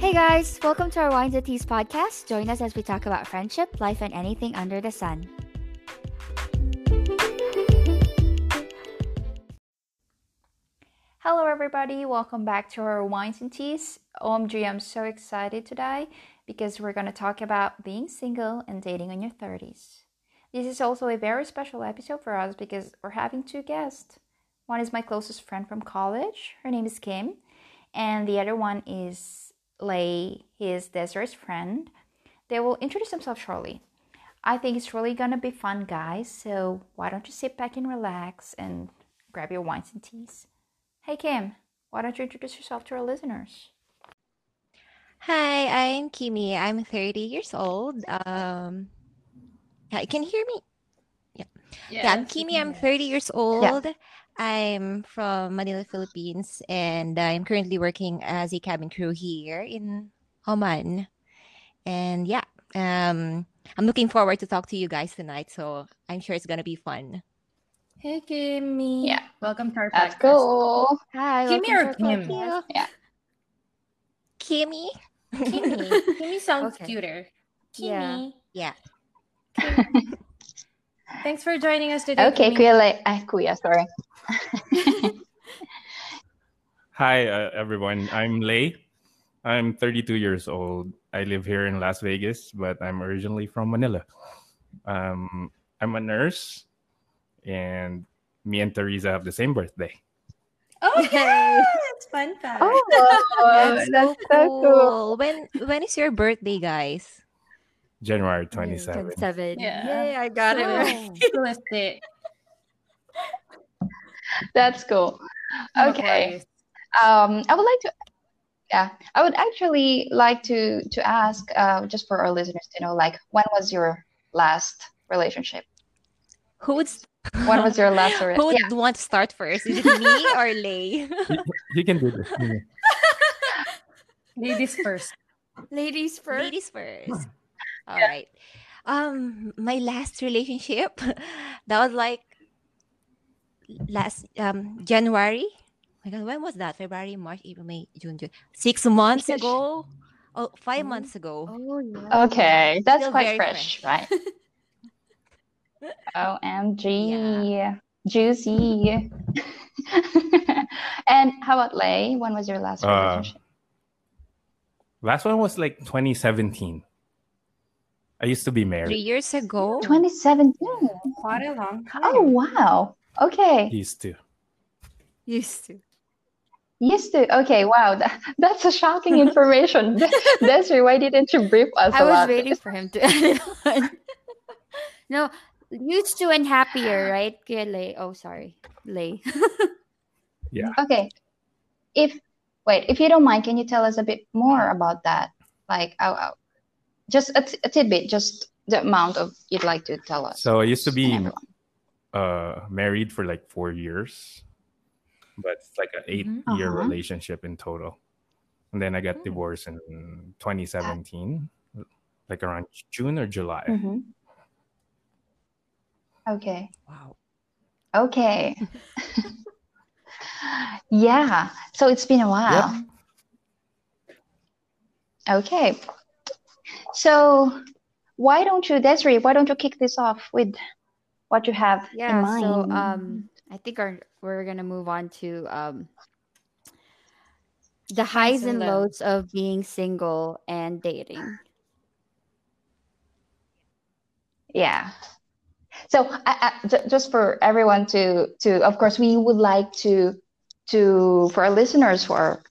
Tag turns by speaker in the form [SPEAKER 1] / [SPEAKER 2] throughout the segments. [SPEAKER 1] Hey guys, welcome to our Wines and Teas podcast. Join us as we talk about friendship, life, and anything under the sun. Hello, everybody. Welcome back to our Wines and Teas. OMG, I'm so excited today because we're going to talk about being single and dating in your 30s. This is also a very special episode for us because we're having two guests. One is my closest friend from college, her name is Kim, and the other one is Lay, his Desiree's friend. They will introduce themselves shortly. I think it's really gonna be fun, guys, so why don't you sit back and relax and grab your wines and teas? Hey, Kim, why don't you introduce yourself to our listeners?
[SPEAKER 2] Hi, I'm Kimi. I'm 30 years old. Um, yeah, you can hear me. Yeah. Yeah, I'm
[SPEAKER 3] Yes, we
[SPEAKER 2] Kimi.
[SPEAKER 3] can
[SPEAKER 2] I'm
[SPEAKER 3] hear.
[SPEAKER 2] 30 years old. I'm from Manila, Philippines, and I'm currently working as a cabin crew here in Oman. And yeah, um, I'm looking forward to talk to you guys tonight, so I'm sure it's gonna be fun.
[SPEAKER 1] Hey, Kimmy.
[SPEAKER 3] Yeah,
[SPEAKER 2] Welcome to our
[SPEAKER 3] that's
[SPEAKER 2] podcast.
[SPEAKER 3] cool.
[SPEAKER 1] Hi,
[SPEAKER 4] Kimmy
[SPEAKER 1] welcome to
[SPEAKER 4] or
[SPEAKER 1] our
[SPEAKER 2] Thank
[SPEAKER 4] Kim?
[SPEAKER 1] podcast.
[SPEAKER 2] you.
[SPEAKER 3] Yeah,
[SPEAKER 2] Kimi.
[SPEAKER 4] Kimmy. Kimmy sounds
[SPEAKER 1] Okay.
[SPEAKER 4] cuter.
[SPEAKER 1] Yeah.
[SPEAKER 4] Kimmy.
[SPEAKER 2] Yeah.
[SPEAKER 4] Kimmy. Thanks for joining us today,
[SPEAKER 3] okay,
[SPEAKER 4] Kimmy.
[SPEAKER 3] Kuya, uh, Kuya, sorry.
[SPEAKER 5] Hi, uh, everyone. I'm Lei. I'm 32 years old. I live here in Las Vegas, but I'm originally from Manila. Um, I'm a nurse, and me and Teresa have the same birthday.
[SPEAKER 4] Oh,
[SPEAKER 2] Yay.
[SPEAKER 4] yes! Fun fact.
[SPEAKER 3] Oh,
[SPEAKER 2] That's
[SPEAKER 3] that's,
[SPEAKER 2] so
[SPEAKER 3] so cool.
[SPEAKER 2] cool. When when is your birthday, guys?
[SPEAKER 5] January
[SPEAKER 1] Yay,
[SPEAKER 5] 27.
[SPEAKER 1] 27.
[SPEAKER 4] Yeah.
[SPEAKER 1] Yay, I got it right.
[SPEAKER 2] Oh.
[SPEAKER 4] Realistic.
[SPEAKER 3] That's cool. Okay. Um, I would like to, yeah, I would actually like to to ask, uh, just for our listeners to know, like, when was your last relationship?
[SPEAKER 2] Who would st-
[SPEAKER 3] When was your last
[SPEAKER 2] Who
[SPEAKER 3] relationship?
[SPEAKER 2] would
[SPEAKER 3] Yeah,
[SPEAKER 2] want to start first? Is it me or Lay?
[SPEAKER 5] You can do this. You know.
[SPEAKER 4] Ladies first.
[SPEAKER 1] Ladies first.
[SPEAKER 2] Ladies first. All right. Um, my last relationship that was like last um January. Oh my God, when was that? February, March, April, May, June, June. Six months
[SPEAKER 3] Ish.
[SPEAKER 2] ago. Oh, five
[SPEAKER 3] Mm-hmm.
[SPEAKER 1] Mm.
[SPEAKER 2] months ago.
[SPEAKER 1] Oh, yeah.
[SPEAKER 3] Okay, that's
[SPEAKER 2] Still
[SPEAKER 3] quite
[SPEAKER 2] very
[SPEAKER 3] fresh,
[SPEAKER 2] fresh.
[SPEAKER 3] right?
[SPEAKER 2] Yeah.
[SPEAKER 3] OMG, juicy. And how about Lay? When was your last
[SPEAKER 5] Uh,
[SPEAKER 3] relationship?
[SPEAKER 5] Last one was like 2017. I used to be
[SPEAKER 2] Three
[SPEAKER 3] Oh.
[SPEAKER 5] married.
[SPEAKER 2] years ago.
[SPEAKER 3] 2017.
[SPEAKER 4] Quite a long time.
[SPEAKER 3] Oh, wow. Okay.
[SPEAKER 5] Used to.
[SPEAKER 1] Used to.
[SPEAKER 3] Used to. Okay, wow. That, that's a shocking information. Desiree, why didn't you brief us
[SPEAKER 1] I was
[SPEAKER 3] about
[SPEAKER 1] waiting
[SPEAKER 3] this?
[SPEAKER 1] for him to add it on. no, used to and happier, right? Kuya Lay. Oh, sorry. Lay.
[SPEAKER 3] Okay. If, wait, if you don't mind, can you tell us a bit more about that? Like, oh, oh, just a, t a tidbit, just the amount of you'd like to tell us
[SPEAKER 5] So I used to
[SPEAKER 3] and
[SPEAKER 5] be
[SPEAKER 3] everyone.
[SPEAKER 5] uh, married for like four years, but it's like an eight
[SPEAKER 2] Mhm.
[SPEAKER 4] Mm-hmm.
[SPEAKER 5] year
[SPEAKER 3] Uh-huh.
[SPEAKER 5] relationship in total. And then I got
[SPEAKER 4] Mm.
[SPEAKER 2] Hmm.
[SPEAKER 5] divorced in 2017, like around June or July.
[SPEAKER 4] Mm.
[SPEAKER 1] Mm-hmm.
[SPEAKER 3] hmm Okay.
[SPEAKER 2] Wow.
[SPEAKER 3] Okay. Yeah. So it's been a while. Okay. So why don't you, Desiree, why don't you kick this off with what you have in
[SPEAKER 1] Yeah, so
[SPEAKER 3] mind?
[SPEAKER 1] um I think our, we're gonna move on to um the highs
[SPEAKER 4] and
[SPEAKER 1] and lows of being single and dating.
[SPEAKER 3] Yeah. So I, I, ju- just for everyone to to, of course, we would like to to for our listeners who are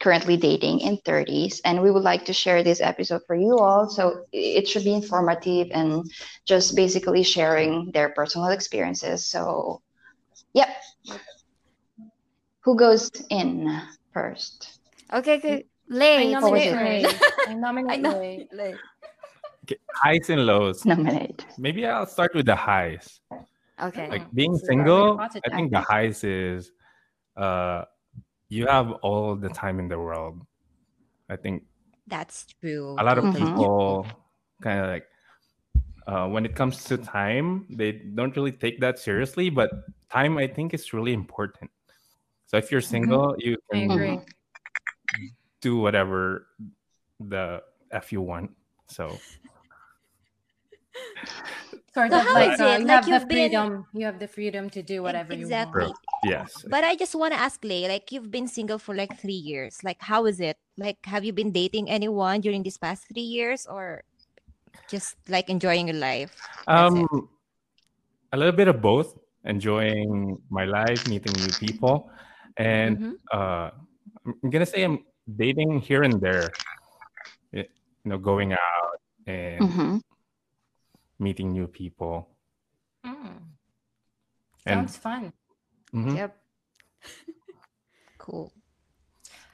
[SPEAKER 3] currently dating in 30s, and we would like to share this episode for you all. So it should be informative and just basically sharing their personal experiences. So, yep. Who goes in first?
[SPEAKER 1] Okay, good.
[SPEAKER 4] I
[SPEAKER 1] Lay, what was
[SPEAKER 4] nominate
[SPEAKER 1] your
[SPEAKER 4] Ray. I
[SPEAKER 1] I
[SPEAKER 4] nominate
[SPEAKER 1] know.
[SPEAKER 4] Ray.
[SPEAKER 1] Lay.
[SPEAKER 5] Highs and lows.
[SPEAKER 3] Nominate.
[SPEAKER 5] Maybe I'll start with the highs.
[SPEAKER 1] Okay.
[SPEAKER 5] Like
[SPEAKER 4] Mm,
[SPEAKER 5] being
[SPEAKER 4] this is our
[SPEAKER 5] single,
[SPEAKER 4] positive.
[SPEAKER 5] I think the highs is uh, you have all the time in the world. I think
[SPEAKER 2] That's true.
[SPEAKER 5] a lot of
[SPEAKER 2] Totally
[SPEAKER 3] Mhm.
[SPEAKER 5] people kind of like uh, when it comes to time, they don't really take that seriously. But time, I think, is really important. So if you're single, you
[SPEAKER 4] I
[SPEAKER 5] can
[SPEAKER 4] agree.
[SPEAKER 3] Mhm.
[SPEAKER 5] do whatever the F you want. So
[SPEAKER 4] Sort
[SPEAKER 2] So
[SPEAKER 4] of
[SPEAKER 2] how
[SPEAKER 4] like,
[SPEAKER 2] is
[SPEAKER 4] uh,
[SPEAKER 2] it?
[SPEAKER 4] you
[SPEAKER 2] Like,
[SPEAKER 4] have the
[SPEAKER 2] you've been-
[SPEAKER 4] freedom. You have the freedom to do whatever
[SPEAKER 2] Exactly.
[SPEAKER 4] you
[SPEAKER 5] True.
[SPEAKER 4] want.
[SPEAKER 5] yes.
[SPEAKER 2] But I just want to ask Lay, like you've been single for like three years. Like how is it? Like have you been dating anyone during these past three years or just like enjoying your life? That's it.
[SPEAKER 5] Um, a little bit of both, enjoying my life, meeting new people, and
[SPEAKER 2] Mhm.
[SPEAKER 5] uh, I'm I'm gonna say I'm dating here and there. Y- You know, going out and
[SPEAKER 3] hmm
[SPEAKER 5] meeting new people.
[SPEAKER 4] Mm.
[SPEAKER 5] And
[SPEAKER 4] Sounds fun.
[SPEAKER 5] mhm.
[SPEAKER 1] Yep.
[SPEAKER 2] Cool.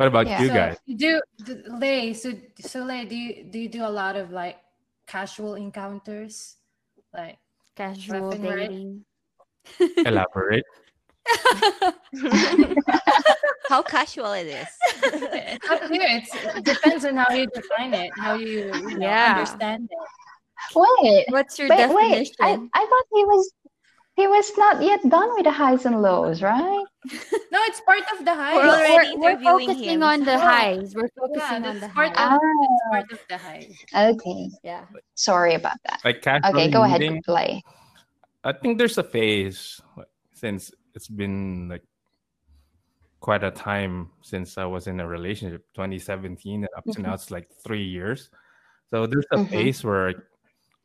[SPEAKER 5] what about
[SPEAKER 3] Yeah.
[SPEAKER 5] you
[SPEAKER 4] so
[SPEAKER 5] guys?
[SPEAKER 4] you do d- Lay. So so Lay, do you do you do a lot of like casual encounters? Like
[SPEAKER 1] Casual
[SPEAKER 4] Left and right.
[SPEAKER 1] dating.
[SPEAKER 5] Elaborate.
[SPEAKER 2] how casual it is.
[SPEAKER 4] it's up to you. It's, it depends on how you define it, how you, you know,
[SPEAKER 1] Yeah.
[SPEAKER 4] understand it.
[SPEAKER 3] Wait,
[SPEAKER 2] What's your
[SPEAKER 3] wait, wait.
[SPEAKER 2] definition?
[SPEAKER 3] I, I thought he was he was not yet done with the highs and lows, right?
[SPEAKER 4] No, it's part of the hype.
[SPEAKER 2] We're
[SPEAKER 1] Well,
[SPEAKER 2] already
[SPEAKER 1] we're
[SPEAKER 2] interviewing
[SPEAKER 1] focusing
[SPEAKER 2] him.
[SPEAKER 1] on the
[SPEAKER 4] Yeah.
[SPEAKER 1] highs. We're
[SPEAKER 4] yeah,
[SPEAKER 1] focusing on
[SPEAKER 4] that's
[SPEAKER 1] the
[SPEAKER 4] part
[SPEAKER 1] highs.
[SPEAKER 4] of,
[SPEAKER 3] Ah,
[SPEAKER 4] that's part of the hype.
[SPEAKER 3] okay.
[SPEAKER 1] yeah.
[SPEAKER 3] Sorry about that.
[SPEAKER 5] Like casually
[SPEAKER 3] Okay, go ahead,
[SPEAKER 5] meeting.
[SPEAKER 3] play.
[SPEAKER 5] I think there's a phase like, since it's been like quite a time since I was in a relationship, 2017, and up to
[SPEAKER 3] Mm-hmm.
[SPEAKER 5] now it's like three years. So there's a
[SPEAKER 3] Mhm.
[SPEAKER 5] phase where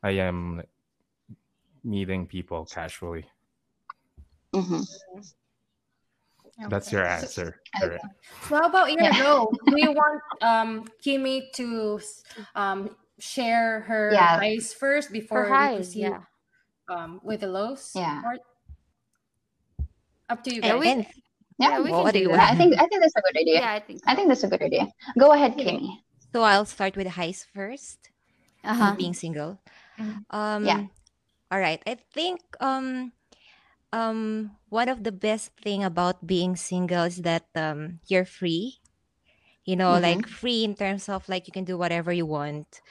[SPEAKER 5] I am like, meeting people casually.
[SPEAKER 3] hmm
[SPEAKER 5] That's
[SPEAKER 4] Okay.
[SPEAKER 5] your
[SPEAKER 4] So-
[SPEAKER 5] answer.
[SPEAKER 3] Okay.
[SPEAKER 5] correct.
[SPEAKER 4] So how about
[SPEAKER 3] Yeah.
[SPEAKER 4] Ergo? Do you want um Kimi to um share her
[SPEAKER 3] Yeah.
[SPEAKER 4] highs first before
[SPEAKER 1] For
[SPEAKER 4] we
[SPEAKER 1] highs,
[SPEAKER 4] proceed
[SPEAKER 1] yeah.
[SPEAKER 4] um with the lows?
[SPEAKER 3] Yeah.
[SPEAKER 4] Or- Up to you
[SPEAKER 2] And-
[SPEAKER 4] guys.
[SPEAKER 1] we-
[SPEAKER 2] and-
[SPEAKER 1] Yeah,
[SPEAKER 3] Yeah,
[SPEAKER 1] we
[SPEAKER 2] what
[SPEAKER 1] can
[SPEAKER 2] do you
[SPEAKER 1] do that.
[SPEAKER 2] want?
[SPEAKER 3] I think I think that's a good idea.
[SPEAKER 1] Yeah, I think.
[SPEAKER 3] I think that's a good idea. Go ahead,
[SPEAKER 2] Okay.
[SPEAKER 3] Kimmy.
[SPEAKER 2] so I'll start with the highs
[SPEAKER 1] Uh
[SPEAKER 2] first. with
[SPEAKER 6] Uh-huh.
[SPEAKER 1] huh.
[SPEAKER 2] being single.
[SPEAKER 4] Mhm.
[SPEAKER 2] Um,
[SPEAKER 3] Yeah.
[SPEAKER 2] All right. I think um, um, one of the best thing about being single is that um, you're free. You know,
[SPEAKER 3] Mhm.
[SPEAKER 2] like free in terms of like you can do whatever you want,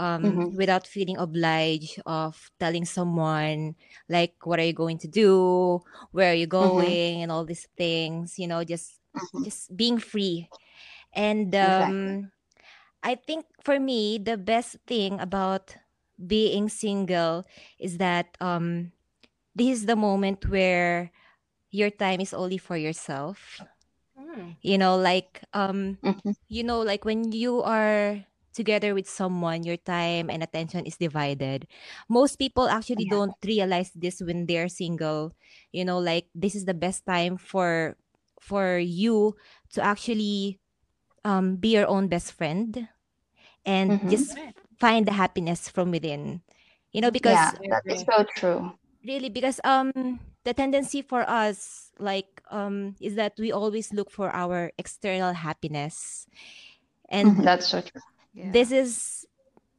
[SPEAKER 2] um,
[SPEAKER 3] Mhm.
[SPEAKER 2] without feeling obliged of telling someone like what are you going to do, where are you going, and all these things. You know, just
[SPEAKER 3] Mhm.
[SPEAKER 2] just being free and
[SPEAKER 3] Exactly.
[SPEAKER 2] um, I think for me, the best thing about being single is that um, this is the moment where your time is only for yourself.
[SPEAKER 4] Mm.
[SPEAKER 2] You know, like um,
[SPEAKER 3] Mhm.
[SPEAKER 2] you know, like when you are together with someone, your time and attention is divided. Most people actually
[SPEAKER 3] Yeah.
[SPEAKER 2] don't realize this when they're single. You know, like this is the best time for for you to actually um, be your own best friend and
[SPEAKER 3] Mhm.
[SPEAKER 2] just
[SPEAKER 4] Right.
[SPEAKER 2] find the happiness from within. You know, because
[SPEAKER 3] Yeah,
[SPEAKER 4] I
[SPEAKER 3] that is
[SPEAKER 4] agree.
[SPEAKER 3] so true.
[SPEAKER 2] really because um the tendency for us like um is that we always look for our external happiness and
[SPEAKER 3] Mhm, That's so true.
[SPEAKER 1] Yeah.
[SPEAKER 2] this is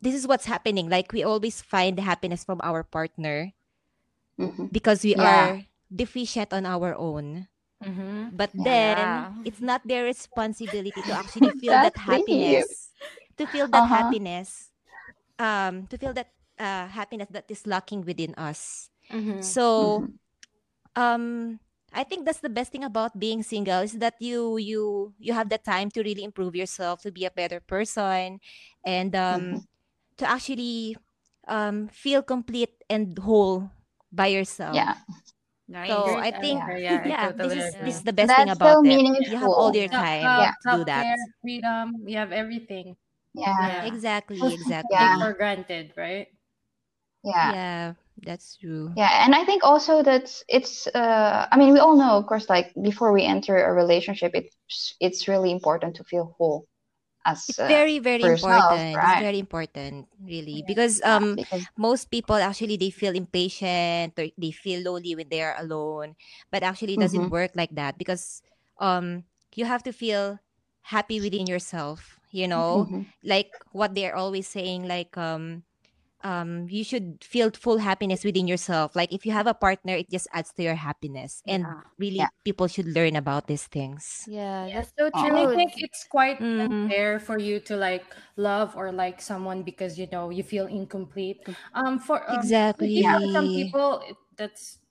[SPEAKER 2] this is what's happening like we always find happiness from our partner
[SPEAKER 3] Mhm.
[SPEAKER 2] because we
[SPEAKER 3] Yeah.
[SPEAKER 2] are deficient on our own
[SPEAKER 4] Mhm.
[SPEAKER 2] but
[SPEAKER 3] Yeah.
[SPEAKER 2] then
[SPEAKER 1] Yeah.
[SPEAKER 2] it's not their responsibility to actually feel that
[SPEAKER 3] Exactly.
[SPEAKER 2] happiness to feel
[SPEAKER 3] Uh-huh.
[SPEAKER 2] that happiness um to feel that uh, happiness that is lacking within us
[SPEAKER 4] Mhm.
[SPEAKER 2] so
[SPEAKER 3] Mhm.
[SPEAKER 2] um I think that's the best thing about being single is that you you you have the time to really improve yourself to be a better person and um
[SPEAKER 3] Mm-hmm.
[SPEAKER 2] to actually um feel complete and whole by yourself.
[SPEAKER 3] Yeah.
[SPEAKER 1] Nice.
[SPEAKER 2] So
[SPEAKER 4] Agree,
[SPEAKER 2] I
[SPEAKER 4] I
[SPEAKER 2] think
[SPEAKER 4] agree, I
[SPEAKER 2] yeah, this
[SPEAKER 4] totally
[SPEAKER 2] is
[SPEAKER 4] agree.
[SPEAKER 2] this is the best thing
[SPEAKER 3] That's so
[SPEAKER 2] about it. You have all
[SPEAKER 3] meaningful.
[SPEAKER 2] your
[SPEAKER 4] Self
[SPEAKER 2] time
[SPEAKER 4] love,
[SPEAKER 2] to do
[SPEAKER 4] self
[SPEAKER 2] that.
[SPEAKER 4] care, freedom. We have everything.
[SPEAKER 3] Yeah.
[SPEAKER 4] Yeah.
[SPEAKER 2] Exactly,
[SPEAKER 3] Yeah.
[SPEAKER 4] Take
[SPEAKER 2] exactly.
[SPEAKER 4] for granted, right?
[SPEAKER 3] Yeah.
[SPEAKER 2] Yeah, that's true.
[SPEAKER 3] Yeah, and I think also that it's uh I mean we all know of course like before we enter a relationship it's it's really important to feel whole as
[SPEAKER 2] It's
[SPEAKER 3] uh,
[SPEAKER 2] very, very
[SPEAKER 3] for yourself,
[SPEAKER 2] important. It's
[SPEAKER 3] right?
[SPEAKER 2] very important, really, because um
[SPEAKER 3] because
[SPEAKER 2] most people actually they feel impatient or they feel lonely when they are alone but actually it doesn't
[SPEAKER 3] Mhm.
[SPEAKER 2] work like that because um you have to feel happy within yourself you know
[SPEAKER 3] Mhm.
[SPEAKER 2] like what they're always saying like um um you should feel full happiness within yourself like if you have a partner it just adds to your happiness and
[SPEAKER 1] Yeah.
[SPEAKER 2] really
[SPEAKER 3] Yeah.
[SPEAKER 2] people should learn about these things
[SPEAKER 1] Yeah,
[SPEAKER 4] Yeah.
[SPEAKER 1] that's so
[SPEAKER 3] Oh.
[SPEAKER 1] true.
[SPEAKER 4] And I think it's quite
[SPEAKER 2] Mm.
[SPEAKER 4] unfair for you to like love or like someone because you know you feel incomplete. Um, for um, maybe for some
[SPEAKER 2] Exactly.
[SPEAKER 4] people it, that's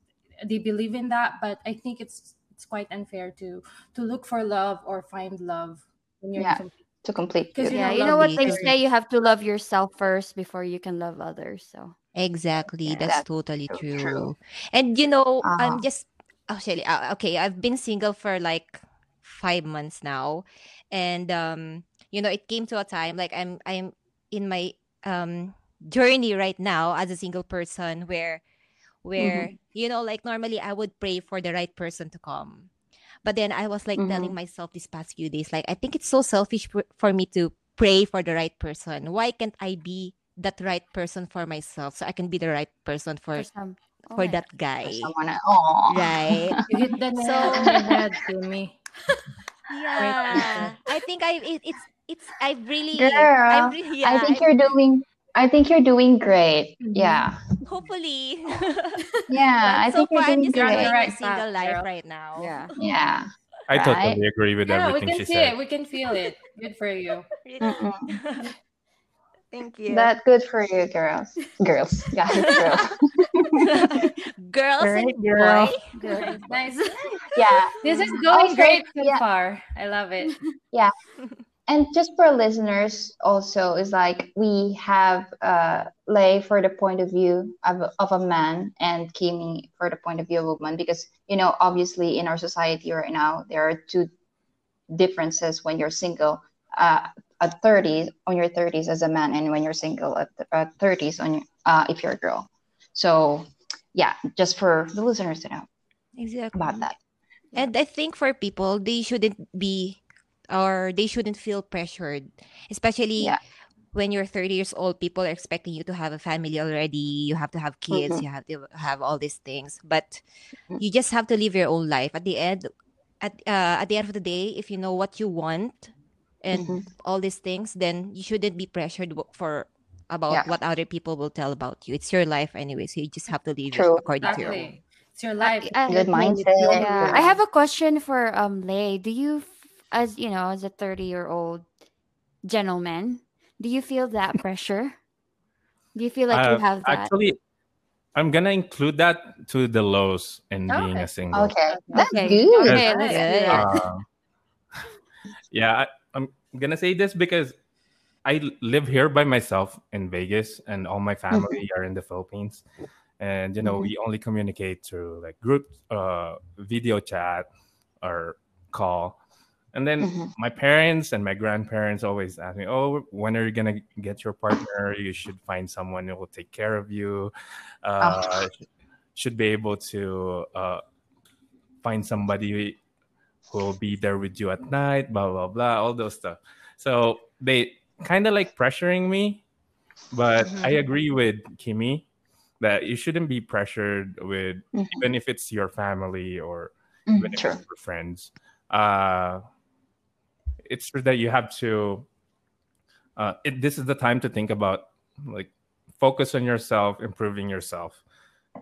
[SPEAKER 4] they believe in that, but I think it's it's quite unfair to to look for love or find love when you're
[SPEAKER 3] Yeah.
[SPEAKER 4] incomplete.
[SPEAKER 3] to complete
[SPEAKER 4] Because
[SPEAKER 3] you.
[SPEAKER 4] you
[SPEAKER 6] yeah,
[SPEAKER 4] know,
[SPEAKER 6] you know what they
[SPEAKER 2] lovely to-
[SPEAKER 6] say, you have to love yourself first before you can love others. So
[SPEAKER 2] Exactly.
[SPEAKER 3] Yeah,
[SPEAKER 2] that's
[SPEAKER 3] that's
[SPEAKER 2] totally
[SPEAKER 3] so
[SPEAKER 2] true.
[SPEAKER 3] true.
[SPEAKER 2] And you know,
[SPEAKER 3] Uh-huh.
[SPEAKER 2] I'm just actually uh, okay, I've been single for like 5 months now. And um you know, it came to a time like I'm I'm in my um journey right now as a single person where where
[SPEAKER 3] Mm-hmm.
[SPEAKER 2] you know, like normally I would pray for the right person to come. But then I was like telling
[SPEAKER 3] Mm-hmm.
[SPEAKER 2] myself these past few days like I think it's so selfish for- for me to pray for the right person. Why can't I be that right person for myself so I can be the right person for
[SPEAKER 6] for some, oh
[SPEAKER 2] for
[SPEAKER 6] my-
[SPEAKER 2] that guy.
[SPEAKER 3] Someone else. Aw.
[SPEAKER 2] Right.
[SPEAKER 4] You hit the nail
[SPEAKER 2] So-
[SPEAKER 4] on the head, Timmy.
[SPEAKER 2] yeah. I think I it, it's it's I've really
[SPEAKER 3] Girl,
[SPEAKER 2] I'm really
[SPEAKER 3] I
[SPEAKER 2] yeah,
[SPEAKER 3] think you're doing. I think you're doing great.
[SPEAKER 4] Mhm.
[SPEAKER 3] Yeah,
[SPEAKER 2] hopefully
[SPEAKER 3] yeah. I
[SPEAKER 2] so
[SPEAKER 3] think
[SPEAKER 2] far
[SPEAKER 3] you're
[SPEAKER 2] I'm
[SPEAKER 3] doing
[SPEAKER 2] just
[SPEAKER 3] great.
[SPEAKER 2] enjoying
[SPEAKER 4] great.
[SPEAKER 2] my
[SPEAKER 4] You're right,
[SPEAKER 2] single
[SPEAKER 4] Pat,
[SPEAKER 2] life
[SPEAKER 4] girl.
[SPEAKER 2] right now.
[SPEAKER 6] Yeah.
[SPEAKER 3] Yeah.
[SPEAKER 5] I
[SPEAKER 3] Right?
[SPEAKER 5] totally agree with
[SPEAKER 4] Yeah, we
[SPEAKER 5] everything
[SPEAKER 4] can
[SPEAKER 5] she
[SPEAKER 4] see
[SPEAKER 5] said.
[SPEAKER 4] it. We can feel it. Good for you.
[SPEAKER 2] Really.
[SPEAKER 3] Mm-mm.
[SPEAKER 2] Thank you.
[SPEAKER 3] That good for you, girls. Girls, guys, girls.
[SPEAKER 2] Girls
[SPEAKER 3] Alright,
[SPEAKER 2] and
[SPEAKER 3] girl.
[SPEAKER 2] boy.
[SPEAKER 4] Good. Nice.
[SPEAKER 3] Yeah.
[SPEAKER 4] This is
[SPEAKER 3] Also,
[SPEAKER 4] going great so
[SPEAKER 3] yeah.
[SPEAKER 4] far. I love it.
[SPEAKER 3] And just for listeners, also is like we have uh, Lay for the point of view of, a- of a man and Kimi for the point of view of a woman because you know obviously in our society right now there are two differences when you're single uh, at 30 on your 30s as a man and when you're single at, at 30s on your, uh, if you're a girl. So yeah, just for the listeners to know
[SPEAKER 2] Exactly.
[SPEAKER 3] about that.
[SPEAKER 2] And I think for people, they shouldn't be or they shouldn't feel pressured, especially
[SPEAKER 3] Yeah.
[SPEAKER 2] when you're 30 years old. People are expecting you to have a family already. You have to have kids.
[SPEAKER 3] Mhm.
[SPEAKER 2] You have to have all these things. But
[SPEAKER 3] Mhm.
[SPEAKER 2] you just have to live your own life. At the end, at uh, at the end of the day, if you know what you want and
[SPEAKER 3] Mhm.
[SPEAKER 2] all these things, then you shouldn't be pressured w- for about
[SPEAKER 3] Yeah.
[SPEAKER 2] what other people will tell about you. It's your life anyway, so you just have to live
[SPEAKER 3] True.
[SPEAKER 2] it according to your own.
[SPEAKER 4] Exactly. It's your
[SPEAKER 6] I-
[SPEAKER 4] life. It's
[SPEAKER 6] I-
[SPEAKER 4] your
[SPEAKER 3] Good
[SPEAKER 4] journey. It's
[SPEAKER 3] mindset.
[SPEAKER 4] your
[SPEAKER 6] yeah.
[SPEAKER 4] journey.
[SPEAKER 6] I have a question for um Lay. Do you, f- as you know, as a thirty-year-old gentleman, do you feel that pressure? Do you feel like you
[SPEAKER 5] Uh,
[SPEAKER 6] have that?
[SPEAKER 5] Actually, I'm gonna include that to the lows in
[SPEAKER 4] Okay.
[SPEAKER 5] being a single.
[SPEAKER 3] Okay, that's
[SPEAKER 6] Okay.
[SPEAKER 3] good.
[SPEAKER 6] Okay,
[SPEAKER 4] That's
[SPEAKER 6] let's do
[SPEAKER 2] good.
[SPEAKER 6] that.
[SPEAKER 5] Um, yeah, I, I'm gonna say this because I l- live here by myself in Vegas, and all my family are in the Philippines. And you know, we only communicate through like group, uh, video chat, or call. And then
[SPEAKER 3] Mhm.
[SPEAKER 5] my parents and my grandparents always ask me, "Oh, when are you gonna get your partner? You should find someone who will take care of you. Uh, Should be able to uh, find somebody who will be there with you at night, blah blah blah, all those stuff. So they kind of like pressuring me, but I agree with Kimi that you shouldn't be pressured with
[SPEAKER 3] Mhm.
[SPEAKER 5] even if it's your family or
[SPEAKER 3] Mm,
[SPEAKER 5] even if
[SPEAKER 3] True.
[SPEAKER 5] it's your friends. Uh, it's true that you have to. Uh, it, this is the time to think about like focus on yourself, improving yourself,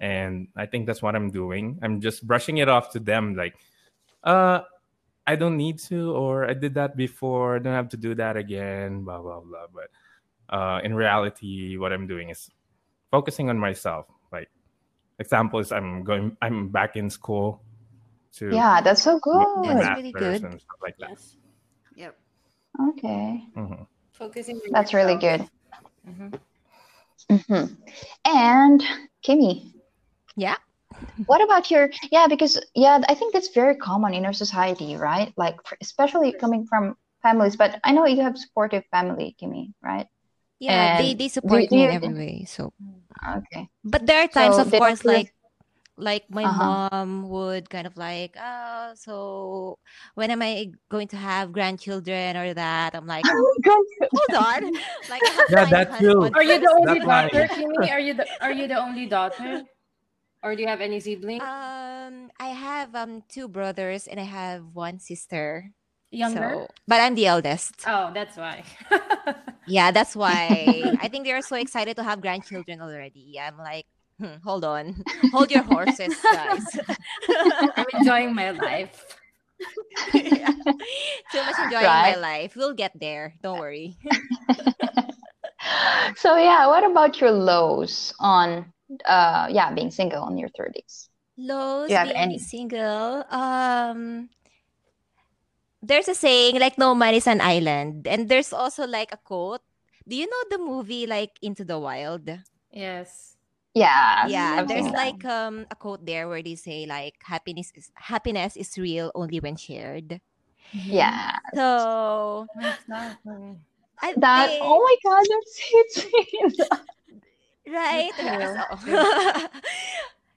[SPEAKER 5] and I think that's what I'm doing. I'm just brushing it off to them, like, uh, I don't need to, or I did that before. I don't have to do that again. Blah blah blah. But uh, in reality, what I'm doing is focusing on myself. Like example is I'm going, I'm back in school to
[SPEAKER 3] Yeah, that's so
[SPEAKER 5] my- my
[SPEAKER 3] good.
[SPEAKER 2] That's really
[SPEAKER 5] masters
[SPEAKER 2] good.
[SPEAKER 5] and stuff like that.
[SPEAKER 4] Yes. Yep.
[SPEAKER 3] Okay,
[SPEAKER 5] Mhm.
[SPEAKER 4] Focusing. on
[SPEAKER 3] that's really
[SPEAKER 4] yourself.
[SPEAKER 3] good.
[SPEAKER 4] Mhm.
[SPEAKER 3] Mhm. And Kimmy,
[SPEAKER 2] Mm-hmm. Yeah.
[SPEAKER 3] what about your? Yeah, because yeah, I think that's very common in our society, right? Like f- especially coming from families, but I know you have supportive family, Kimmy, right?
[SPEAKER 2] Yeah, they,
[SPEAKER 3] And
[SPEAKER 2] they
[SPEAKER 3] do-
[SPEAKER 2] support
[SPEAKER 3] do
[SPEAKER 2] me in
[SPEAKER 3] you-
[SPEAKER 2] every way. So
[SPEAKER 3] Okay.
[SPEAKER 2] But there are times,
[SPEAKER 3] So
[SPEAKER 2] of
[SPEAKER 3] they don't
[SPEAKER 2] course,
[SPEAKER 3] feel-
[SPEAKER 2] like like my
[SPEAKER 3] Uh-huh.
[SPEAKER 2] mom would kind of like, oh, so when am I going to have grandchildren or that? I'm like, "Oh, hold on, like I have to
[SPEAKER 5] Yeah,
[SPEAKER 2] find a
[SPEAKER 5] that too.
[SPEAKER 2] husband
[SPEAKER 4] Are you the
[SPEAKER 2] first.
[SPEAKER 4] only
[SPEAKER 5] That's why-
[SPEAKER 4] daughter, Kimmy? Are you the Are you the only daughter, or do you have any siblings?
[SPEAKER 2] Um, I have um two brothers and I have one sister.
[SPEAKER 4] Younger.
[SPEAKER 2] So, but I'm the eldest.
[SPEAKER 4] Oh, that's why.
[SPEAKER 2] Yeah, that's why I think they are so excited to have grandchildren already. I'm like, hmm, hold on, hold your horses, guys.
[SPEAKER 4] I'm enjoying my life.
[SPEAKER 2] Yeah. Too much enjoying my
[SPEAKER 3] Right.
[SPEAKER 2] life. We'll get there. Don't worry.
[SPEAKER 3] So yeah, what about your lows on uh yeah, being single on your 30s?
[SPEAKER 2] Lows
[SPEAKER 3] You have any?
[SPEAKER 2] being single. Um there's a saying like no man is an island, and there's also like a quote. Do you know the movie like Into the Wild?
[SPEAKER 4] Yes.
[SPEAKER 3] Yeah.
[SPEAKER 2] yeah,
[SPEAKER 3] I've
[SPEAKER 2] there's
[SPEAKER 3] seen that.
[SPEAKER 2] like um a quote there where they say like happiness is happiness is real only when shared.
[SPEAKER 3] yeah.
[SPEAKER 2] So
[SPEAKER 4] Exactly.
[SPEAKER 2] I
[SPEAKER 3] That
[SPEAKER 2] think-
[SPEAKER 3] oh my god, that's it's
[SPEAKER 2] right?
[SPEAKER 4] true.
[SPEAKER 2] So-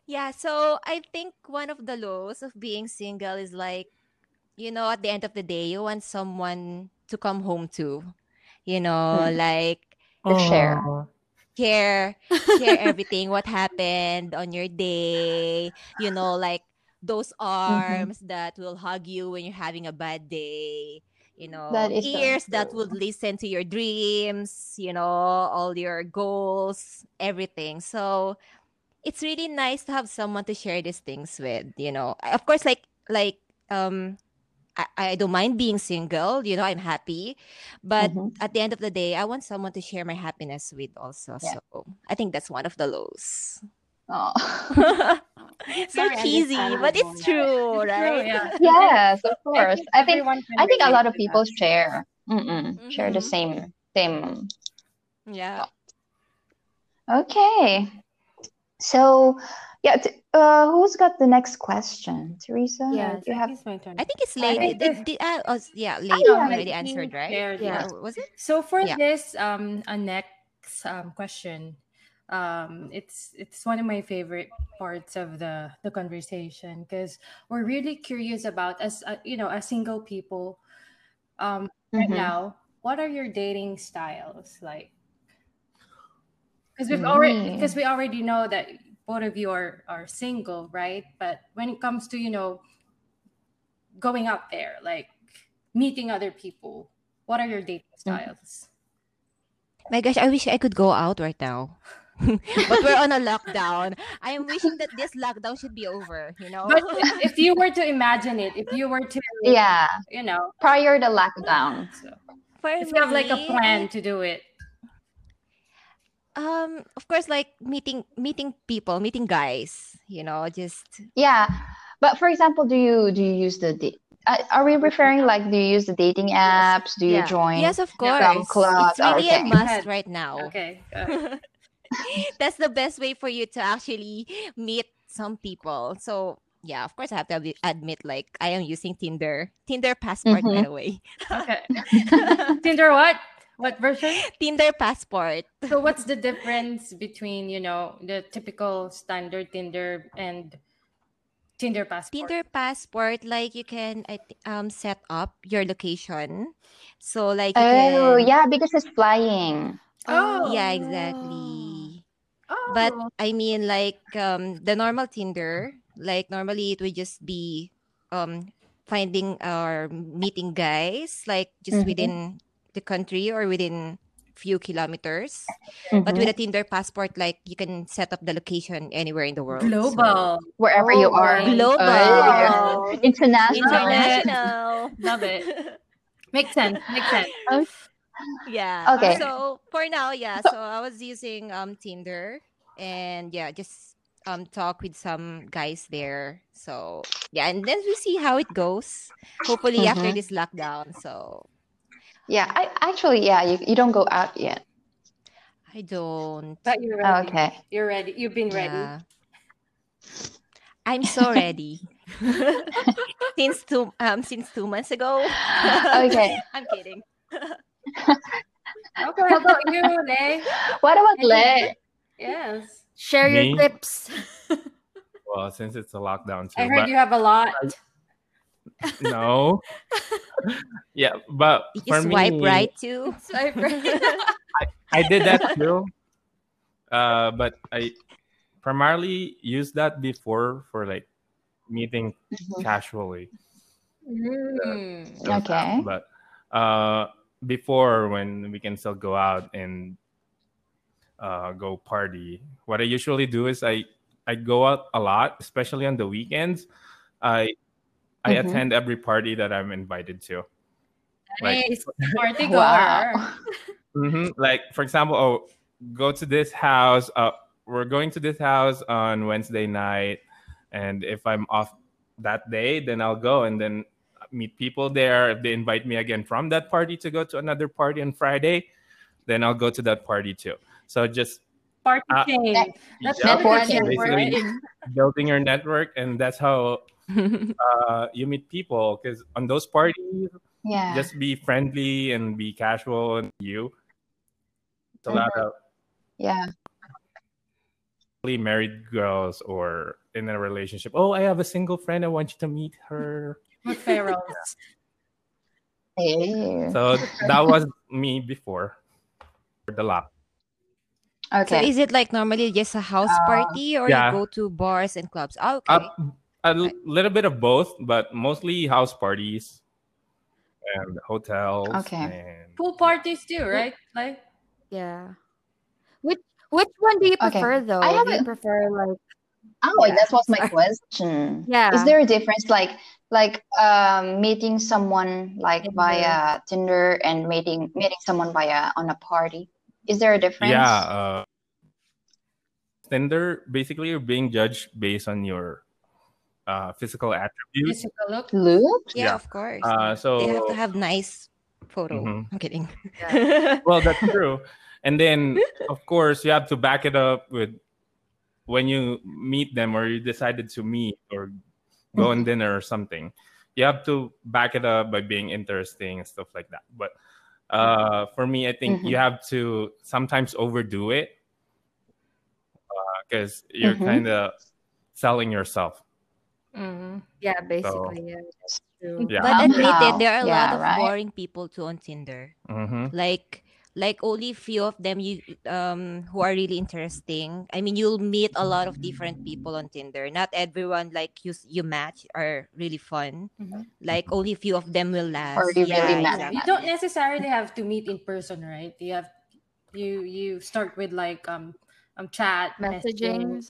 [SPEAKER 2] yeah, so I think one of the lows of being single is like, you know, at the end of the day, you want someone to come home to, you know,
[SPEAKER 3] Mm.
[SPEAKER 2] like
[SPEAKER 3] To share.
[SPEAKER 2] share share everything what happened on your day you know like those
[SPEAKER 3] Mm-hmm.
[SPEAKER 2] arms that will hug you when you're having a bad day you know
[SPEAKER 3] That is so
[SPEAKER 2] ears that
[SPEAKER 3] true.
[SPEAKER 2] would listen to your dreams you know all your goals everything so it's really nice to have someone to share these things with you know I- of course like like um I, I don't mind being single you know i'm happy but
[SPEAKER 3] Mhm.
[SPEAKER 2] at the end of the day, I want someone to share my happiness with also.
[SPEAKER 3] Yeah.
[SPEAKER 2] So I think that's one of the lows.
[SPEAKER 3] Oh.
[SPEAKER 2] so
[SPEAKER 4] Very
[SPEAKER 2] cheesy, but it's true,
[SPEAKER 4] understandable.
[SPEAKER 2] right?
[SPEAKER 4] yeah.
[SPEAKER 3] yes, of course. I think
[SPEAKER 4] everyone can
[SPEAKER 3] I think a
[SPEAKER 4] relate
[SPEAKER 3] lot of
[SPEAKER 4] to
[SPEAKER 3] people
[SPEAKER 4] that.
[SPEAKER 3] share mm-mm, share the
[SPEAKER 2] Mhm.
[SPEAKER 3] same same.
[SPEAKER 2] Yeah.
[SPEAKER 3] Okay, so yeah, t- uh, who's got the next question, Teresa?
[SPEAKER 6] Yes,
[SPEAKER 3] you
[SPEAKER 4] I
[SPEAKER 3] have.
[SPEAKER 4] think it's my turn.
[SPEAKER 2] I think it's lady.
[SPEAKER 4] think
[SPEAKER 2] Did,
[SPEAKER 4] if-
[SPEAKER 2] did- uh, oh, yeah, lady
[SPEAKER 3] yeah,
[SPEAKER 2] already
[SPEAKER 4] I
[SPEAKER 2] answered,
[SPEAKER 4] think
[SPEAKER 2] right?
[SPEAKER 4] shared,
[SPEAKER 2] yeah.
[SPEAKER 6] yeah.
[SPEAKER 2] Or Was it?
[SPEAKER 4] So for
[SPEAKER 2] Yeah.
[SPEAKER 4] this um a next um question, um it's it's one of my favorite parts of the the conversation because we're really curious about as uh, you know as single people um right
[SPEAKER 3] Mhm.
[SPEAKER 4] now what are your dating styles like? Because we've already
[SPEAKER 3] Mm.
[SPEAKER 4] because we already know that both of you are are single, right? But when it comes to you know going out there, like meeting other people, what are your dating
[SPEAKER 3] Mm-hmm.
[SPEAKER 4] styles?
[SPEAKER 2] My gosh, I wish I could go out right now. but we're on a lockdown. I am wishing that this lockdown should be over, you
[SPEAKER 3] Oh.
[SPEAKER 2] know?
[SPEAKER 4] But if you were to imagine it, if you were to,
[SPEAKER 3] Yeah,
[SPEAKER 4] you know,
[SPEAKER 3] prior to lockdown.
[SPEAKER 4] so
[SPEAKER 2] For
[SPEAKER 4] if you have like a
[SPEAKER 2] me,
[SPEAKER 4] plan to do it,
[SPEAKER 2] Um, of course, like meeting meeting people, meeting guys, you know, just
[SPEAKER 3] Yeah, but for example, do you do you use the da- uh, are we referring like do you use the dating apps? Do you
[SPEAKER 4] Yeah.
[SPEAKER 3] join?
[SPEAKER 2] Yes, of
[SPEAKER 4] Yeah.
[SPEAKER 2] course.
[SPEAKER 4] From
[SPEAKER 3] cloth,
[SPEAKER 2] It's really
[SPEAKER 3] okay.
[SPEAKER 2] a must
[SPEAKER 4] Head.
[SPEAKER 2] right now.
[SPEAKER 4] okay, uh,
[SPEAKER 2] That's the best way for you to actually meet some people. So yeah, of course I have to ad- admit, like I am using Tinder, Tinder passport by
[SPEAKER 3] Mhm.
[SPEAKER 2] the way,
[SPEAKER 4] okay. Tinder, what? What version?
[SPEAKER 2] Tinder passport.
[SPEAKER 4] So what's the difference between you know the typical standard Tinder and Tinder passport?
[SPEAKER 2] Tinder passport, like you can I thi- um set up your location. So like you
[SPEAKER 3] Oh
[SPEAKER 2] can,
[SPEAKER 3] yeah, because it's flying.
[SPEAKER 4] Oh.
[SPEAKER 2] yeah, exactly.
[SPEAKER 4] Oh,
[SPEAKER 2] But I mean, like um, the normal Tinder, like normally it would just be um, finding or meeting guys, like
[SPEAKER 3] Mhm.
[SPEAKER 2] just
[SPEAKER 4] Mm-hmm.
[SPEAKER 2] within the country or within few kilometers. But
[SPEAKER 3] Mhm.
[SPEAKER 4] Mm-hmm.
[SPEAKER 2] with a Tinder passport, like you can set up the location anywhere in the world. so-
[SPEAKER 4] global,
[SPEAKER 3] wherever you are.
[SPEAKER 2] Global.
[SPEAKER 3] Oh, international.
[SPEAKER 2] International.
[SPEAKER 4] love it. Makes sense. Makes sense.
[SPEAKER 2] Yeah.
[SPEAKER 3] Okay.
[SPEAKER 2] So for now, yeah. So I was using um Tinder and yeah, just um talk with some guys there. So yeah, and then we see how it goes. Hopefully after
[SPEAKER 3] Mhm.
[SPEAKER 2] this lockdown. So
[SPEAKER 3] Yeah, I actually yeah, you, you don't go out yet. Oh,
[SPEAKER 2] I don't.
[SPEAKER 4] But you're ready.
[SPEAKER 3] Okay.
[SPEAKER 4] You're ready. You've been ready.
[SPEAKER 2] Yeah. I'm so ready. since two um since two months ago.
[SPEAKER 3] Okay.
[SPEAKER 2] I'm kidding.
[SPEAKER 4] Okay. How about you, Lay?
[SPEAKER 3] What about Le?
[SPEAKER 4] Anyway. Yes.
[SPEAKER 6] Share your
[SPEAKER 5] Me?
[SPEAKER 6] clips.
[SPEAKER 5] Well, since it's a lockdown too.
[SPEAKER 4] I
[SPEAKER 5] but
[SPEAKER 4] heard you have a lot.
[SPEAKER 5] no. yeah, but
[SPEAKER 2] Did you
[SPEAKER 5] for
[SPEAKER 2] swipe
[SPEAKER 5] me,
[SPEAKER 2] right too?
[SPEAKER 6] Swipe right.
[SPEAKER 5] I did that too. Uh, but I primarily used that before for like meeting
[SPEAKER 2] Mm-hmm.
[SPEAKER 3] Mhm.
[SPEAKER 5] casually.
[SPEAKER 4] Mm.
[SPEAKER 5] those
[SPEAKER 3] Okay.
[SPEAKER 5] apps, But uh, before when we can still go out and uh, go party, what I usually do is I I go out a lot, especially on the weekends. I I
[SPEAKER 3] Mhm.
[SPEAKER 5] attend every party that I'm invited to. Like
[SPEAKER 4] Nice. Party goer.
[SPEAKER 3] Wow.
[SPEAKER 5] hmm Like for example, oh, go to this house. Uh, we're going to this house on Wednesday night, and if I'm off that day, then I'll go. And then meet people there. If they invite me again from that party to go to another party on Friday, then I'll go to that party too. So just
[SPEAKER 4] Party
[SPEAKER 5] Uh,
[SPEAKER 4] chain. That's
[SPEAKER 5] yeah,
[SPEAKER 4] networking,
[SPEAKER 5] basically.
[SPEAKER 4] right?
[SPEAKER 5] building your network, and that's how uh, you meet people. Because on those parties,
[SPEAKER 3] Yeah.
[SPEAKER 5] just be friendly and be casual and you. It's a lot of
[SPEAKER 3] yeah.
[SPEAKER 5] really married girls or in a relationship. Oh, I have a single friend. I want you to meet her.
[SPEAKER 4] Referrals.
[SPEAKER 3] Hey.
[SPEAKER 5] So that was me before the lap.
[SPEAKER 2] So
[SPEAKER 3] Okay.
[SPEAKER 2] is it like normally just a house
[SPEAKER 3] Uh,
[SPEAKER 2] party or
[SPEAKER 5] yeah.
[SPEAKER 2] you go to bars and clubs? Oh, okay.
[SPEAKER 5] Uh, a l- little bit of both, but mostly house parties and hotels.
[SPEAKER 3] Okay.
[SPEAKER 5] and-
[SPEAKER 4] Pool parties too, right? Like
[SPEAKER 6] Yeah. Which which one do you
[SPEAKER 3] Okay.
[SPEAKER 6] prefer though? do
[SPEAKER 3] I
[SPEAKER 6] you
[SPEAKER 3] haven't-
[SPEAKER 6] prefer like
[SPEAKER 3] Oh,
[SPEAKER 6] Yeah.
[SPEAKER 3] that was my question.
[SPEAKER 6] yeah.
[SPEAKER 3] Is there a difference like like um meeting someone like
[SPEAKER 6] Tinder.
[SPEAKER 3] via Tinder and meeting meeting someone via on a party? Is there a difference?
[SPEAKER 5] Yeah. Uh, Tinder, basically, you're being judged based on your uh, physical attributes.
[SPEAKER 4] physical look.
[SPEAKER 3] Loop?
[SPEAKER 2] yeah,
[SPEAKER 5] yeah.
[SPEAKER 2] of course.
[SPEAKER 5] Uh, so
[SPEAKER 2] they have to have nice photo.
[SPEAKER 5] Mhm.
[SPEAKER 2] I'm kidding.
[SPEAKER 5] well that's true and then of course you have to back it up with when you meet them or you decided to meet or go on dinner or something you have to back it up by being interesting and stuff like that but uh, for me i think you have to sometimes overdo it because you're
[SPEAKER 3] Mhm.
[SPEAKER 5] kind of selling yourself
[SPEAKER 4] Mhm.
[SPEAKER 6] yeah, basically, yeah. That's true.
[SPEAKER 5] Yeah.
[SPEAKER 2] But admit
[SPEAKER 3] Somehow.
[SPEAKER 2] it, there are a
[SPEAKER 3] Yeah,
[SPEAKER 2] lot of
[SPEAKER 3] right?
[SPEAKER 2] boring people too on Tinder.
[SPEAKER 5] Mhm.
[SPEAKER 2] Like like only few of them you um who are really interesting. I mean, you'll meet a lot of different people on Tinder. Not everyone like you s- you match are really fun.
[SPEAKER 4] Mhm.
[SPEAKER 2] Like only few of them will last.
[SPEAKER 3] Or you Mm-hmm. really
[SPEAKER 2] yeah,
[SPEAKER 3] match.
[SPEAKER 2] exactly.
[SPEAKER 4] You don't necessarily have to meet in person, right? You have you you start with like um um chat
[SPEAKER 6] Messaging.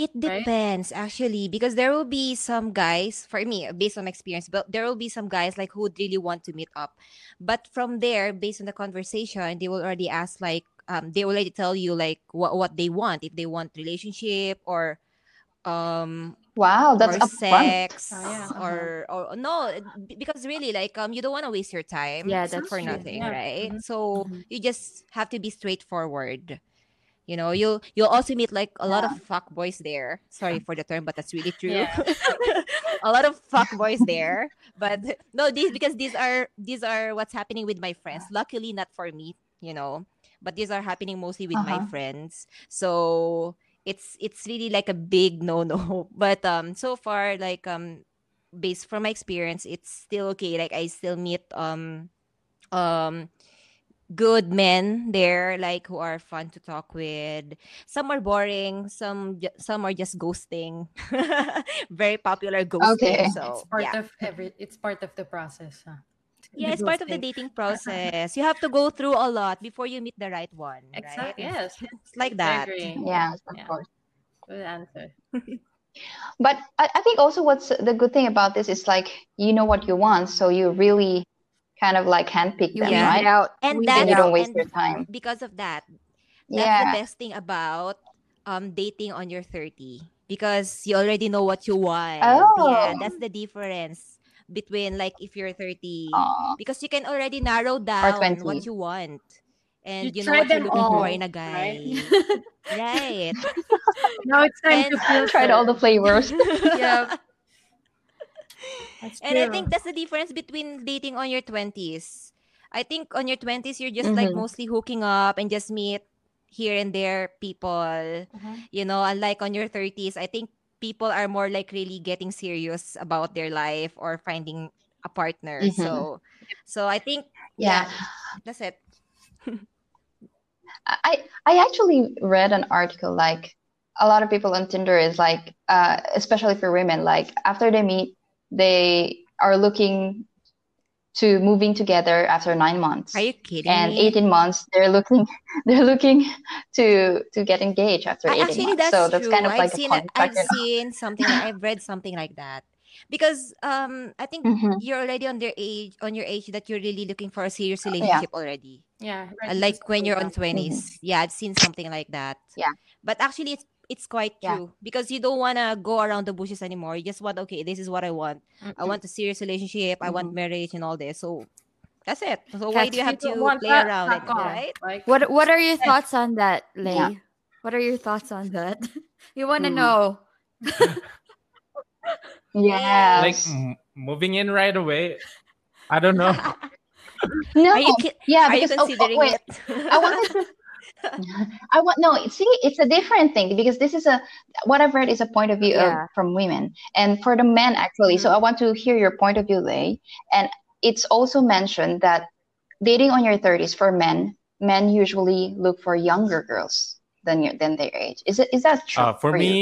[SPEAKER 2] It
[SPEAKER 4] right?
[SPEAKER 2] depends actually because there will be some guys for me based on my experience but there will be some guys like who would really want to meet up but from there based on the conversation they will already ask like um they will already tell you like what what they want if they want relationship or um
[SPEAKER 3] Wow, that's
[SPEAKER 2] or
[SPEAKER 3] upfront.
[SPEAKER 2] sex
[SPEAKER 4] Oh, yeah.
[SPEAKER 2] or or no b- because really like um you don't want to waste your time
[SPEAKER 6] Yeah, that's
[SPEAKER 2] for
[SPEAKER 6] true.
[SPEAKER 2] nothing
[SPEAKER 4] Yeah.
[SPEAKER 2] right
[SPEAKER 4] Mhm.
[SPEAKER 2] so
[SPEAKER 6] Mhm.
[SPEAKER 2] you just have to be straightforward you know you'll you'll also meet like a lot of fuck boys there sorry for the term but that's really true
[SPEAKER 4] Yeah.
[SPEAKER 2] a lot of fuck boys there but no these because these are these are what's happening with my friends luckily not for me you know but these are happening mostly with my
[SPEAKER 3] Uh-huh.
[SPEAKER 2] friends so it's it's really like a big no no but um so far like um based from my experience it's still okay like i still meet um um good men there like who are fun to talk with some are boring some ju- some are just ghosting very popular
[SPEAKER 3] Okay.
[SPEAKER 2] ghosting so
[SPEAKER 4] It's part
[SPEAKER 2] yeah
[SPEAKER 4] of every it's part of the process. Huh?
[SPEAKER 2] yeah it's part of the dating
[SPEAKER 4] Ghosting.
[SPEAKER 2] process you have to go through a lot before you meet the right one right
[SPEAKER 4] Exactly. Yes.
[SPEAKER 2] it's like that
[SPEAKER 4] I agree.
[SPEAKER 3] Yeah, of
[SPEAKER 4] Yeah.
[SPEAKER 3] course.
[SPEAKER 4] Good answer.
[SPEAKER 3] But I, I think also what's the good thing about this is like you know what you want, so you really kind of like handpick
[SPEAKER 6] You
[SPEAKER 3] them,
[SPEAKER 2] Yeah.
[SPEAKER 6] weed
[SPEAKER 3] right?
[SPEAKER 6] out
[SPEAKER 2] And
[SPEAKER 6] weed
[SPEAKER 2] that-
[SPEAKER 3] And you
[SPEAKER 6] it
[SPEAKER 3] don't
[SPEAKER 6] out.
[SPEAKER 3] waste
[SPEAKER 2] and-
[SPEAKER 3] your time.
[SPEAKER 2] because of that that's the
[SPEAKER 3] Yeah.
[SPEAKER 2] best thing about um dating on your 30 because you already know what you want yeah
[SPEAKER 3] Oh.
[SPEAKER 2] that's the difference between like if you're 30
[SPEAKER 3] Aw.
[SPEAKER 2] because you can already narrow down
[SPEAKER 3] 20.
[SPEAKER 2] what you want and
[SPEAKER 4] You
[SPEAKER 2] you, know
[SPEAKER 4] try
[SPEAKER 2] what you're
[SPEAKER 4] them
[SPEAKER 2] looking
[SPEAKER 4] all,
[SPEAKER 2] for in a guy right,
[SPEAKER 4] Now it's time to
[SPEAKER 2] And-
[SPEAKER 4] filter.
[SPEAKER 3] Tried all the flavors.
[SPEAKER 4] Yeah.
[SPEAKER 2] and i think that's the difference between dating on your 20s i think on your 20s you're just like
[SPEAKER 3] Mhm.
[SPEAKER 2] mostly hooking up and just meet here and there people
[SPEAKER 3] Mm-hmm.
[SPEAKER 2] you know unlike on your 30s i think people are more like really getting serious about their life or finding a partner
[SPEAKER 3] Mhm.
[SPEAKER 2] so so i think
[SPEAKER 3] Yeah.
[SPEAKER 2] that's it
[SPEAKER 3] I I actually read an article like a lot of people on Tinder is like uh, especially for women like after they meet they are looking to moving together after nine months
[SPEAKER 2] are you kidding
[SPEAKER 3] and
[SPEAKER 2] me?
[SPEAKER 3] 18 months they're looking they're looking to to get engaged after 18
[SPEAKER 2] I- actually,
[SPEAKER 3] months
[SPEAKER 2] that's
[SPEAKER 3] so that's
[SPEAKER 2] true.
[SPEAKER 3] kind of
[SPEAKER 2] I've
[SPEAKER 3] like a
[SPEAKER 2] seen,
[SPEAKER 3] contract
[SPEAKER 2] I've
[SPEAKER 3] and-
[SPEAKER 2] seen something. like- I've read something like that because um, I think
[SPEAKER 3] Mhm.
[SPEAKER 2] you're already on their age, on your age that you're really looking for a serious relationship already.
[SPEAKER 4] Yeah.
[SPEAKER 2] Uh, Like when you're on
[SPEAKER 4] Yeah.
[SPEAKER 2] 20s Yeah, I've seen something like that.
[SPEAKER 3] Mm-hmm. Yeah.
[SPEAKER 2] But actually, it's it's quite
[SPEAKER 3] Yeah.
[SPEAKER 2] true because you don't want to go around the bushes anymore. You just want, okay, this is what I want.
[SPEAKER 3] Mm-hmm.
[SPEAKER 2] I want a serious relationship. I want marriage and all this. So that's it. So
[SPEAKER 6] That's-
[SPEAKER 2] why do you have
[SPEAKER 4] You
[SPEAKER 2] to
[SPEAKER 4] don't want
[SPEAKER 2] play
[SPEAKER 4] that,
[SPEAKER 2] around
[SPEAKER 4] fuck
[SPEAKER 2] it,
[SPEAKER 4] off,
[SPEAKER 2] right?
[SPEAKER 4] Like,
[SPEAKER 6] What What are your
[SPEAKER 4] Yeah.
[SPEAKER 6] thoughts on that, Lay?
[SPEAKER 3] Yeah.
[SPEAKER 6] What are your thoughts on that? you want to
[SPEAKER 3] Mm.
[SPEAKER 6] know?
[SPEAKER 5] Like
[SPEAKER 3] Yes.
[SPEAKER 5] m- moving in right away. I don't know.
[SPEAKER 3] no.
[SPEAKER 2] Are you, ki-
[SPEAKER 3] yeah,
[SPEAKER 2] are you
[SPEAKER 3] because oh, oh,
[SPEAKER 2] considering
[SPEAKER 3] wait,
[SPEAKER 2] it?
[SPEAKER 3] I wanted to. I want no. See, it's a different thing because this is a what I've read is a point of view of,
[SPEAKER 6] Yeah.
[SPEAKER 3] from women and for the men actually. So I want to hear your point of view, Lay. And it's also mentioned that dating on your thirties for men, men usually look for younger girls than your than their age. Is it is that true?
[SPEAKER 5] Uh, for
[SPEAKER 3] you?
[SPEAKER 5] me,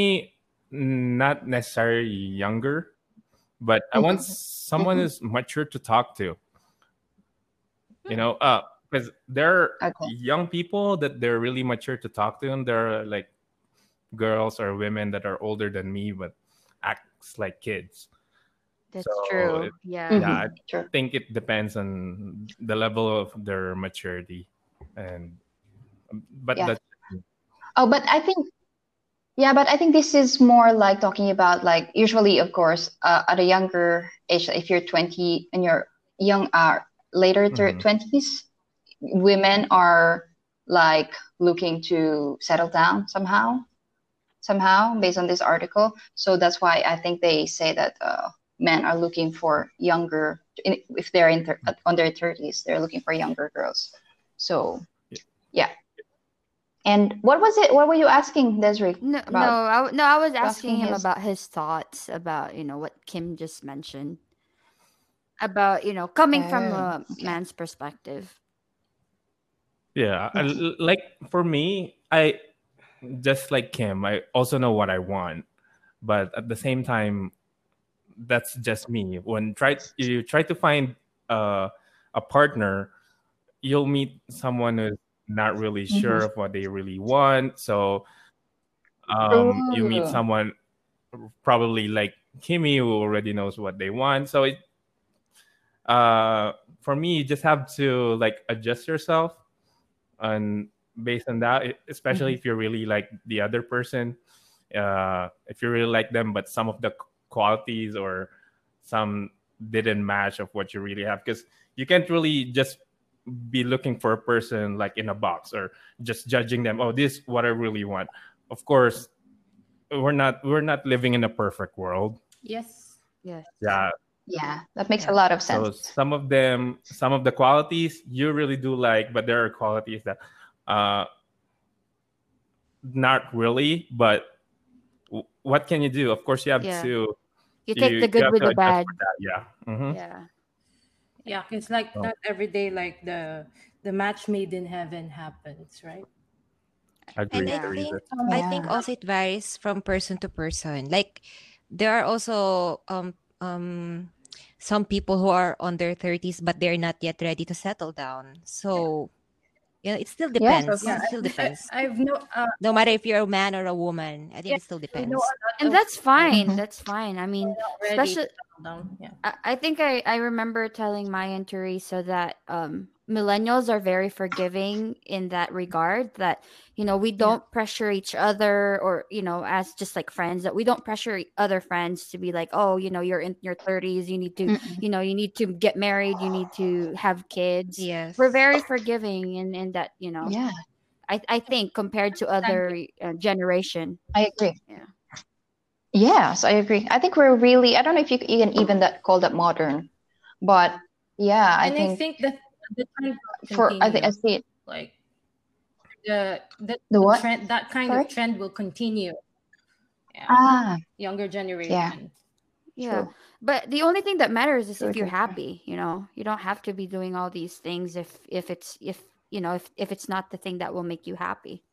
[SPEAKER 5] not necessarily younger, but I want someone
[SPEAKER 3] Mhm.
[SPEAKER 5] who's mature to talk to. You
[SPEAKER 3] Hmm.
[SPEAKER 5] know, uh, because there are
[SPEAKER 3] Okay.
[SPEAKER 5] young people that they're really mature to talk to, and there are like girls or women that are older than me but acts like kids.
[SPEAKER 6] That's
[SPEAKER 5] So
[SPEAKER 6] true.
[SPEAKER 5] it-
[SPEAKER 6] yeah.
[SPEAKER 3] Mhm.
[SPEAKER 5] Yeah, I
[SPEAKER 3] Sure.
[SPEAKER 5] think it depends on the level of their maturity, and but
[SPEAKER 3] Yeah.
[SPEAKER 5] that's
[SPEAKER 3] Oh, but I think, yeah, but I think this is more like talking about like usually, of course, uh, at a younger age, if you're 20 and you're young, uh, later thir
[SPEAKER 5] Mhm.
[SPEAKER 3] 20s, women are like looking to settle down somehow, somehow based on this article. So that's why I think they say that uh, men are looking for younger, in, if they're in thir on their 30s, they're looking for younger girls. So, yeah. And what was it? What were you asking, Desiree?
[SPEAKER 6] No,
[SPEAKER 3] about-
[SPEAKER 6] no, I, w- no. I was
[SPEAKER 3] asking
[SPEAKER 6] asking him
[SPEAKER 3] his-
[SPEAKER 6] about his thoughts about you know what Kim just mentioned about you know coming from
[SPEAKER 3] Oh,
[SPEAKER 6] a
[SPEAKER 3] okay.
[SPEAKER 6] man's perspective.
[SPEAKER 5] Yeah, I- l- like for me, I just like Kim, I also know what I want, but at the same time, that's just me. When try you try to find uh, a partner, you'll meet someone who's not really sure of what they really want. So um, you meet
[SPEAKER 3] Ooh.
[SPEAKER 5] someone probably like Kimmy who already knows what they want. So it uh, for me, you just have to like adjust yourself and based on that e- especially if you really like the other person uh if you really like them but some of the q- qualities or some didn't match of what you really have because you can't really just be looking for a person like in a box or just judging them oh this is what i really want of course we're not we're not living in a perfect world
[SPEAKER 4] yes.
[SPEAKER 6] Yes.
[SPEAKER 5] yeah
[SPEAKER 3] Yeah, that makes a lot of
[SPEAKER 5] so
[SPEAKER 3] sense.
[SPEAKER 5] some of them, some of the qualities you really do like, but there are qualities that, uh, not really. But w- what can you do? Of course, you have
[SPEAKER 6] Yeah.
[SPEAKER 5] to.
[SPEAKER 6] You take
[SPEAKER 5] you-
[SPEAKER 6] the
[SPEAKER 5] you
[SPEAKER 6] good
[SPEAKER 5] have
[SPEAKER 6] with
[SPEAKER 5] to
[SPEAKER 6] the bad.
[SPEAKER 5] adjust for that, Yeah. Mhm.
[SPEAKER 6] Yeah.
[SPEAKER 4] Yeah, it's like
[SPEAKER 5] Oh.
[SPEAKER 4] not every day like the the match made in heaven happens, right?
[SPEAKER 5] Agree.
[SPEAKER 6] I
[SPEAKER 5] agree
[SPEAKER 2] think-
[SPEAKER 5] with-
[SPEAKER 2] I
[SPEAKER 3] Yeah.
[SPEAKER 2] think also it varies from person to person. Like there are also um um some people who are on their 30s but they're not yet ready to settle down. So you know, it still
[SPEAKER 3] Yeah,
[SPEAKER 2] depends.
[SPEAKER 4] yeah,
[SPEAKER 2] It still depends.
[SPEAKER 4] I, I've no uh,
[SPEAKER 2] No matter if you're a man or a woman, I think
[SPEAKER 4] Yeah,
[SPEAKER 2] it still
[SPEAKER 4] I
[SPEAKER 2] depends.
[SPEAKER 4] know a lot
[SPEAKER 6] And
[SPEAKER 4] of
[SPEAKER 6] that's fine.
[SPEAKER 3] Mhm.
[SPEAKER 6] That's fine. I mean,
[SPEAKER 4] already
[SPEAKER 6] especially
[SPEAKER 4] down. Yeah.
[SPEAKER 6] I, I think I, I remember telling Maya and Teresa that um, millennials are very forgiving in that regard. That you know we don't pressure each other, or you know, as just like friends, that we don't pressure e- other friends to be like, oh, you know, you're in your thirties, you need to,
[SPEAKER 3] Mm-mm.
[SPEAKER 6] you know, you need to get married, you need to have kids.
[SPEAKER 2] Yes.
[SPEAKER 6] We're very forgiving in in that you know.
[SPEAKER 3] Yeah,
[SPEAKER 6] I I think compared to other uh, generation.
[SPEAKER 3] I agree.
[SPEAKER 6] Yeah.
[SPEAKER 3] Yes, I agree. I think we're really, I don't know if you, you can even that, call that modern, but yeah, I
[SPEAKER 4] and I
[SPEAKER 3] think
[SPEAKER 4] think the the trend will
[SPEAKER 3] for, I think I
[SPEAKER 4] continue.
[SPEAKER 3] see it.
[SPEAKER 4] like the the,
[SPEAKER 3] The what?
[SPEAKER 4] trend that kind
[SPEAKER 3] Sorry?
[SPEAKER 4] of trend will continue. Yeah.
[SPEAKER 3] Ah,
[SPEAKER 4] Younger generation.
[SPEAKER 6] Yeah.
[SPEAKER 3] True.
[SPEAKER 6] But the only thing that matters is
[SPEAKER 3] True,
[SPEAKER 6] if you're
[SPEAKER 3] true, true.
[SPEAKER 6] happy, you know. You don't have to be doing all these things if if it's if you know if if it's not the thing that will make you happy.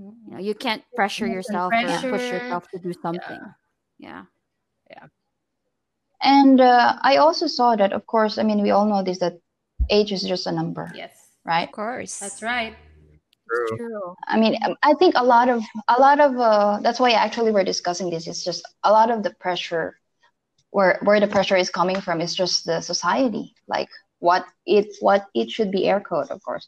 [SPEAKER 6] You know, you can't pressure
[SPEAKER 4] Yes,
[SPEAKER 6] yourself
[SPEAKER 4] and
[SPEAKER 6] or push
[SPEAKER 4] pressure,
[SPEAKER 6] yourself to do something. Yeah.
[SPEAKER 3] And uh, I also saw that, of course, I mean, we all know this, that age is just a number,
[SPEAKER 4] Yes.
[SPEAKER 3] right?
[SPEAKER 2] Of course.
[SPEAKER 4] That's right.
[SPEAKER 5] True.
[SPEAKER 6] True.
[SPEAKER 3] I mean, um, I think a lot of a lot of uh, that's why actually we're discussing this. It's just a lot of the pressure, where where the pressure is coming from, is just the society, like what it what it should be air code, of course.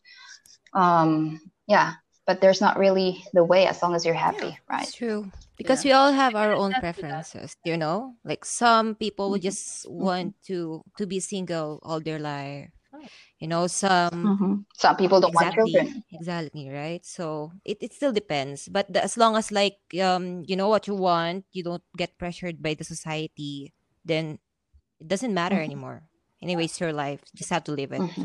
[SPEAKER 3] Um, yeah, but there's not really the way as long as you're happy, right?
[SPEAKER 2] It's true. Because we all have our own preferences, you know? Like some people
[SPEAKER 4] Mm-hmm.
[SPEAKER 2] would just want to to be single all their life. You know, some
[SPEAKER 3] Mhm. Some people don't want
[SPEAKER 2] exactly,
[SPEAKER 3] children.
[SPEAKER 2] exactly, right? So it, it still depends. But the, as long as like um you know what you want, you don't get pressured by the society, then it doesn't matter
[SPEAKER 4] Mm-hmm.
[SPEAKER 3] Mhm.
[SPEAKER 2] anymore. Anyway, it's your life. Just have to live it.
[SPEAKER 3] Mhm.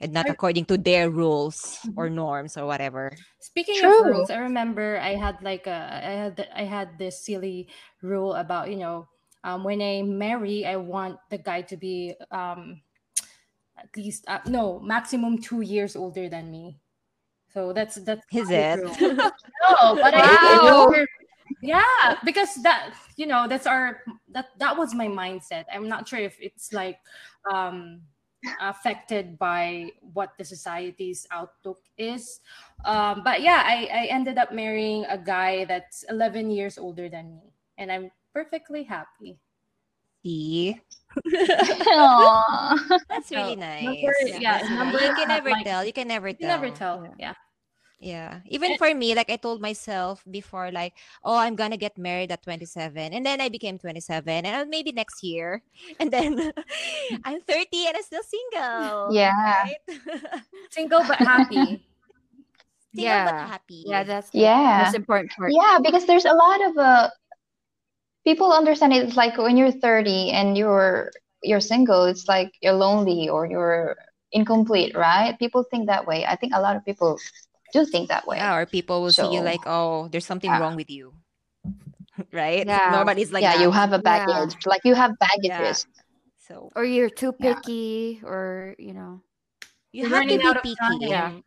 [SPEAKER 2] And not
[SPEAKER 4] I-
[SPEAKER 2] according to their rules or
[SPEAKER 4] Mm-hmm.
[SPEAKER 2] norms or whatever.
[SPEAKER 4] Speaking
[SPEAKER 3] True.
[SPEAKER 4] of rules, I remember I had like a I had th- I had this silly rule about you know um, when I marry I want the guy to be um at least uh, no maximum two years older than me. So that's that's
[SPEAKER 2] Is
[SPEAKER 4] my
[SPEAKER 2] it?
[SPEAKER 4] rule. no, but I
[SPEAKER 3] Wow.
[SPEAKER 4] remember- yeah because that you know that's our that that was my mindset. I'm not sure if it's like um affected by what the society's outlook is. Um, but yeah, I, I ended up marrying a guy that's 11 years older than me, and I'm perfectly happy.
[SPEAKER 2] See?
[SPEAKER 3] Aw.
[SPEAKER 2] That's really
[SPEAKER 4] So,
[SPEAKER 2] nice.
[SPEAKER 4] number- yeah,
[SPEAKER 2] That's nice.
[SPEAKER 4] number
[SPEAKER 2] you can
[SPEAKER 4] not
[SPEAKER 2] never
[SPEAKER 4] like-
[SPEAKER 2] tell. You can never
[SPEAKER 4] You
[SPEAKER 2] tell.
[SPEAKER 4] never tell. Yeah.
[SPEAKER 2] Yeah. Even for me, like I told myself before, like, oh, I'm gonna get married at 27, and then I became 27, and uh, maybe next year, and then I'm 30 and I'm still single.
[SPEAKER 3] yeah.
[SPEAKER 2] Right?
[SPEAKER 4] Single but happy.
[SPEAKER 2] single
[SPEAKER 6] Yeah.
[SPEAKER 2] but happy.
[SPEAKER 6] Yeah, that's the
[SPEAKER 3] Yeah.
[SPEAKER 6] most important part.
[SPEAKER 3] Yeah, because there's a lot of uh, people understand it's like when you're 30 and you're you're single, it's like you're lonely or you're incomplete, right? People think that way. I think a lot of people do think that way.
[SPEAKER 2] Yeah, or people will see you
[SPEAKER 3] So-
[SPEAKER 2] like, oh, there's something
[SPEAKER 3] Yeah.
[SPEAKER 2] wrong with you. right?
[SPEAKER 6] Yeah.
[SPEAKER 2] Normally it's like
[SPEAKER 3] yeah, you
[SPEAKER 2] that.
[SPEAKER 3] have a
[SPEAKER 6] Yeah.
[SPEAKER 3] baggage. Like you have baggages.
[SPEAKER 2] So
[SPEAKER 6] Or you're too
[SPEAKER 3] Yeah.
[SPEAKER 6] picky, or you know,
[SPEAKER 2] you
[SPEAKER 4] We're
[SPEAKER 2] have to
[SPEAKER 4] running
[SPEAKER 2] be
[SPEAKER 4] out of time.
[SPEAKER 2] picky.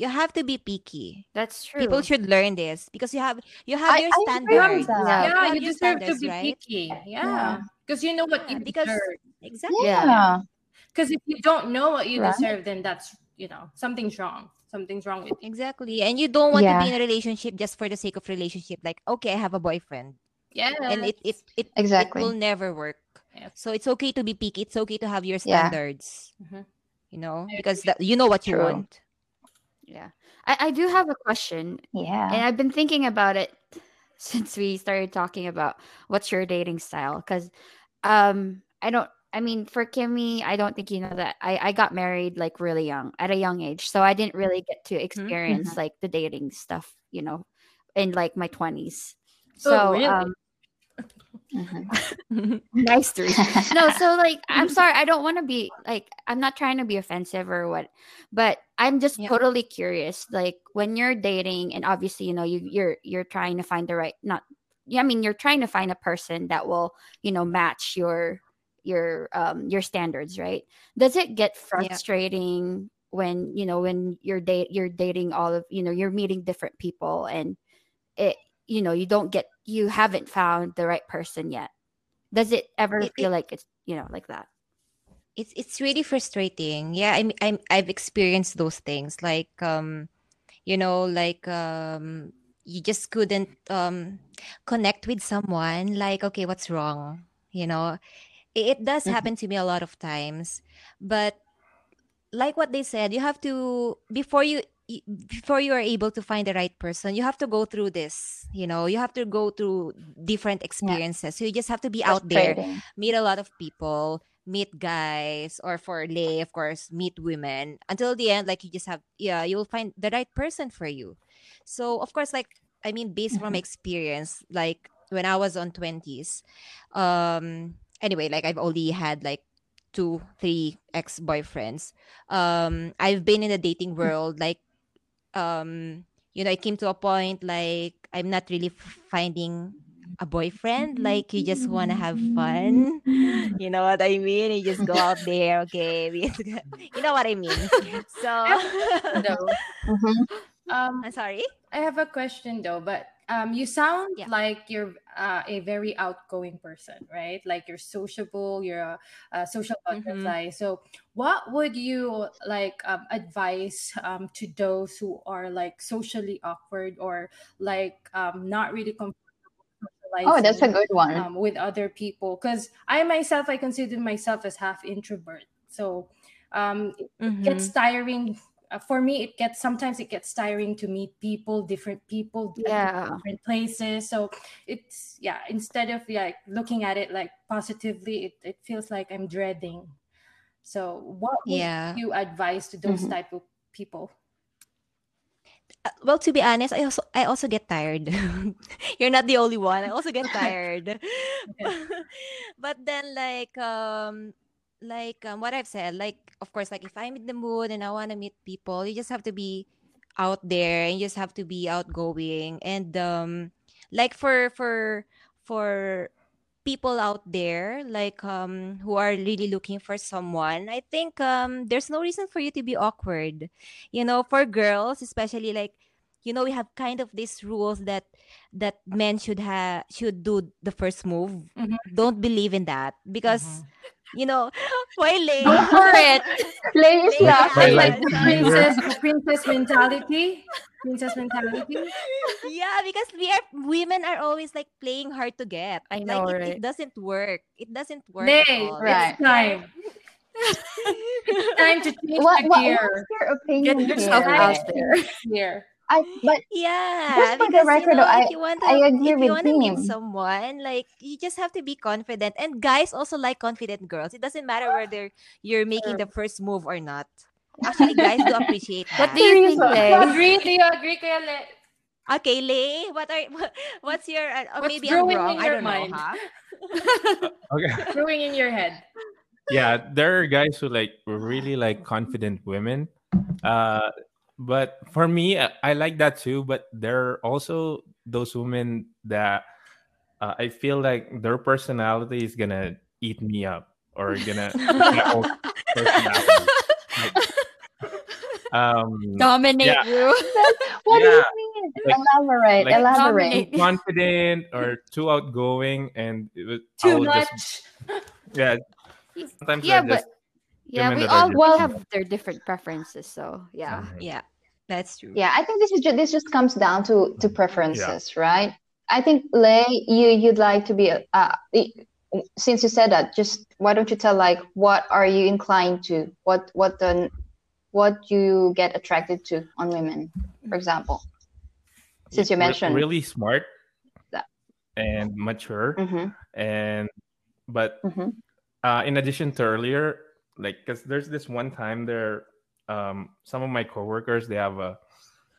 [SPEAKER 2] You have to be picky.
[SPEAKER 6] that's true.
[SPEAKER 2] People should learn this because you have you have
[SPEAKER 3] I-
[SPEAKER 2] your
[SPEAKER 3] I agree with
[SPEAKER 2] standards.
[SPEAKER 3] that.
[SPEAKER 6] Yeah.
[SPEAKER 4] Yeah,
[SPEAKER 2] have
[SPEAKER 4] you
[SPEAKER 2] your
[SPEAKER 4] deserve to
[SPEAKER 2] standards,
[SPEAKER 4] be
[SPEAKER 2] right?
[SPEAKER 4] picky. Yeah.
[SPEAKER 3] Yeah.
[SPEAKER 4] Because you know what
[SPEAKER 2] Yeah,
[SPEAKER 4] you
[SPEAKER 2] because-
[SPEAKER 4] deserve.
[SPEAKER 2] Exactly.
[SPEAKER 3] Yeah.
[SPEAKER 4] Because if you don't know what you
[SPEAKER 3] Right.
[SPEAKER 4] deserve, then that's, you know, something's wrong. Something's wrong with you.
[SPEAKER 2] Exactly. And you don't want to
[SPEAKER 3] Yeah.
[SPEAKER 2] be in a relationship just for the sake of relationship. Like, okay, I have a boyfriend.
[SPEAKER 4] Yeah.
[SPEAKER 2] And it it, it,
[SPEAKER 3] Exactly.
[SPEAKER 2] it will never work.
[SPEAKER 4] Yeah.
[SPEAKER 2] So it's okay to be picky. It's okay to have your
[SPEAKER 3] Yeah.
[SPEAKER 2] standards. Mm-hmm.
[SPEAKER 4] Mhm.
[SPEAKER 2] You know,
[SPEAKER 4] I
[SPEAKER 2] because that, you know what you
[SPEAKER 3] True.
[SPEAKER 2] want.
[SPEAKER 6] Yeah, I, I do have a question,
[SPEAKER 3] Yeah.
[SPEAKER 6] and I've been thinking about it since we started talking about what's your dating style. Because, um, I don't. I mean, for Kimmy, I don't think you know that I I got married like really young at a young age, so I didn't really get to experience like the dating stuff, you know, in like my twenties.
[SPEAKER 4] Oh,
[SPEAKER 6] So,
[SPEAKER 4] really?
[SPEAKER 6] um,
[SPEAKER 3] Mhm.
[SPEAKER 6] nice to no so like i'm sorry i don't want to be like i'm not trying to be offensive or what but i'm just
[SPEAKER 2] Yeah.
[SPEAKER 6] totally curious like when you're dating and obviously you know you you're you're trying to find the right not yeah i mean you're trying to find a person that will you know match your your um your standards right does it get frustrating when you know when you're date you're dating all of you know you're meeting different people and it you know you don't get you haven't found the right person yet does it ever
[SPEAKER 2] It-
[SPEAKER 6] feel
[SPEAKER 2] it-
[SPEAKER 6] like it's you know like that?
[SPEAKER 2] It's it's really frustrating. Yeah, I'm I'm I've experienced those things. Like um, you know, like um you just couldn't um connect with someone, like, okay, what's wrong? You know, it, it does
[SPEAKER 3] Mhm.
[SPEAKER 2] happen to me a lot of times, but like what they said, you have to before you y- before you are able to find the right person, you have to go through this, you know, you have to go through different experiences. So you just have to be out there
[SPEAKER 3] Frustrating.
[SPEAKER 2] meet a lot of people, meet guys, or for lay, of course, meet women. Until the end, like you just have, yeah, you will find the right person for you. So, of course, like, I mean, based from experience, like when I was on 20s, um, anyway, like I've only had like two, three ex boyfriends. Um, I've been in the dating world, like, um, you know, I came to a point like I'm not really f- finding a boyfriend. Like you just want to have fun. You know what I mean? You just go out there, okay? with- you know what I mean? So
[SPEAKER 4] Though.
[SPEAKER 3] Mhm.
[SPEAKER 4] Um,
[SPEAKER 2] I'm sorry.
[SPEAKER 4] I have a question though, but um, you sound
[SPEAKER 2] Yeah.
[SPEAKER 4] like you're uh, a very outgoing person, right? Like you're sociable, you're a, a social
[SPEAKER 2] Mhm.
[SPEAKER 4] butterfly. So, what would you like um, advise um, to those who are like socially awkward or like um, not really comfortable
[SPEAKER 3] Oh, that's a
[SPEAKER 4] socializing,
[SPEAKER 3] good one.
[SPEAKER 4] um, with other people? Because I myself, I consider myself as half introvert. So, um,
[SPEAKER 2] Mhm.
[SPEAKER 4] gets tiring uh, for me it gets sometimes it gets tiring to meet people different people at
[SPEAKER 6] Yeah.
[SPEAKER 4] different places so it's yeah instead of like looking at it like positively it, it feels like i'm dreading so what would
[SPEAKER 2] Yeah. Mm-hmm.
[SPEAKER 4] you advise to those
[SPEAKER 3] Mhm.
[SPEAKER 4] type of people
[SPEAKER 2] Uh, Well, to be honest, I also I also get tired. You're not the only one. I also get tired. but then like um like um, what I've said, like of course like if I'm in the mood and I want to meet people, you just have to be out there and you just have to be outgoing and um like for for for people out there like um who are really looking for someone i think um there's no reason for you to be awkward you know for girls especially like you know we have kind of these rules that that men should have should do the first move
[SPEAKER 4] Mhm.
[SPEAKER 2] don't believe in that because you know why lay
[SPEAKER 6] Go for it.
[SPEAKER 3] Lay is
[SPEAKER 2] Lay
[SPEAKER 3] laughing. Like,
[SPEAKER 2] is laughing.
[SPEAKER 4] like
[SPEAKER 2] the
[SPEAKER 4] the
[SPEAKER 5] princess-
[SPEAKER 4] princess princess mentality princess mentality
[SPEAKER 2] yeah because we are women are always like playing hard to get
[SPEAKER 6] I
[SPEAKER 2] like
[SPEAKER 6] know,
[SPEAKER 2] it,
[SPEAKER 6] right?
[SPEAKER 2] it doesn't work it doesn't work at
[SPEAKER 4] Nay,
[SPEAKER 2] all.
[SPEAKER 3] Right.
[SPEAKER 4] it's time time to change
[SPEAKER 3] what,
[SPEAKER 4] the
[SPEAKER 3] what,
[SPEAKER 4] gear
[SPEAKER 3] what's your opinion
[SPEAKER 6] Get yourself
[SPEAKER 3] here?
[SPEAKER 6] out there.
[SPEAKER 4] gear
[SPEAKER 3] I, but
[SPEAKER 2] Yeah,
[SPEAKER 3] Just for the
[SPEAKER 2] because
[SPEAKER 3] record,
[SPEAKER 2] you know,
[SPEAKER 3] though,
[SPEAKER 2] if you want to,
[SPEAKER 3] I agree
[SPEAKER 2] if you
[SPEAKER 3] with
[SPEAKER 2] want to meet
[SPEAKER 3] him.
[SPEAKER 2] someone, like you just have to be confident. And guys also like confident girls. It doesn't matter whether you're making the first move or not. Actually, guys do appreciate
[SPEAKER 6] What
[SPEAKER 2] that.
[SPEAKER 6] do you think,
[SPEAKER 3] Teresa.
[SPEAKER 6] Lay?
[SPEAKER 4] agree do you agree Kuya Le?
[SPEAKER 2] okay, Lay, what are what- what's your? Uh,
[SPEAKER 4] What's
[SPEAKER 2] maybe I'm
[SPEAKER 4] brewing
[SPEAKER 2] wrong.
[SPEAKER 4] in
[SPEAKER 2] I
[SPEAKER 4] your
[SPEAKER 2] don't
[SPEAKER 4] mind?
[SPEAKER 2] know. Huh?
[SPEAKER 5] Okay.
[SPEAKER 4] brewing in your head
[SPEAKER 5] yeah there are guys who like really like confident women uh but for me I, I like that too but there are also those women that uh, i feel like their personality is gonna eat me up or gonna my own personality. Like, um
[SPEAKER 6] Dominate
[SPEAKER 5] Yeah.
[SPEAKER 6] you.
[SPEAKER 3] what do
[SPEAKER 5] Yeah.
[SPEAKER 3] you mean?
[SPEAKER 5] Like-
[SPEAKER 3] elaborate,
[SPEAKER 5] like-
[SPEAKER 3] elaborate.
[SPEAKER 5] too confident or too outgoing and it was, I
[SPEAKER 4] too
[SPEAKER 5] will
[SPEAKER 4] much
[SPEAKER 5] just- yeah sometimes
[SPEAKER 6] Yeah,
[SPEAKER 5] I
[SPEAKER 6] but
[SPEAKER 5] just,
[SPEAKER 6] yeah,
[SPEAKER 5] women
[SPEAKER 6] we
[SPEAKER 5] that are
[SPEAKER 6] all
[SPEAKER 5] different.
[SPEAKER 6] we have their different preferences. So yeah.
[SPEAKER 5] mm-hmm.
[SPEAKER 2] Yeah, that's true.
[SPEAKER 3] Yeah, I think this is ju- this just comes down to to preferences, right? I think Lay, you you'd like to be uh, i- since you said that, just why don't you tell like what are you inclined to? What what the what you get attracted to on women, for example? Since you
[SPEAKER 5] re-
[SPEAKER 3] mentioned
[SPEAKER 5] really smart
[SPEAKER 3] that.
[SPEAKER 5] and mature
[SPEAKER 3] Mhm,
[SPEAKER 5] and but
[SPEAKER 3] mhm.
[SPEAKER 5] uh, in addition to earlier like because there's this one time there um some of my coworkers they have a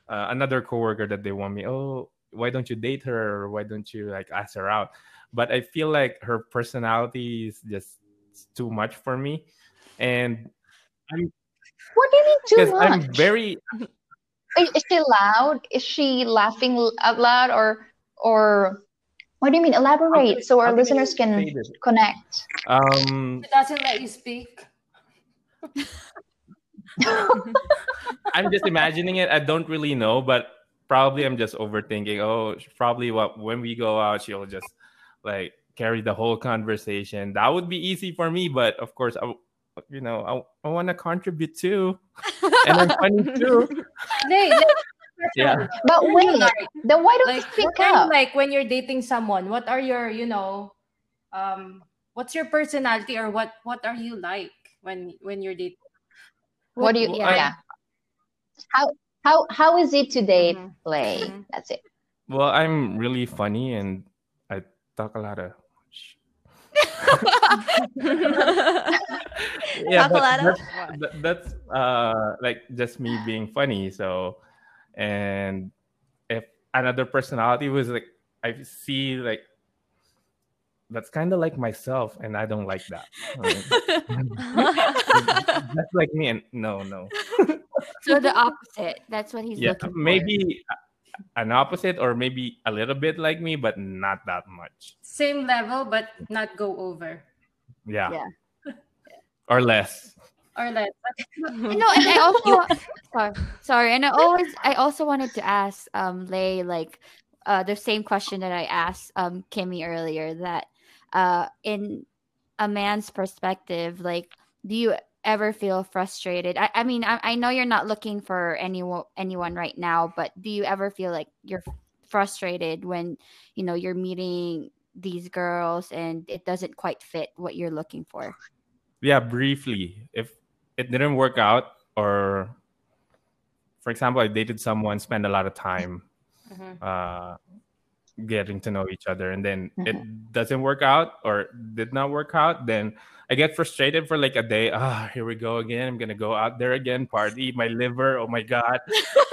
[SPEAKER 5] uh, another coworker that they want me oh why don't you date her or why don't you like ask her out but i feel like her personality is just too much for me and
[SPEAKER 3] What do you mean too
[SPEAKER 5] because i'm
[SPEAKER 3] much?
[SPEAKER 5] very
[SPEAKER 3] Is, is she loud? Is she laughing l- out loud or or what do you mean?
[SPEAKER 5] how
[SPEAKER 3] Elaborate
[SPEAKER 5] can I-
[SPEAKER 3] so
[SPEAKER 5] how
[SPEAKER 3] our
[SPEAKER 5] can I
[SPEAKER 3] listeners
[SPEAKER 5] say
[SPEAKER 3] can
[SPEAKER 5] this?
[SPEAKER 3] connect.
[SPEAKER 5] um
[SPEAKER 4] She doesn't let you speak
[SPEAKER 5] I'm just imagining it. I don't really know, but probably I'm just overthinking. Oh, sh- probably what when we go out, she'll just like carry the whole conversation. That would be easy for me, but of course, I, w- you know, I, I want to contribute too, and I'm funny too.
[SPEAKER 4] Lay, Lay,
[SPEAKER 5] Yeah.
[SPEAKER 3] But
[SPEAKER 4] You're
[SPEAKER 3] wait,
[SPEAKER 4] like-
[SPEAKER 3] then why don't you
[SPEAKER 4] like what
[SPEAKER 3] speak
[SPEAKER 4] kind
[SPEAKER 3] up?
[SPEAKER 4] like when you're dating someone what are your you know um what's your personality or what what are you like when when you're dating
[SPEAKER 3] What do you?
[SPEAKER 5] Well,
[SPEAKER 3] Yeah.
[SPEAKER 5] I-
[SPEAKER 3] How how how is it to date
[SPEAKER 4] Mhm.
[SPEAKER 3] play?
[SPEAKER 4] Mhm.
[SPEAKER 3] That's it.
[SPEAKER 5] Well, I'm really funny, and I talk a lot of. sh- Yeah,
[SPEAKER 2] Talk a
[SPEAKER 5] but
[SPEAKER 2] lot of
[SPEAKER 5] that's- Th- that's uh like just me being funny so and if another personality was like i see like that's kind of like myself and i don't like that Like, that's like me and no no
[SPEAKER 6] So the opposite. That's what he's
[SPEAKER 5] yeah
[SPEAKER 6] looking for.
[SPEAKER 5] maybe a- an opposite or maybe a little bit like me but not that much
[SPEAKER 4] same level but not go over
[SPEAKER 5] yeah,
[SPEAKER 6] Yeah.
[SPEAKER 5] or less
[SPEAKER 4] or less
[SPEAKER 6] And no, and I also sorry, sorry, and I always I also wanted to ask um Lay like uh the same question that I asked um Kimmy earlier that uh in a man's perspective, like do you ever feel frustrated? I, I mean I, I know you're not looking for anyone anyone right now, but do you ever feel like you're frustrated when you know you're meeting these girls and it doesn't quite fit what you're looking for?
[SPEAKER 5] yeah briefly if it didn't work out or for example, I dated someone, spent a lot of time
[SPEAKER 4] Mhm.
[SPEAKER 5] uh, getting to know each other, and then
[SPEAKER 3] Mhm.
[SPEAKER 4] Mm-hmm.
[SPEAKER 5] it doesn't work out or did not work out, then I get frustrated for like a day. Ah, here we go again. I'm gonna go out there again, party my liver. Oh my god.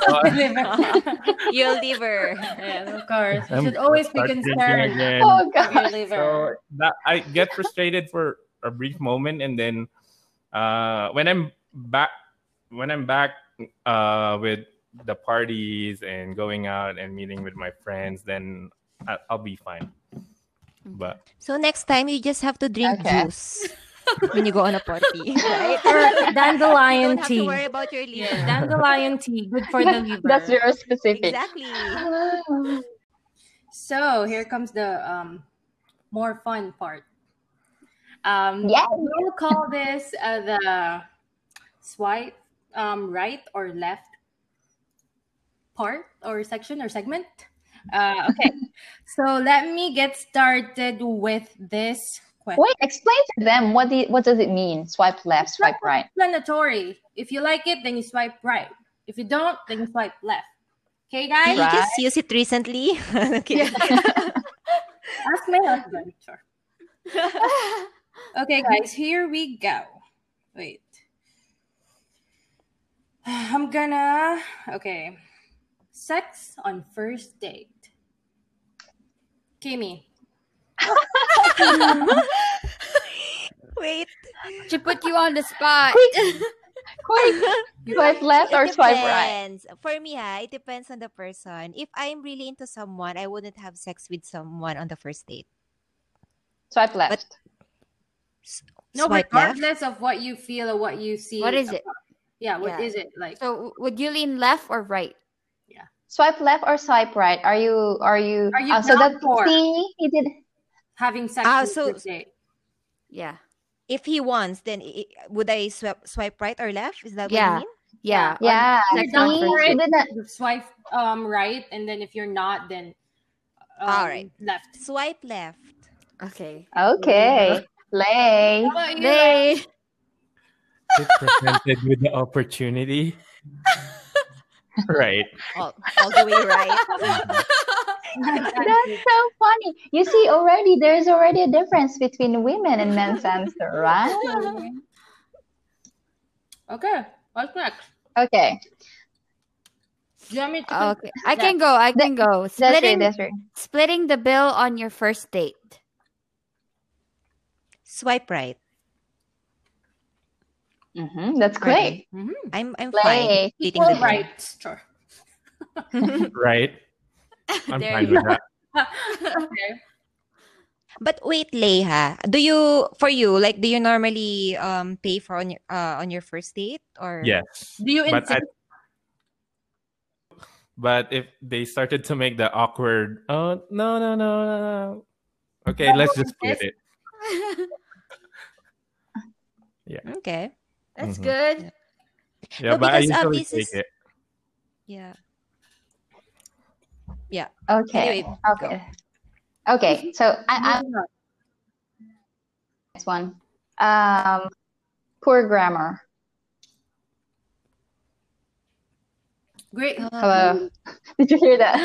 [SPEAKER 5] Uh,
[SPEAKER 2] Your liver.
[SPEAKER 4] yes, of course. You
[SPEAKER 5] I'm
[SPEAKER 4] should
[SPEAKER 5] gonna
[SPEAKER 4] always be
[SPEAKER 5] start drinking
[SPEAKER 4] concerned
[SPEAKER 5] again.
[SPEAKER 3] oh
[SPEAKER 4] of your
[SPEAKER 3] god.
[SPEAKER 5] so
[SPEAKER 4] liver.
[SPEAKER 5] that I get frustrated for a brief moment, and then uh, when I'm back, when I'm back uh, with the parties and going out and meeting with my friends, then I- I'll be fine. But
[SPEAKER 2] So next time you just have to drink
[SPEAKER 3] Okay.
[SPEAKER 2] juice when you go on a party, right?
[SPEAKER 4] Or
[SPEAKER 2] You don't
[SPEAKER 4] dandelion
[SPEAKER 2] have to
[SPEAKER 4] tea.
[SPEAKER 2] worry about your liver.
[SPEAKER 4] Yeah, dandelion tea, good for the liver.
[SPEAKER 3] That's very specific.
[SPEAKER 2] Exactly.
[SPEAKER 3] Ah.
[SPEAKER 4] So here comes the um, more fun part. Um,
[SPEAKER 3] Yeah.
[SPEAKER 4] We'll call this uh, the swipe um, right or left part or section or segment. Uh, okay, so let me get started with this question.
[SPEAKER 3] Wait, explain to them what the, what does it mean? Swipe left, swipe right.
[SPEAKER 4] Explanatory. If you like it, then you swipe right. If you don't, then you swipe left. Okay,
[SPEAKER 2] Did
[SPEAKER 4] guys.
[SPEAKER 2] you just use it recently? okay.
[SPEAKER 4] Ask my husband. Sure. okay, guys, here we go. Wait. I'm gonna. Okay. Sex on first date. Kimmy.
[SPEAKER 2] Wait.
[SPEAKER 6] She put you on the spot.
[SPEAKER 3] Quick, swipe left or
[SPEAKER 2] It
[SPEAKER 3] swipe right.
[SPEAKER 2] depends. For me, ha, it depends on the person. If I'm really into someone, I wouldn't have sex with someone on the first date.
[SPEAKER 3] Swipe left.
[SPEAKER 4] No,
[SPEAKER 2] Swipe left.
[SPEAKER 4] regardless of what you feel or what you see.
[SPEAKER 6] What is it?
[SPEAKER 4] Yeah, What
[SPEAKER 6] Yeah.
[SPEAKER 4] is it like?
[SPEAKER 6] So w- would you lean left or right?
[SPEAKER 3] Swipe left or swipe right? Are you are you?
[SPEAKER 4] Are you
[SPEAKER 3] uh, so
[SPEAKER 4] down
[SPEAKER 3] that
[SPEAKER 4] for-
[SPEAKER 3] see he did.
[SPEAKER 4] Having sex
[SPEAKER 2] Ah,
[SPEAKER 4] on
[SPEAKER 2] so-
[SPEAKER 4] first date.
[SPEAKER 6] Yeah.
[SPEAKER 2] If he wants, then i i- would I swipe, swipe right or left? Is that
[SPEAKER 6] Yeah.
[SPEAKER 2] what you mean?
[SPEAKER 6] Yeah.
[SPEAKER 3] Yeah,
[SPEAKER 6] on
[SPEAKER 3] see,
[SPEAKER 6] sex on first
[SPEAKER 3] he
[SPEAKER 4] date.
[SPEAKER 3] didn't.
[SPEAKER 4] You Swipe um right, and then if you're not, then um,
[SPEAKER 2] All right.
[SPEAKER 4] left.
[SPEAKER 2] Swipe left.
[SPEAKER 6] Okay.
[SPEAKER 3] Okay, lay.
[SPEAKER 4] How about you?
[SPEAKER 6] They
[SPEAKER 5] if presented with the opportunity, right?
[SPEAKER 2] All, all the way right.
[SPEAKER 3] That's so funny. You see already there's already a difference between women and men's answer, right?
[SPEAKER 4] Okay, what's next?
[SPEAKER 3] Okay,
[SPEAKER 4] Do you want me to
[SPEAKER 6] okay. I can go. I can go.
[SPEAKER 3] that's right.
[SPEAKER 6] Splitting
[SPEAKER 3] That's right.
[SPEAKER 6] splitting the bill on your first date.
[SPEAKER 2] swipe right.
[SPEAKER 3] hmm That's great.
[SPEAKER 2] I'm I'm fine.
[SPEAKER 3] Lay.
[SPEAKER 2] Dating
[SPEAKER 4] All
[SPEAKER 2] the
[SPEAKER 4] right, sure.
[SPEAKER 5] Right. I'm
[SPEAKER 6] There
[SPEAKER 5] fine
[SPEAKER 6] you
[SPEAKER 5] with that.
[SPEAKER 4] okay.
[SPEAKER 2] But wait, Leha, do you for you like do you normally um pay for on your uh, on your first date or
[SPEAKER 5] Yes.
[SPEAKER 4] Do you
[SPEAKER 5] But I,
[SPEAKER 4] insist?
[SPEAKER 5] but if they started to make the awkward, oh no no no no no. Okay, let's just split it.
[SPEAKER 2] Okay.
[SPEAKER 6] That's
[SPEAKER 5] Mhm.
[SPEAKER 6] good.
[SPEAKER 2] No,
[SPEAKER 5] Yeah, but I
[SPEAKER 2] because, um,
[SPEAKER 5] usually
[SPEAKER 2] this is-
[SPEAKER 5] take it.
[SPEAKER 2] Yeah.
[SPEAKER 3] Okay.
[SPEAKER 2] Anyway,
[SPEAKER 3] Okay. Okay. So I, I'm next one. Um, poor grammar.
[SPEAKER 4] Great.
[SPEAKER 2] um,
[SPEAKER 3] Hello.
[SPEAKER 4] Uh-huh.
[SPEAKER 3] Did you hear that?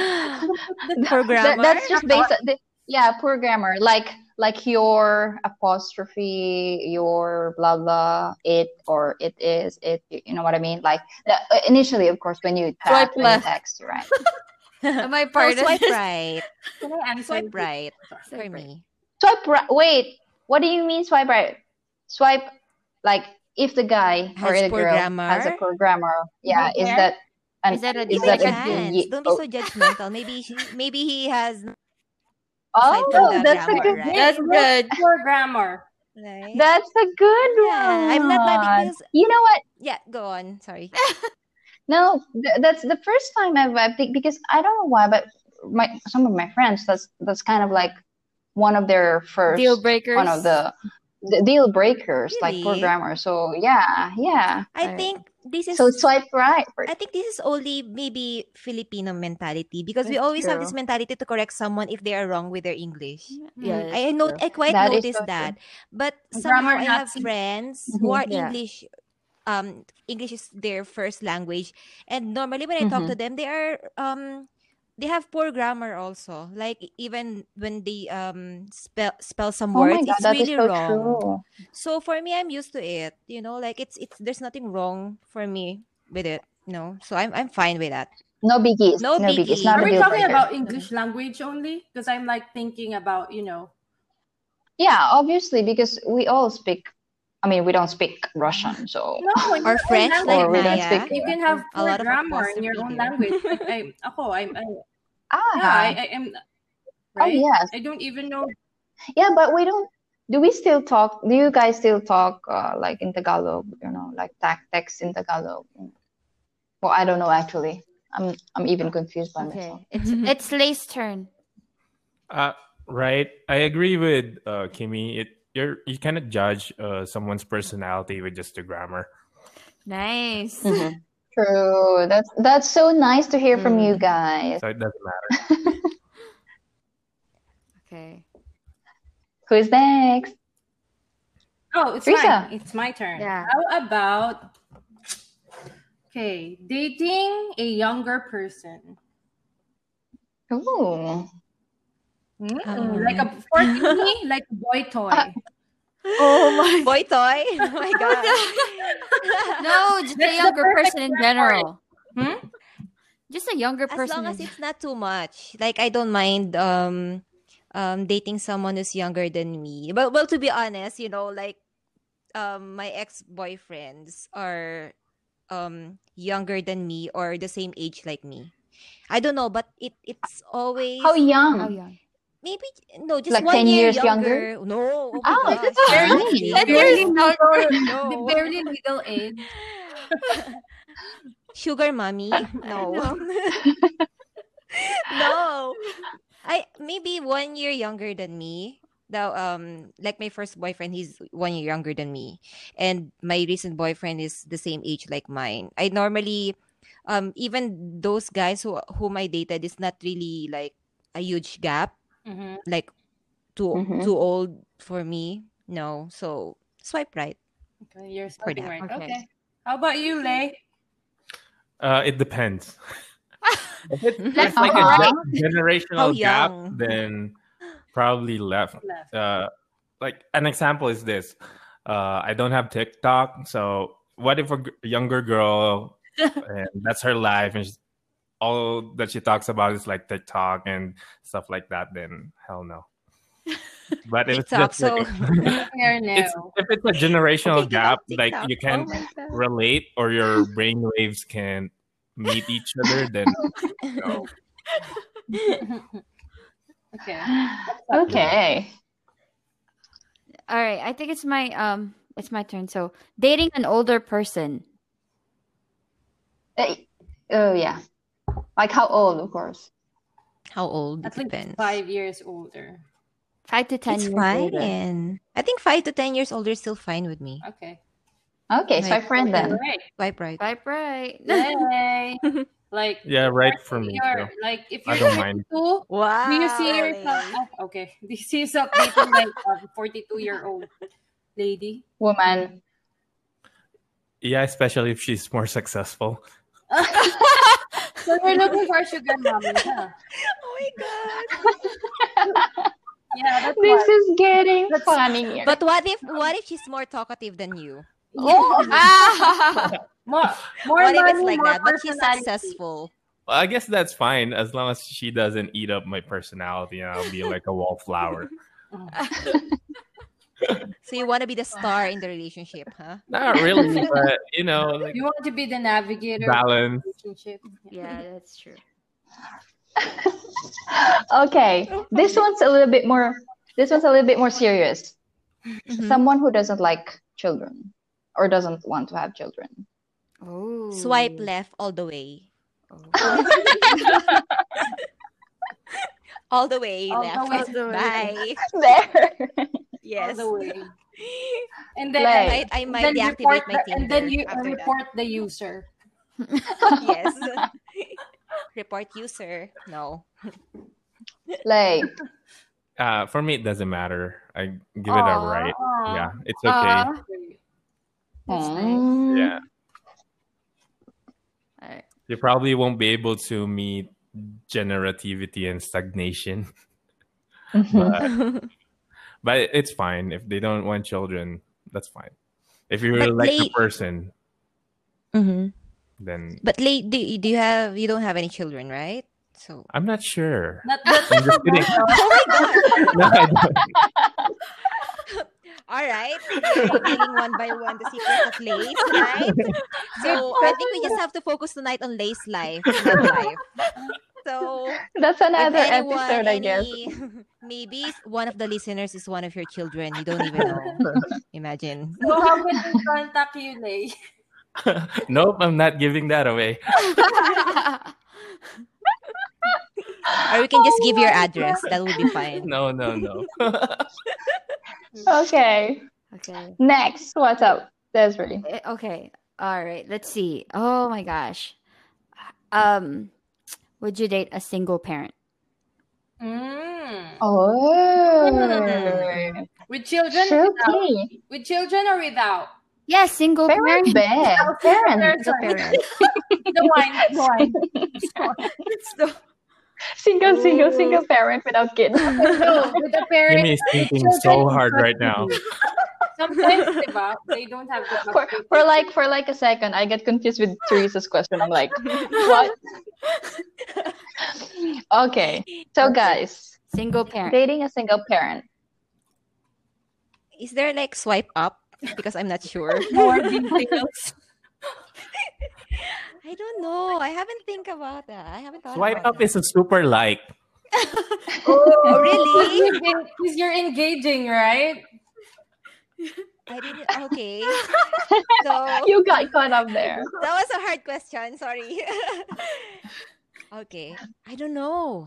[SPEAKER 2] for
[SPEAKER 3] That,
[SPEAKER 2] grammar.
[SPEAKER 3] that's just based on the, yeah, poor grammar. Like like your apostrophe, your blah blah, it or it is, it. You know what I mean? Like the, uh, initially, of course, when you
[SPEAKER 6] Swipe
[SPEAKER 3] type, when you
[SPEAKER 6] left.
[SPEAKER 3] text, right?
[SPEAKER 6] Am I
[SPEAKER 2] No,
[SPEAKER 6] part of
[SPEAKER 2] Oh, swipe
[SPEAKER 6] this?
[SPEAKER 2] right.
[SPEAKER 4] Can I answer
[SPEAKER 2] Swipe
[SPEAKER 4] this?
[SPEAKER 2] right
[SPEAKER 4] Sure.
[SPEAKER 2] for me.
[SPEAKER 3] Swipe right. Wait, what do you mean swipe right? Swipe like if the guy or
[SPEAKER 2] Has
[SPEAKER 3] the
[SPEAKER 2] poor
[SPEAKER 3] girl has a
[SPEAKER 2] grammar?
[SPEAKER 3] poor grammar, yeah, is
[SPEAKER 4] Yeah.
[SPEAKER 3] that an
[SPEAKER 6] Is that a
[SPEAKER 3] is
[SPEAKER 2] It
[SPEAKER 3] that a
[SPEAKER 2] depends.
[SPEAKER 3] ye-
[SPEAKER 2] Don't be so judgmental. Maybe he, maybe he has
[SPEAKER 3] oh,
[SPEAKER 2] from the
[SPEAKER 3] that's a
[SPEAKER 2] grammar,
[SPEAKER 3] good
[SPEAKER 2] right?
[SPEAKER 6] That's good.
[SPEAKER 4] Poor grammar.
[SPEAKER 2] right.
[SPEAKER 3] that's a good
[SPEAKER 2] Yeah, I'm not laughing
[SPEAKER 3] one.
[SPEAKER 2] because
[SPEAKER 3] You know what?
[SPEAKER 2] yeah, go on. Sorry.
[SPEAKER 3] No, th- that's the first time I've, I've think- because I don't know why, but my some of my friends that's that's kind of like one of their first
[SPEAKER 6] Deal breakers.
[SPEAKER 3] one of the, the deal breakers like poor
[SPEAKER 2] Really?
[SPEAKER 3] grammar. So yeah, yeah.
[SPEAKER 6] Alright.
[SPEAKER 2] I think this is
[SPEAKER 3] So swipe right for
[SPEAKER 2] I think this is only maybe Filipino mentality because we always have this
[SPEAKER 3] true.
[SPEAKER 2] mentality to correct someone if they are wrong with their English.
[SPEAKER 6] Yeah.
[SPEAKER 2] I I know I quite
[SPEAKER 3] That is
[SPEAKER 2] noticed
[SPEAKER 3] so true.
[SPEAKER 2] that. But somehow
[SPEAKER 4] Grammar
[SPEAKER 2] I have
[SPEAKER 4] Nazi.
[SPEAKER 2] friends who are
[SPEAKER 6] Yeah.
[SPEAKER 2] English um English is their first language, and normally when I talk
[SPEAKER 3] Mm-hmm.
[SPEAKER 2] to them, they are um they have poor grammar also. Like even when they um spell spell some
[SPEAKER 3] Oh my
[SPEAKER 2] words,
[SPEAKER 3] god,
[SPEAKER 2] it's
[SPEAKER 3] that is so
[SPEAKER 2] really wrong.
[SPEAKER 3] true.
[SPEAKER 2] So for me, I'm used to it. You know, like it's it's there's nothing wrong for me with it. No, so I'm I'm fine with that.
[SPEAKER 3] No biggies.
[SPEAKER 2] No
[SPEAKER 3] No, biggies.
[SPEAKER 2] biggies.
[SPEAKER 3] Not a
[SPEAKER 4] Are we
[SPEAKER 3] deal
[SPEAKER 4] talking
[SPEAKER 3] breaker.
[SPEAKER 4] about English language only? Because I'm like thinking about, you know,
[SPEAKER 3] Yeah, obviously, because we all speak. I mean, we don't speak Russian, so
[SPEAKER 4] no, when
[SPEAKER 2] Or
[SPEAKER 4] your own
[SPEAKER 2] French,
[SPEAKER 4] language,
[SPEAKER 2] like
[SPEAKER 3] or we don't
[SPEAKER 2] Maya.
[SPEAKER 3] speak.
[SPEAKER 4] you can have
[SPEAKER 2] A
[SPEAKER 4] poor
[SPEAKER 2] lot of
[SPEAKER 4] grammar in your
[SPEAKER 2] apostrophe
[SPEAKER 4] own
[SPEAKER 2] there.
[SPEAKER 4] language. Uh-huh. Like, I, oh, I'm, I, yeah, I,
[SPEAKER 3] Ah,
[SPEAKER 4] I am,
[SPEAKER 3] oh
[SPEAKER 4] right?
[SPEAKER 3] yes,
[SPEAKER 4] I don't even know.
[SPEAKER 3] yeah, but we don't. Do we still talk? Do you guys still talk uh, like in Tagalog? You know, like tac text in Tagalog. Well, I don't know actually. I'm I'm even confused by myself.
[SPEAKER 6] Okay, it's it's Lay's turn.
[SPEAKER 5] Uh, right. I agree with uh, Kimmy. It you're you cannot judge uh, someone's personality with just the grammar.
[SPEAKER 6] Nice.
[SPEAKER 3] Mhm. True. That's that's so nice to hear from you
[SPEAKER 2] Mm.
[SPEAKER 3] guys.
[SPEAKER 5] So it doesn't matter.
[SPEAKER 6] Okay.
[SPEAKER 3] Who's next?
[SPEAKER 4] Oh, it's
[SPEAKER 3] Teresa.
[SPEAKER 4] mine. It's my turn.
[SPEAKER 6] Yeah.
[SPEAKER 4] How about, okay, dating a younger person?
[SPEAKER 3] Ooh.
[SPEAKER 4] Mm,
[SPEAKER 2] Um.
[SPEAKER 4] Like a, for me, like a boy toy.
[SPEAKER 3] Ah.
[SPEAKER 2] Oh my boy toy! Oh my god!
[SPEAKER 6] No, just a
[SPEAKER 4] That's the
[SPEAKER 6] younger
[SPEAKER 4] perfect
[SPEAKER 6] person in
[SPEAKER 4] word for it.
[SPEAKER 6] general.
[SPEAKER 4] Hmm?
[SPEAKER 6] Just a younger
[SPEAKER 2] as
[SPEAKER 6] person.
[SPEAKER 2] long as
[SPEAKER 6] in-
[SPEAKER 2] it's not too much. Like I don't mind um um dating someone who's younger than me. But well to be honest, you know, like um my ex-boyfriends are um younger than me or the same age like me. I don't know, but it it's always
[SPEAKER 6] How
[SPEAKER 3] How young?
[SPEAKER 6] young?
[SPEAKER 2] maybe no, just
[SPEAKER 3] Like 10
[SPEAKER 2] one year
[SPEAKER 3] years younger?
[SPEAKER 2] younger. No, oh my
[SPEAKER 3] Oh,
[SPEAKER 2] gosh,
[SPEAKER 3] that's
[SPEAKER 2] no,
[SPEAKER 3] nice.
[SPEAKER 2] honestly.
[SPEAKER 6] Ten
[SPEAKER 4] Barely
[SPEAKER 6] years not
[SPEAKER 4] legal,
[SPEAKER 2] No.
[SPEAKER 4] barely legal age.
[SPEAKER 2] Sugar mommy? No. no. I maybe one year younger than me. Now, um, like my first boyfriend, he's one year younger than me, and my recent boyfriend is the same age like mine. I normally, um, even those guys who whom I dated is not really like a huge gap,
[SPEAKER 4] Mhm.
[SPEAKER 2] like too
[SPEAKER 4] Mm-hmm.
[SPEAKER 3] Mhm.
[SPEAKER 2] too old for me. No, so swipe right.
[SPEAKER 4] Okay, you're
[SPEAKER 2] For
[SPEAKER 4] starting
[SPEAKER 2] that.
[SPEAKER 4] right.
[SPEAKER 6] Okay.
[SPEAKER 4] Okay. How about you, Lay?
[SPEAKER 5] Uh, it depends. if it, if
[SPEAKER 6] Let's
[SPEAKER 5] it's like
[SPEAKER 3] Uh-huh.
[SPEAKER 5] a gen-
[SPEAKER 2] How
[SPEAKER 5] generational gap,
[SPEAKER 2] young.
[SPEAKER 5] then probably left.
[SPEAKER 4] Left.
[SPEAKER 5] Uh, like an example is this. Uh, I don't have TikTok, so what if a g- younger girl and that's her life and she's, all that she talks about is like TikTok and stuff like that? Then hell no. But if
[SPEAKER 2] TikTok,
[SPEAKER 5] it's just like-
[SPEAKER 4] Here now.
[SPEAKER 5] it's, if it's a generational
[SPEAKER 2] Okay,
[SPEAKER 5] gap,
[SPEAKER 2] TikTok,
[SPEAKER 5] like
[SPEAKER 2] TikTok.
[SPEAKER 5] you
[SPEAKER 2] Oh
[SPEAKER 5] can't
[SPEAKER 2] my God.
[SPEAKER 5] relate or your brain waves can meet each other, then no.
[SPEAKER 4] okay.
[SPEAKER 3] Okay.
[SPEAKER 6] All right. I think it's my um it's my turn. So dating an older person.
[SPEAKER 3] Eh, Oh yeah. Like how old, of course.
[SPEAKER 2] How old? It
[SPEAKER 4] At least
[SPEAKER 2] depends.
[SPEAKER 4] five years older.
[SPEAKER 6] Five to ten
[SPEAKER 2] It's
[SPEAKER 6] years
[SPEAKER 2] fine.
[SPEAKER 6] older.
[SPEAKER 2] I think five to ten years older is still fine with me.
[SPEAKER 4] Okay.
[SPEAKER 3] Okay,
[SPEAKER 2] Like-
[SPEAKER 3] so swipe right
[SPEAKER 4] All
[SPEAKER 3] then.
[SPEAKER 4] right.
[SPEAKER 2] Swipe right.
[SPEAKER 6] Swipe right.
[SPEAKER 4] Lay. like
[SPEAKER 5] Yeah, right for me.
[SPEAKER 4] you're
[SPEAKER 5] so
[SPEAKER 4] like if
[SPEAKER 5] I
[SPEAKER 4] you're
[SPEAKER 5] don't mind.
[SPEAKER 4] 22,
[SPEAKER 2] Wow.
[SPEAKER 4] do you see yourself? Oh, okay. Do you see yourself dating like a 42 year old lady?
[SPEAKER 3] Woman.
[SPEAKER 5] Yeah, especially if she's more successful.
[SPEAKER 4] So we're looking for a sugar mommy, huh?
[SPEAKER 2] Oh my god.
[SPEAKER 4] Yeah, that's
[SPEAKER 3] This
[SPEAKER 4] why.
[SPEAKER 3] is getting funny here.
[SPEAKER 2] But what if what if she's more talkative than you?
[SPEAKER 6] Ah!
[SPEAKER 4] More, more
[SPEAKER 2] what if it's
[SPEAKER 4] money,
[SPEAKER 2] like
[SPEAKER 4] more
[SPEAKER 2] that? But she's
[SPEAKER 4] personality.
[SPEAKER 2] successful.
[SPEAKER 5] Well, I guess that's fine as long as she doesn't eat up my personality and I'll be like a wallflower.
[SPEAKER 2] So you want to be the star in the relationship, huh?
[SPEAKER 5] Not really, but you know, like
[SPEAKER 4] You want to be the navigator of
[SPEAKER 5] balance.
[SPEAKER 4] the relationship.
[SPEAKER 6] yeah, that's true.
[SPEAKER 3] Okay, this one's a little bit more this one's a little bit more serious.
[SPEAKER 2] Mm-hmm.
[SPEAKER 3] Someone who doesn't like children or doesn't want to have children.
[SPEAKER 6] Oh.
[SPEAKER 2] Mm-hmm. Swipe left all the way. All the way
[SPEAKER 4] Oh. All
[SPEAKER 2] left.
[SPEAKER 4] the way. All
[SPEAKER 6] the way.
[SPEAKER 2] Bye.
[SPEAKER 3] There.
[SPEAKER 2] Yes.
[SPEAKER 4] All the way. And then,
[SPEAKER 3] Like-
[SPEAKER 2] I, I might
[SPEAKER 4] then report
[SPEAKER 2] deactivate my
[SPEAKER 4] the,
[SPEAKER 2] Tinder
[SPEAKER 4] and then you
[SPEAKER 2] after
[SPEAKER 4] report the user.
[SPEAKER 2] that. Yes. Report user. No.
[SPEAKER 3] Like,
[SPEAKER 5] Uh, for me, it doesn't matter. I give it a
[SPEAKER 6] Aw.
[SPEAKER 4] Ah.
[SPEAKER 5] right. Yeah, it's okay.
[SPEAKER 6] Aw.
[SPEAKER 4] That's
[SPEAKER 3] Mm.
[SPEAKER 5] Yeah.
[SPEAKER 6] Alright.
[SPEAKER 5] You probably won't be able to meet generativity and stagnation,
[SPEAKER 3] Mhm.
[SPEAKER 5] but, but it's fine if they don't want children. That's fine. If you really
[SPEAKER 2] But
[SPEAKER 5] like the
[SPEAKER 2] late-
[SPEAKER 5] person,
[SPEAKER 2] hmm
[SPEAKER 5] then
[SPEAKER 2] But late, do, you- do you have you don't have any children, right? So
[SPEAKER 5] I'm not sure.
[SPEAKER 4] That, that,
[SPEAKER 5] I'm just kidding.
[SPEAKER 2] oh my god!
[SPEAKER 5] No, I don't.
[SPEAKER 2] All right, we're revealing one by one the secrets of Lay tonight. So I think we just have to focus tonight on Lay's life, love life. So
[SPEAKER 3] That's another
[SPEAKER 2] if anyone,
[SPEAKER 3] episode, I guess.
[SPEAKER 2] any- Maybe one of the listeners is one of your children. You don't even know. Imagine.
[SPEAKER 4] so how can they contact you, Lay?
[SPEAKER 5] nope, I'm not giving that away.
[SPEAKER 2] Or you can just give
[SPEAKER 4] Oh
[SPEAKER 2] your address. That would be fine.
[SPEAKER 5] No, no, no.
[SPEAKER 3] Okay.
[SPEAKER 6] okay.
[SPEAKER 3] Next, what's up, Desiree?
[SPEAKER 6] Eh, Okay. All right. Let's see. Oh my gosh. Um, would you date a single parent?
[SPEAKER 4] Mm.
[SPEAKER 3] Oh,
[SPEAKER 4] With children, without,
[SPEAKER 3] tricky.
[SPEAKER 4] with children or without?
[SPEAKER 6] Yeah, single
[SPEAKER 3] Very
[SPEAKER 6] parent.
[SPEAKER 3] bad. Parents.
[SPEAKER 6] Single parent.
[SPEAKER 4] The wine, the wine.
[SPEAKER 3] Single, single, single parent without kids.
[SPEAKER 4] No, with the parents.
[SPEAKER 5] Jimmy's thinking
[SPEAKER 4] children
[SPEAKER 5] so
[SPEAKER 4] is
[SPEAKER 5] hard
[SPEAKER 4] not
[SPEAKER 5] right now.
[SPEAKER 4] easy. Sometimes, diba, they don't have the
[SPEAKER 3] for,
[SPEAKER 4] capacity.
[SPEAKER 3] for like for like a second, I get confused with Teresa's question. I'm like, what? okay, so guys,
[SPEAKER 6] Single parent.
[SPEAKER 3] dating a single parent.
[SPEAKER 2] Is there like swipe up? Because I'm not sure.
[SPEAKER 4] more details.
[SPEAKER 2] I don't know. I haven't think about that. I haven't thought
[SPEAKER 5] Swipe
[SPEAKER 2] about
[SPEAKER 5] up
[SPEAKER 2] that.
[SPEAKER 5] is a super like.
[SPEAKER 2] Oh,
[SPEAKER 4] Because
[SPEAKER 2] really?
[SPEAKER 4] you've been- because you're engaging, right?
[SPEAKER 2] I didn't. Okay. So
[SPEAKER 3] You got caught up there.
[SPEAKER 2] that was a hard question. Sorry. okay. I don't know.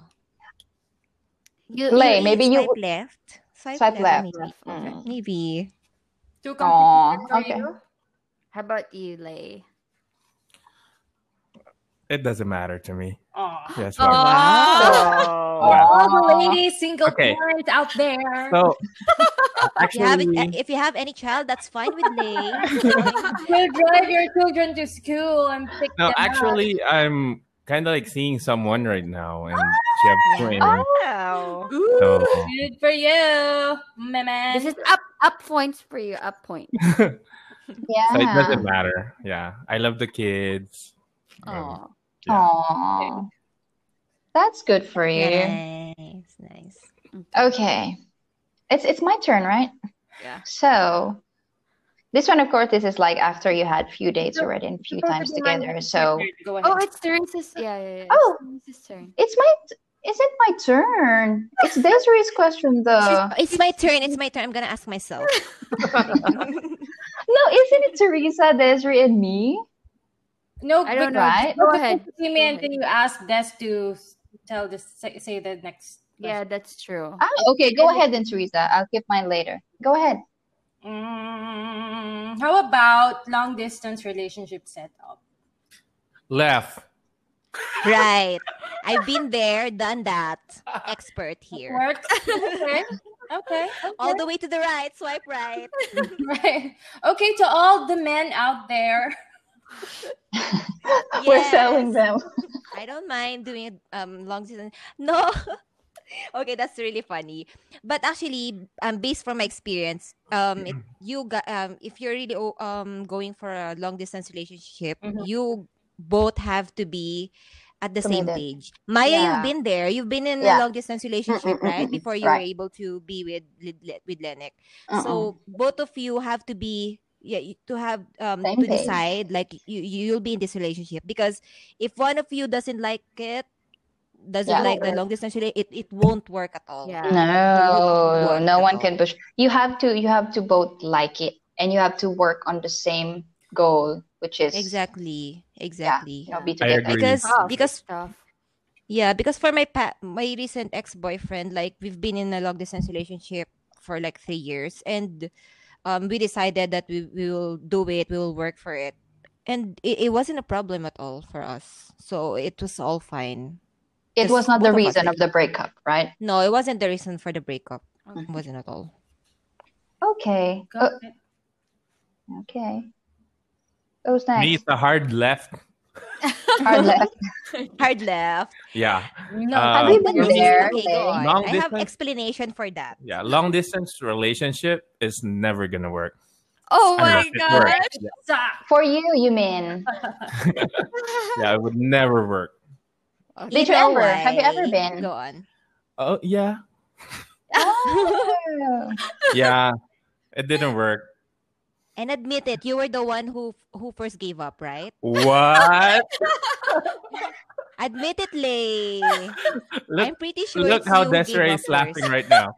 [SPEAKER 6] You,
[SPEAKER 3] Lay,
[SPEAKER 2] Really,
[SPEAKER 3] maybe you
[SPEAKER 2] swipe
[SPEAKER 3] would-
[SPEAKER 2] left. Swipe,
[SPEAKER 3] Swipe
[SPEAKER 2] left.
[SPEAKER 3] left.
[SPEAKER 2] Maybe.
[SPEAKER 3] Mm.
[SPEAKER 2] Maybe.
[SPEAKER 4] Too
[SPEAKER 3] Aw,
[SPEAKER 4] complicated for
[SPEAKER 3] okay.
[SPEAKER 4] you?
[SPEAKER 6] How about you, Lay?
[SPEAKER 5] It doesn't matter to me.
[SPEAKER 4] Aw.
[SPEAKER 5] Yes.
[SPEAKER 4] For
[SPEAKER 3] Yeah.
[SPEAKER 4] all the ladies, single
[SPEAKER 5] Okay.
[SPEAKER 4] parents out there,
[SPEAKER 5] So
[SPEAKER 2] If you have
[SPEAKER 5] actually,
[SPEAKER 2] if you have any child, that's fine with Lay.
[SPEAKER 4] you drive your children to school and pick
[SPEAKER 5] no,
[SPEAKER 4] them up.
[SPEAKER 5] actually, I'm kind of like seeing someone right now, and she have twins.
[SPEAKER 2] wow.
[SPEAKER 5] So
[SPEAKER 4] Good for you, man.
[SPEAKER 6] This is up up points for you. Up point.
[SPEAKER 5] So it
[SPEAKER 3] Yeah.
[SPEAKER 5] doesn't matter. Yeah, I love the kids. Um,
[SPEAKER 6] Oh,
[SPEAKER 5] yeah.
[SPEAKER 3] Aw. That's good for you.
[SPEAKER 2] Nice, nice.
[SPEAKER 3] Okay. It's it's my turn, right?
[SPEAKER 6] Yeah.
[SPEAKER 3] So this one, of course, this is like after you had few dates already and few times together. So
[SPEAKER 4] Go ahead.
[SPEAKER 6] Oh, it's Teresa's. Yeah, yeah, yeah. it's
[SPEAKER 3] Oh.
[SPEAKER 6] Teresa's turn.
[SPEAKER 3] it's my is it my turn? It's Desiree's question though.
[SPEAKER 2] It's my turn. It's my turn. I'm gonna ask myself.
[SPEAKER 3] No, isn't it Teresa, Desiree, and me?
[SPEAKER 4] no,
[SPEAKER 6] I don't know.
[SPEAKER 3] Right?
[SPEAKER 6] Go ahead.
[SPEAKER 4] See me until you ask Des to tell this. Say, say the next.
[SPEAKER 6] Yeah, that's true.
[SPEAKER 3] Ah, okay, go ahead then, Teresa. I'll keep mine later. Go ahead.
[SPEAKER 4] Mm, how about long distance relationship setup?
[SPEAKER 5] Left.
[SPEAKER 2] right. I've been there, done that. Expert here.
[SPEAKER 4] Works. Okay. Okay.
[SPEAKER 2] All the way to the right. Swipe right.
[SPEAKER 4] Right. Okay, to all the men out there.
[SPEAKER 3] We're selling them.
[SPEAKER 2] I don't mind doing um long distance. No. okay, that's really funny. But actually, um, based from my experience, um, it, you got um, if you're really o- um going for a long distance relationship,
[SPEAKER 3] Mm-hmm.
[SPEAKER 4] Mhm.
[SPEAKER 2] you both have to be at the same
[SPEAKER 3] Committed.
[SPEAKER 2] page. Maya,
[SPEAKER 3] Yeah.
[SPEAKER 2] you've been there. You've been in
[SPEAKER 3] Yeah.
[SPEAKER 2] a long distance relationship, right?
[SPEAKER 3] mm, mm,
[SPEAKER 2] Before you
[SPEAKER 3] right.
[SPEAKER 2] were able to be with with, Le- with Lenek.
[SPEAKER 3] Uh-uh.
[SPEAKER 2] So both of you have to be yeah you- to have um
[SPEAKER 3] Same
[SPEAKER 2] to
[SPEAKER 3] page.
[SPEAKER 2] decide like you you'll be in this relationship because if one of you doesn't like it doesn't
[SPEAKER 3] Yeah.
[SPEAKER 2] like the long distance relationship it, it won't work at all.
[SPEAKER 6] Yeah.
[SPEAKER 3] No,
[SPEAKER 2] work
[SPEAKER 3] no
[SPEAKER 2] at
[SPEAKER 3] one
[SPEAKER 2] all.
[SPEAKER 3] can push. You have to you have to both like it and you have to work on the same goal, which is
[SPEAKER 2] Exactly.
[SPEAKER 3] you
[SPEAKER 2] Exactly.
[SPEAKER 3] know, be
[SPEAKER 5] I
[SPEAKER 3] together.
[SPEAKER 5] agree.
[SPEAKER 2] Because
[SPEAKER 6] Tough.
[SPEAKER 2] because
[SPEAKER 6] Tough.
[SPEAKER 2] yeah, because for my pa- my recent ex-boyfriend like we've been in a long distance relationship for like 3 years and um we decided that we, we will do it, we will work for it. And it, it wasn't a problem at all for us. So it was all fine.
[SPEAKER 3] It was not the
[SPEAKER 2] both of us
[SPEAKER 3] reason
[SPEAKER 2] like-
[SPEAKER 3] of the breakup, right?
[SPEAKER 2] No, it wasn't the reason for the breakup.
[SPEAKER 6] Okay.
[SPEAKER 2] It wasn't at all.
[SPEAKER 3] Okay.
[SPEAKER 4] Go
[SPEAKER 3] Uh,
[SPEAKER 4] ahead.
[SPEAKER 3] okay. Who's
[SPEAKER 5] Me,
[SPEAKER 3] next?
[SPEAKER 5] it's a hard left.
[SPEAKER 3] Hard left.
[SPEAKER 2] Hard left.
[SPEAKER 5] Yeah.
[SPEAKER 4] No,
[SPEAKER 5] Uh,
[SPEAKER 3] Have you been
[SPEAKER 2] But-
[SPEAKER 3] there?
[SPEAKER 2] Okay,
[SPEAKER 3] Faye?
[SPEAKER 2] go on.
[SPEAKER 5] Long
[SPEAKER 2] I have
[SPEAKER 5] distance?
[SPEAKER 2] explanation for that.
[SPEAKER 5] Yeah. Long distance relationship is never going to work.
[SPEAKER 6] Oh
[SPEAKER 5] Unless
[SPEAKER 6] my
[SPEAKER 5] it
[SPEAKER 6] gosh.
[SPEAKER 5] works. Yeah.
[SPEAKER 4] suck.
[SPEAKER 3] For you, you mean?
[SPEAKER 5] yeah, it would never work.
[SPEAKER 3] Did you
[SPEAKER 2] know
[SPEAKER 3] ever? Have you ever
[SPEAKER 2] why?
[SPEAKER 3] been?
[SPEAKER 2] Go on.
[SPEAKER 5] Oh, yeah.
[SPEAKER 3] Oh.
[SPEAKER 5] Yeah. It didn't work.
[SPEAKER 2] And admit it, you were the one who who first gave up, right?
[SPEAKER 5] What?
[SPEAKER 2] Admit it, Lay.
[SPEAKER 5] Look,
[SPEAKER 2] I'm pretty sure.
[SPEAKER 5] look
[SPEAKER 2] it's
[SPEAKER 5] how
[SPEAKER 2] you who gave
[SPEAKER 5] Desiree
[SPEAKER 2] up
[SPEAKER 5] is laughing
[SPEAKER 2] first.
[SPEAKER 5] right now.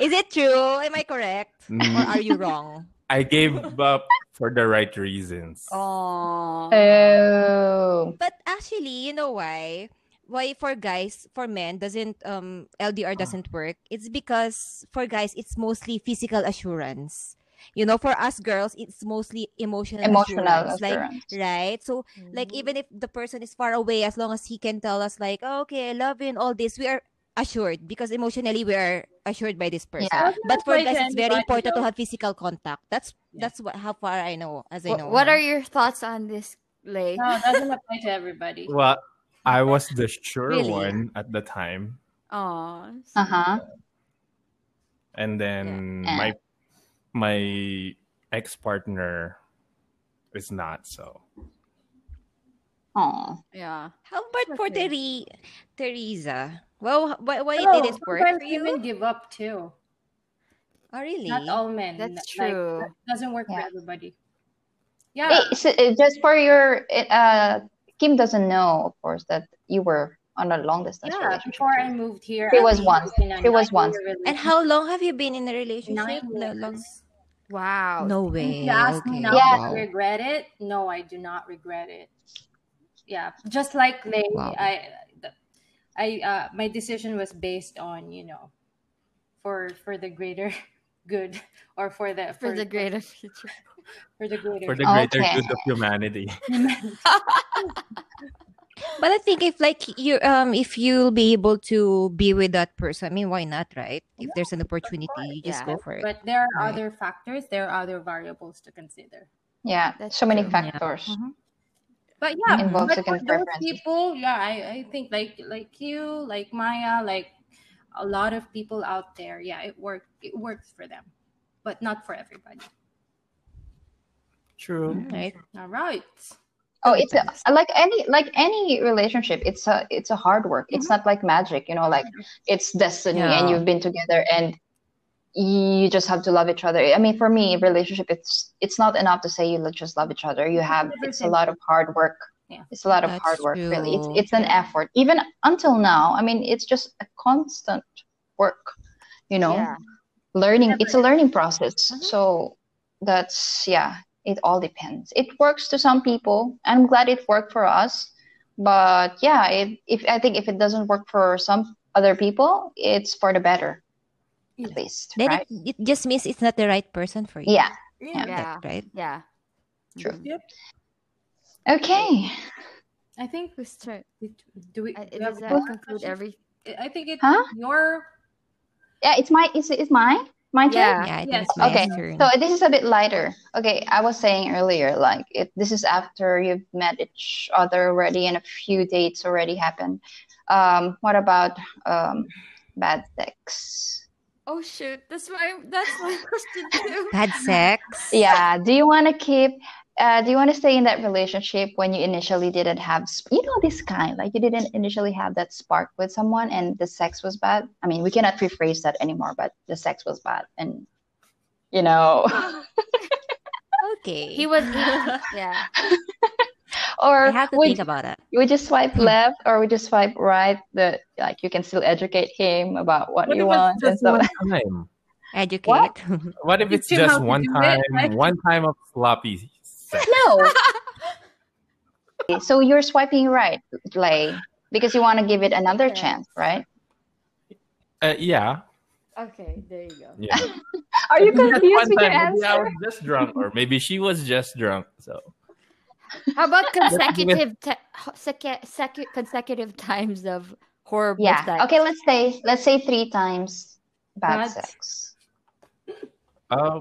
[SPEAKER 2] Is it true? Am I correct? Or
[SPEAKER 5] Mm,
[SPEAKER 2] are you wrong?
[SPEAKER 5] I gave up for the right reasons.
[SPEAKER 6] Oh.
[SPEAKER 3] oh.
[SPEAKER 2] But actually, you know why? Why for guys, for men, doesn't um LDR doesn't work? It's because for guys, it's mostly physical assurance. You know, for us girls, it's mostly emotional,
[SPEAKER 3] Emotional
[SPEAKER 2] assurance. Like
[SPEAKER 3] assurance.
[SPEAKER 2] right? So like even if the person is far away, as long as he can tell us like, "Oh, okay, I love you and all this, we are assured because emotionally we are assured by this person.
[SPEAKER 3] Yeah.
[SPEAKER 2] But for
[SPEAKER 4] Like
[SPEAKER 2] guys, it's very
[SPEAKER 4] anybody
[SPEAKER 2] important to
[SPEAKER 4] knows.
[SPEAKER 2] have physical contact. That's
[SPEAKER 4] Yeah.
[SPEAKER 2] that's what how far I know as I
[SPEAKER 6] Wh-
[SPEAKER 2] know.
[SPEAKER 6] What are
[SPEAKER 2] her.
[SPEAKER 6] your thoughts on this, Lay?
[SPEAKER 4] No,
[SPEAKER 3] Uh,
[SPEAKER 4] it doesn't apply to everybody.
[SPEAKER 5] Well, I was the sure
[SPEAKER 6] Really?
[SPEAKER 5] one at the time.
[SPEAKER 6] Oh.
[SPEAKER 3] Uh huh.
[SPEAKER 5] and then
[SPEAKER 3] Yeah.
[SPEAKER 6] Eh.
[SPEAKER 5] my my ex partner is not so
[SPEAKER 3] Oh.
[SPEAKER 6] Yeah.
[SPEAKER 2] How about for
[SPEAKER 4] Okay.
[SPEAKER 2] Teri- Teresa? Well, h- why, why
[SPEAKER 4] No,
[SPEAKER 2] did it work
[SPEAKER 4] Oh, sometimes
[SPEAKER 2] for you?
[SPEAKER 4] women give up too.
[SPEAKER 2] oh, really?
[SPEAKER 4] Not all men.
[SPEAKER 6] That's
[SPEAKER 4] Like,
[SPEAKER 6] true.
[SPEAKER 4] that doesn't work for
[SPEAKER 3] Yeah.
[SPEAKER 4] everybody. Yeah.
[SPEAKER 3] Hey, so, uh, just for your, uh, Kim doesn't know, of course, that you were on a long distance
[SPEAKER 4] yeah.
[SPEAKER 3] relationship.
[SPEAKER 4] Before I moved here,
[SPEAKER 3] She
[SPEAKER 4] I
[SPEAKER 3] was
[SPEAKER 4] was
[SPEAKER 3] once.
[SPEAKER 4] in a
[SPEAKER 3] She was
[SPEAKER 4] nine-year
[SPEAKER 3] once.
[SPEAKER 2] and
[SPEAKER 4] relationship.
[SPEAKER 2] how long have you been in a relationship?
[SPEAKER 4] Nine
[SPEAKER 2] No,
[SPEAKER 4] years.
[SPEAKER 2] long-
[SPEAKER 6] Wow.
[SPEAKER 2] no
[SPEAKER 4] If
[SPEAKER 2] way.
[SPEAKER 4] you ask
[SPEAKER 2] okay.
[SPEAKER 4] me now,
[SPEAKER 3] Yeah.
[SPEAKER 2] wow.
[SPEAKER 4] do I regret it? No, I do not regret it. Yeah, just like they,
[SPEAKER 2] Wow.
[SPEAKER 4] I, I, uh, my decision was based on you know, for for the greater good or for the
[SPEAKER 6] For the greater future.
[SPEAKER 4] for the greater
[SPEAKER 5] for the
[SPEAKER 4] good.
[SPEAKER 5] greater
[SPEAKER 3] Okay.
[SPEAKER 5] good of humanity.
[SPEAKER 2] But I think if like you um if you'll be able to be with that person, I mean why not, right? If there's an opportunity, you just
[SPEAKER 6] Yeah.
[SPEAKER 2] go for it.
[SPEAKER 4] but there are
[SPEAKER 2] Right.
[SPEAKER 4] other factors. There are other variables to consider.
[SPEAKER 3] Yeah,
[SPEAKER 6] That's
[SPEAKER 3] so many
[SPEAKER 6] true.
[SPEAKER 2] Yeah.
[SPEAKER 3] factors.
[SPEAKER 4] But yeah,
[SPEAKER 3] Involves
[SPEAKER 4] but for
[SPEAKER 3] second
[SPEAKER 4] those
[SPEAKER 3] preferences.
[SPEAKER 4] people, yeah, I, I think like like you, like Maya, like a lot of people out there, yeah, it worked it works for them, but not for everybody.
[SPEAKER 5] True.
[SPEAKER 2] right?
[SPEAKER 4] All right.
[SPEAKER 3] Oh, it's a,
[SPEAKER 2] Sometimes.
[SPEAKER 3] like any like any relationship. It's a it's a hard work. It's not like magic, you know. Like it's destiny, and
[SPEAKER 2] Yeah.
[SPEAKER 3] you've been together, and you just have to love each other. I mean, for me, relationship it's it's not enough to say you lo- just love each other. You have it's a
[SPEAKER 4] Everything.
[SPEAKER 3] lot of hard work.
[SPEAKER 4] Yeah.
[SPEAKER 3] It's a lot of
[SPEAKER 2] That's
[SPEAKER 3] hard work, really. It's
[SPEAKER 2] true.
[SPEAKER 3] it's an
[SPEAKER 6] Yeah.
[SPEAKER 3] effort. Even until now, I mean, it's just a constant work, you know.
[SPEAKER 6] Yeah.
[SPEAKER 3] learning it's a
[SPEAKER 4] Never-
[SPEAKER 3] learning process
[SPEAKER 2] Mhm.
[SPEAKER 3] so that's yeah it all depends it works to some people i'm glad it worked for us but yeah it, if i think if it doesn't work for some other people it's for the better at
[SPEAKER 4] Yeah.
[SPEAKER 3] least
[SPEAKER 2] Then
[SPEAKER 3] right
[SPEAKER 2] it, it just means it's not the right person for you.
[SPEAKER 3] yeah
[SPEAKER 2] That-
[SPEAKER 4] Yeah.
[SPEAKER 6] Yeah.
[SPEAKER 2] right?
[SPEAKER 6] Yeah.
[SPEAKER 3] True.
[SPEAKER 6] Mhm.
[SPEAKER 3] okay
[SPEAKER 4] I think
[SPEAKER 6] Who's turn?
[SPEAKER 4] it- do we
[SPEAKER 6] I-
[SPEAKER 4] do we have
[SPEAKER 6] Does that
[SPEAKER 4] more
[SPEAKER 6] conclude
[SPEAKER 4] questions?
[SPEAKER 6] every?
[SPEAKER 4] I I think it's
[SPEAKER 3] Huh?
[SPEAKER 4] your
[SPEAKER 3] yeah it's my it's, it's my my turn
[SPEAKER 6] Yeah.
[SPEAKER 2] Yeah, I think
[SPEAKER 4] Yes.
[SPEAKER 2] it's my
[SPEAKER 3] Okay,
[SPEAKER 2] turn.
[SPEAKER 3] So this is a bit lighter. Okay, I was saying earlier, like it, this is after you've met each other already and a few dates already happened. Um, what about um, bad sex?
[SPEAKER 6] Oh shoot! That's my that's my question too.
[SPEAKER 2] Bad sex.
[SPEAKER 3] Yeah, do you want to keep? Uh, do you want to stay in that relationship when you initially didn't have, sp- you know, this kind, like you didn't initially have that spark with someone and the sex was bad? I mean, we cannot rephrase that anymore, but the sex was bad and, you know,
[SPEAKER 2] Okay.
[SPEAKER 6] He was. he- yeah.
[SPEAKER 2] I
[SPEAKER 3] or
[SPEAKER 2] have to
[SPEAKER 3] would
[SPEAKER 2] think about that.
[SPEAKER 3] You would just swipe
[SPEAKER 2] Hmm.
[SPEAKER 3] left or would just swipe right that like you can still educate him about what you want and stuff.
[SPEAKER 5] time?
[SPEAKER 2] Educate.
[SPEAKER 3] What?
[SPEAKER 5] What if
[SPEAKER 4] You
[SPEAKER 5] it's
[SPEAKER 4] teach him how
[SPEAKER 5] just
[SPEAKER 4] to
[SPEAKER 5] one
[SPEAKER 4] do it,
[SPEAKER 5] time,
[SPEAKER 4] right?
[SPEAKER 5] one time of sloppy sex?
[SPEAKER 3] No. so you're swiping right, Lay, because you want to give it another
[SPEAKER 6] Yes.
[SPEAKER 3] chance, right?
[SPEAKER 5] Uh, yeah,
[SPEAKER 6] Okay. There you go.
[SPEAKER 5] yeah.
[SPEAKER 3] Are you
[SPEAKER 5] If it's just
[SPEAKER 3] confused with your
[SPEAKER 5] time, maybe I
[SPEAKER 3] answer?
[SPEAKER 5] was just drunk, or maybe she was just drunk. So
[SPEAKER 6] How about
[SPEAKER 5] give
[SPEAKER 6] consecutive te- ho- secu- secu- consecutive times of horrible
[SPEAKER 3] Yeah.
[SPEAKER 6] sex?
[SPEAKER 3] Okay, let's say let's say three times bad
[SPEAKER 4] Bad.
[SPEAKER 3] sex.
[SPEAKER 5] Uh,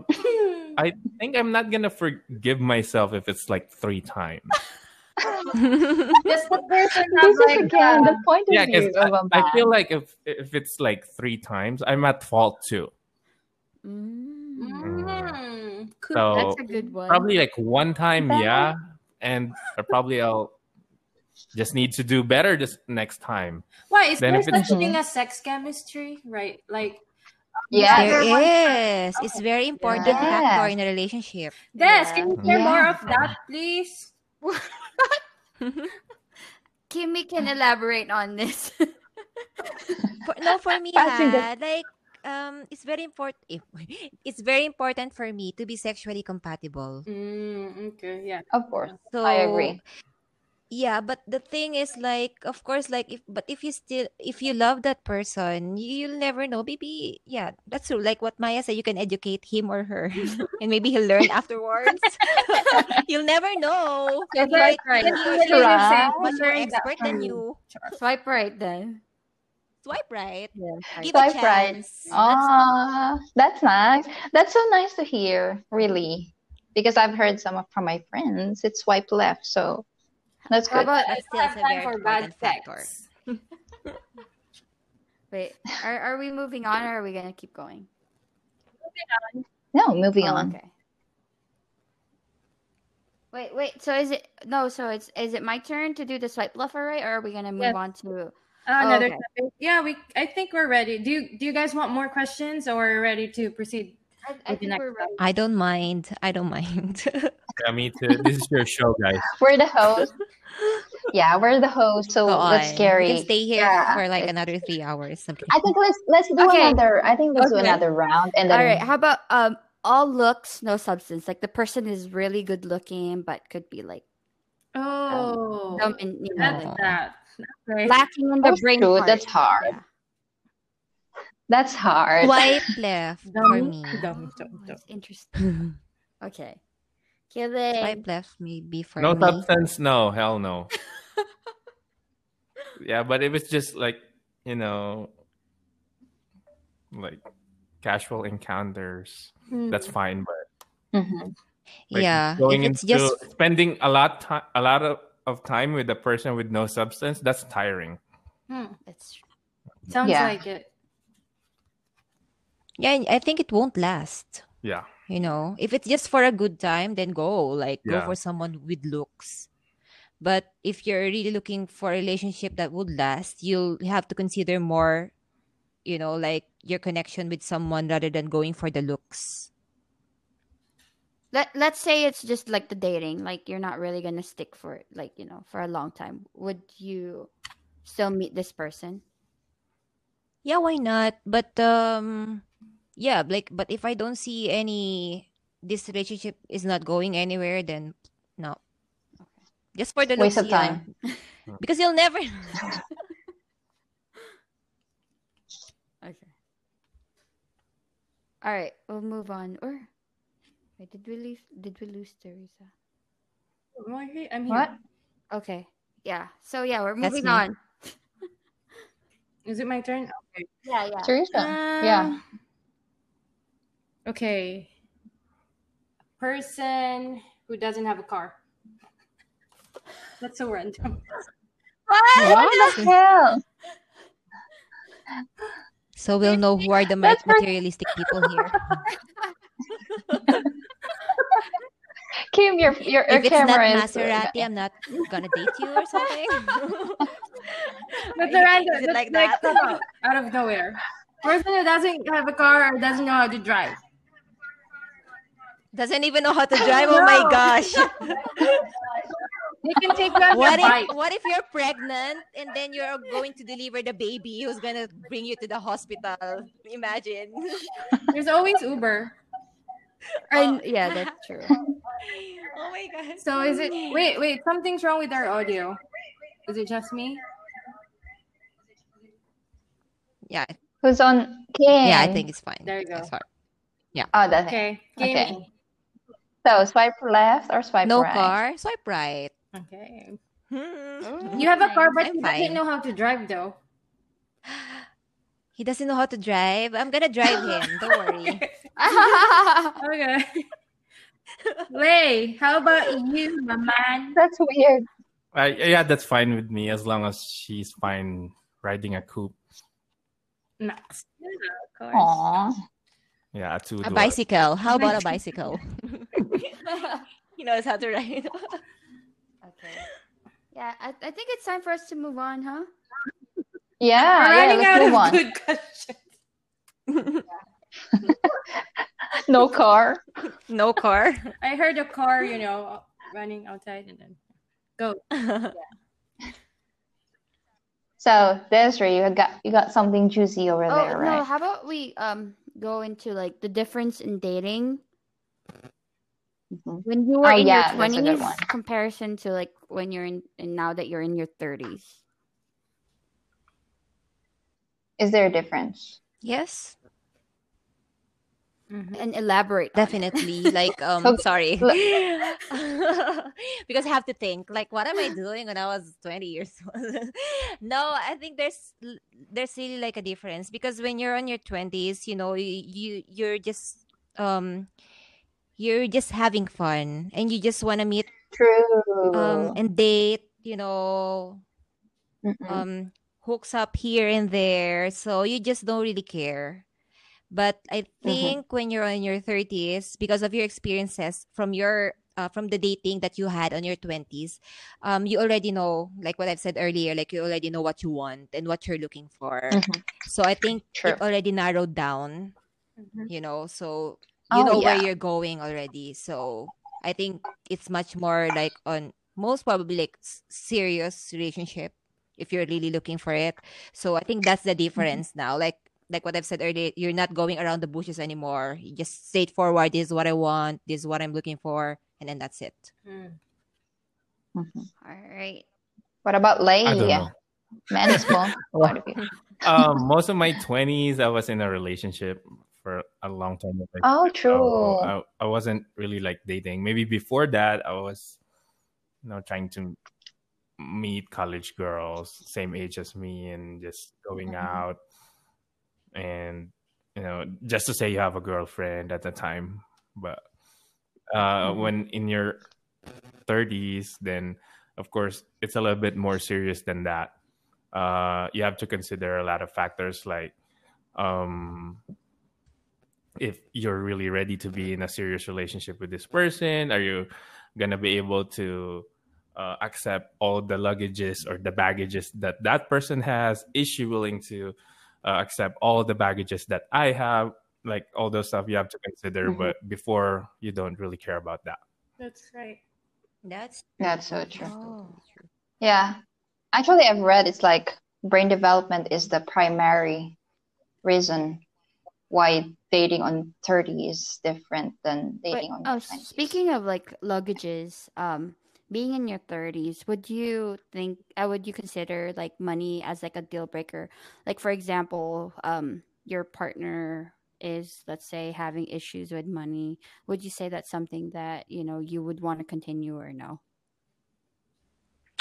[SPEAKER 5] I think I'm not gonna forgive myself if it's like three times.
[SPEAKER 4] Just the person
[SPEAKER 3] This
[SPEAKER 4] have,
[SPEAKER 3] is
[SPEAKER 4] like,
[SPEAKER 3] again
[SPEAKER 4] uh,
[SPEAKER 3] the point of
[SPEAKER 5] yeah,
[SPEAKER 3] view
[SPEAKER 5] because
[SPEAKER 3] of
[SPEAKER 5] I,
[SPEAKER 3] a
[SPEAKER 5] I
[SPEAKER 3] man.
[SPEAKER 5] feel like if if it's like three times, I'm at fault too.
[SPEAKER 6] Mm.
[SPEAKER 4] mm, could-
[SPEAKER 5] So-
[SPEAKER 6] That's a good one.
[SPEAKER 5] Probably like one time,
[SPEAKER 3] That-
[SPEAKER 5] yeah, and I probably I'll just need to do better this next time.
[SPEAKER 4] why is
[SPEAKER 5] Then
[SPEAKER 4] there
[SPEAKER 5] if
[SPEAKER 4] such
[SPEAKER 5] it-
[SPEAKER 4] thing
[SPEAKER 3] Mhm.
[SPEAKER 4] as sex chemistry? Right, like
[SPEAKER 3] yeah,
[SPEAKER 4] There
[SPEAKER 3] it's-
[SPEAKER 2] There is. It's very important
[SPEAKER 3] Yeah.
[SPEAKER 2] factor in a relationship.
[SPEAKER 4] Des, can you share
[SPEAKER 3] Yeah.
[SPEAKER 4] more of that, please?
[SPEAKER 6] Kimmy can elaborate on this.
[SPEAKER 2] For, no, for me,
[SPEAKER 3] Passing the-
[SPEAKER 2] ha, like um, it's very important. It's very important for me to be sexually compatible.
[SPEAKER 4] Mm, okay, yeah.
[SPEAKER 3] of course.
[SPEAKER 2] So
[SPEAKER 3] I agree.
[SPEAKER 2] Yeah, but the thing is, like, of course, like, if but if you still if you love that person, you, will never know. Maybe, yeah, that's true. Like what Maya said, you can educate him or her, and maybe he'll learn afterwards. You'll never know.
[SPEAKER 4] That's
[SPEAKER 2] Right,
[SPEAKER 4] right.
[SPEAKER 2] He or she is
[SPEAKER 4] That's
[SPEAKER 3] right.
[SPEAKER 2] much more
[SPEAKER 4] Learn that
[SPEAKER 2] expert than
[SPEAKER 4] from-
[SPEAKER 2] you.
[SPEAKER 6] Swipe right then.
[SPEAKER 2] Swipe right.
[SPEAKER 6] Yeah.
[SPEAKER 2] Give a
[SPEAKER 3] Swipe right.
[SPEAKER 2] chance. That's-
[SPEAKER 3] Ah, that's nice. That's so nice to hear, really. Because I've heard some of, from my friends, it's swipe left, so that's
[SPEAKER 6] How
[SPEAKER 3] good.
[SPEAKER 6] about
[SPEAKER 2] But
[SPEAKER 4] I don't
[SPEAKER 2] still, it's
[SPEAKER 4] have
[SPEAKER 2] a
[SPEAKER 4] time
[SPEAKER 2] very
[SPEAKER 4] for bad
[SPEAKER 2] important factor.
[SPEAKER 4] sex.
[SPEAKER 6] wait? Are, are we moving on or are we gonna keep going?
[SPEAKER 3] No, moving
[SPEAKER 6] Oh,
[SPEAKER 3] on.
[SPEAKER 6] Okay. Wait, wait. So is it no? So it's is it my turn to do the swipe left or right, or are we gonna move
[SPEAKER 4] Yes.
[SPEAKER 6] on to?
[SPEAKER 4] Uh,
[SPEAKER 2] Oh,
[SPEAKER 4] another
[SPEAKER 6] okay.
[SPEAKER 4] topic. Yeah, we. I think we're ready. Do you Do you guys want more questions, or we're ready to proceed?
[SPEAKER 6] I,
[SPEAKER 4] I Maybe think next
[SPEAKER 6] we're
[SPEAKER 4] we're time.
[SPEAKER 2] I don't mind. I don't mind.
[SPEAKER 5] Yeah, me too. This is your show, guys.
[SPEAKER 3] We're the host. Yeah, we're the host, so
[SPEAKER 2] Go
[SPEAKER 3] Oh, that's
[SPEAKER 2] on.
[SPEAKER 3] scary.
[SPEAKER 2] We can stay here
[SPEAKER 3] Yeah,
[SPEAKER 2] for
[SPEAKER 3] it's-
[SPEAKER 2] like another three hours. Something.
[SPEAKER 3] I think let's let's do
[SPEAKER 6] Okay.
[SPEAKER 3] another. I think let's do
[SPEAKER 6] Okay.
[SPEAKER 3] another round, and then
[SPEAKER 6] All right. How about um all looks, no substance? Like the person is really good looking, but could be like
[SPEAKER 4] Oh,
[SPEAKER 6] dumb and you know
[SPEAKER 4] that's
[SPEAKER 6] like,
[SPEAKER 4] that. Okay.
[SPEAKER 6] lacking in the
[SPEAKER 3] That's
[SPEAKER 6] brain.
[SPEAKER 3] true,
[SPEAKER 6] part.
[SPEAKER 3] that's hard.
[SPEAKER 6] Yeah.
[SPEAKER 3] that's hard.
[SPEAKER 2] Swipe left for
[SPEAKER 4] Dumb,
[SPEAKER 2] me.
[SPEAKER 4] dumb, dumb, dumb.
[SPEAKER 6] That's interesting. Okay. Killing.
[SPEAKER 2] Swipe left maybe for
[SPEAKER 5] no
[SPEAKER 2] me.
[SPEAKER 5] substance no hell no yeah but if it's just like you know like casual encounters
[SPEAKER 4] Hmm.
[SPEAKER 5] that's fine but
[SPEAKER 3] Mhm.
[SPEAKER 5] like
[SPEAKER 2] Mm. yeah,
[SPEAKER 5] going
[SPEAKER 2] if it's
[SPEAKER 5] into
[SPEAKER 2] just
[SPEAKER 5] spending a lot time a lot of, of time with a person with no substance that's tiring
[SPEAKER 4] Hmm.
[SPEAKER 6] That's
[SPEAKER 4] Sounds
[SPEAKER 3] Yeah.
[SPEAKER 4] like it.
[SPEAKER 2] yeah, and I think it won't last.
[SPEAKER 5] yeah
[SPEAKER 2] You know, if it's just for a good time, then go like go
[SPEAKER 5] Yeah.
[SPEAKER 2] for someone with looks. But if you're really looking for a relationship that would last, you'll have to consider more. You know, like your connection with someone rather than going for the looks.
[SPEAKER 6] Let let's say it's just like the dating, like you're not really gonna stick for like you know for a long time. Would you still meet this person?
[SPEAKER 2] Yeah, why not? But um yeah, like but if I don't see any this relationship is not going anywhere then no. Just for the
[SPEAKER 3] Waste
[SPEAKER 2] looks,
[SPEAKER 3] of
[SPEAKER 2] yeah.
[SPEAKER 3] time.
[SPEAKER 2] Because you'll never
[SPEAKER 6] Okay. All right, we'll move on. Or wait, did we leave? Did we lose Teresa?
[SPEAKER 4] Am I here? I'm here.
[SPEAKER 3] What?
[SPEAKER 6] Okay. Yeah. So yeah, we're
[SPEAKER 2] That's
[SPEAKER 6] moving
[SPEAKER 2] me.
[SPEAKER 6] on.
[SPEAKER 4] Is it my turn? Okay.
[SPEAKER 6] Yeah, yeah.
[SPEAKER 2] Uh,
[SPEAKER 3] Teresa.
[SPEAKER 4] Um, Okay. Person who doesn't have a car. That's so random.
[SPEAKER 3] What the hell?
[SPEAKER 2] so we'll know who are the
[SPEAKER 3] That's
[SPEAKER 2] ma- materialistic people here.
[SPEAKER 3] Kim, your your, your
[SPEAKER 2] if it's not
[SPEAKER 3] camera is
[SPEAKER 2] Maserati, I'm not gonna date you or something.
[SPEAKER 4] That's
[SPEAKER 2] Is
[SPEAKER 4] a random.
[SPEAKER 2] it
[SPEAKER 4] that's
[SPEAKER 2] like that?
[SPEAKER 4] like somehow Out of nowhere. Person who doesn't have a car or doesn't know how to drive.
[SPEAKER 2] Doesn't even know how to drive. Oh my
[SPEAKER 4] No.
[SPEAKER 2] gosh.
[SPEAKER 4] They can take you on
[SPEAKER 2] What
[SPEAKER 4] their bike.
[SPEAKER 2] if what if you're pregnant and then you're going to deliver the baby who's gonna bring you to the hospital? Imagine.
[SPEAKER 4] There's always Uber.
[SPEAKER 6] And yeah, that's true.
[SPEAKER 2] oh my gosh.
[SPEAKER 4] So is it? Wait, wait. Something's wrong with our audio. Is it just me?
[SPEAKER 2] Yeah, I-
[SPEAKER 3] who's on Kim.
[SPEAKER 2] yeah, I think it's fine.
[SPEAKER 4] There you go.
[SPEAKER 2] Sorry.
[SPEAKER 3] Oh, that's it.
[SPEAKER 4] Okay.
[SPEAKER 3] Okay.
[SPEAKER 4] Gaming.
[SPEAKER 3] So swipe left or swipe
[SPEAKER 2] No
[SPEAKER 3] right.
[SPEAKER 2] car, swipe right.
[SPEAKER 4] Okay.
[SPEAKER 2] Hmm.
[SPEAKER 4] You have a car, but
[SPEAKER 2] I'm
[SPEAKER 4] you
[SPEAKER 2] fine.
[SPEAKER 4] doesn't know how to drive, though.
[SPEAKER 2] He doesn't know how to drive. I'm gonna drive him. Don't worry.
[SPEAKER 4] okay. Lay, how about you, my man?
[SPEAKER 3] That's weird.
[SPEAKER 5] I, yeah, that's fine with me as long as she's fine riding a coupe.
[SPEAKER 4] Nice. Yeah, of course.
[SPEAKER 3] Aww.
[SPEAKER 5] Yeah, a two
[SPEAKER 2] A bicycle. How about a bicycle? he knows how to ride.
[SPEAKER 1] Okay.
[SPEAKER 6] yeah, I, I think it's time for us to move on, huh?
[SPEAKER 3] Yeah,
[SPEAKER 4] We're
[SPEAKER 3] yeah,
[SPEAKER 4] running
[SPEAKER 3] let's move
[SPEAKER 4] out
[SPEAKER 3] on.
[SPEAKER 4] of good questions.
[SPEAKER 3] No car.
[SPEAKER 2] no car.
[SPEAKER 4] I heard a car, you know, running outside and then go.
[SPEAKER 3] So Desiree, you got you got something juicy over
[SPEAKER 6] oh
[SPEAKER 3] there,
[SPEAKER 6] no,
[SPEAKER 3] right?
[SPEAKER 6] how about we um go into like the difference in dating
[SPEAKER 3] Mhm.
[SPEAKER 6] when you were
[SPEAKER 3] Oh,
[SPEAKER 6] in
[SPEAKER 3] yeah,
[SPEAKER 6] your
[SPEAKER 3] that's a good
[SPEAKER 6] twenties
[SPEAKER 3] one.
[SPEAKER 6] comparison to like when you're in and now that you're in your thirties.
[SPEAKER 3] Is there a difference?
[SPEAKER 2] Yes,
[SPEAKER 3] Mm-hmm.
[SPEAKER 4] Mhm.
[SPEAKER 6] And elaborate. on it.
[SPEAKER 2] definitely. Like, um,
[SPEAKER 3] Okay,
[SPEAKER 2] sorry,
[SPEAKER 3] look.
[SPEAKER 2] because I have to think. Like, what am I doing when I was twenty years old? no, I think there's l- there's really like a difference because when you're on your twenties, you know, you, you you're just um, you're just having fun and you just want to meet
[SPEAKER 3] True.
[SPEAKER 2] um and date. You know,
[SPEAKER 3] Mm-mm.
[SPEAKER 2] um hooks up here and there so you just don't really care but i think when you're in your 30s because of your experiences from your uh, from the dating that you had on your 20s um you already know like what i've said earlier like you already know what you want and what you're looking for
[SPEAKER 3] Mhm.
[SPEAKER 2] so i think
[SPEAKER 3] True.
[SPEAKER 2] it already narrowed down you know so
[SPEAKER 3] Oh,
[SPEAKER 2] you know where
[SPEAKER 3] yeah.
[SPEAKER 2] you're going already so i think it's much more like on most probably like s- serious relationship if you're really looking for it so i think that's the
[SPEAKER 3] Mm-hmm.
[SPEAKER 2] difference now like like what i've said earlier you're not going around the bushes anymore you just straightforward this is what i want this is what i'm looking for and then that's it
[SPEAKER 4] Mm.
[SPEAKER 3] Mhm.
[SPEAKER 6] All right.
[SPEAKER 3] What about
[SPEAKER 5] I don't
[SPEAKER 3] Leia?
[SPEAKER 5] know.
[SPEAKER 3] Man is born. What of you?
[SPEAKER 5] um, most of my twenties, I was in a relationship for a long time. Like,
[SPEAKER 3] Oh,
[SPEAKER 5] so
[SPEAKER 3] true.
[SPEAKER 5] I, I wasn't really like dating. Maybe before that, I was, you know, trying to meet college girls same age as me and just going
[SPEAKER 3] Mhm.
[SPEAKER 5] out and you know just to say you have a girlfriend at the time. But uh,
[SPEAKER 3] Mhm.
[SPEAKER 5] when in your thirties, then of course it's a little bit more serious than that. Uh, you have to consider a lot of factors like um, if you're really ready to be in a serious relationship with this person are you gonna be able to uh, accept all the luggages or the baggages that that person has is she willing to uh, accept all the baggages that i have like all those stuff you have to consider
[SPEAKER 3] Mhm.
[SPEAKER 5] but before you don't really care about that
[SPEAKER 4] That's right.
[SPEAKER 2] that's
[SPEAKER 3] That's so true.
[SPEAKER 2] oh.
[SPEAKER 3] Yeah. Actually, I've read it's like brain development is the primary reason why dating on 30 is different than
[SPEAKER 6] But,
[SPEAKER 3] dating on
[SPEAKER 6] oh,
[SPEAKER 3] your 20s.
[SPEAKER 6] speaking of like luggages, um, being in your thirties, would you think? Uh, would you consider like money as like a deal breaker? Like for example, um, your partner is let's say having issues with money. Would you say that's something that you know you would want to continue or no?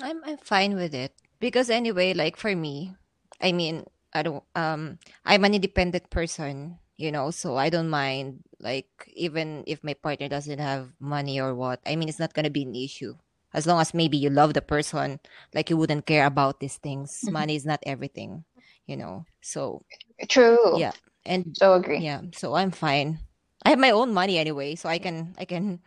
[SPEAKER 2] I'm I'm fine with it because anyway, like for me, I mean, I don't um I'm an independent person, you know, so I don't mind like even if my partner doesn't have money or what. I mean, it's not gonna be an issue as long as maybe you love the person, like you wouldn't care about these things.
[SPEAKER 3] Mhm.
[SPEAKER 2] Money is not everything, you know. So
[SPEAKER 3] True.
[SPEAKER 2] yeah, and
[SPEAKER 3] So Oh, agree.
[SPEAKER 2] yeah, so I'm fine. I have my own money anyway, so I can I can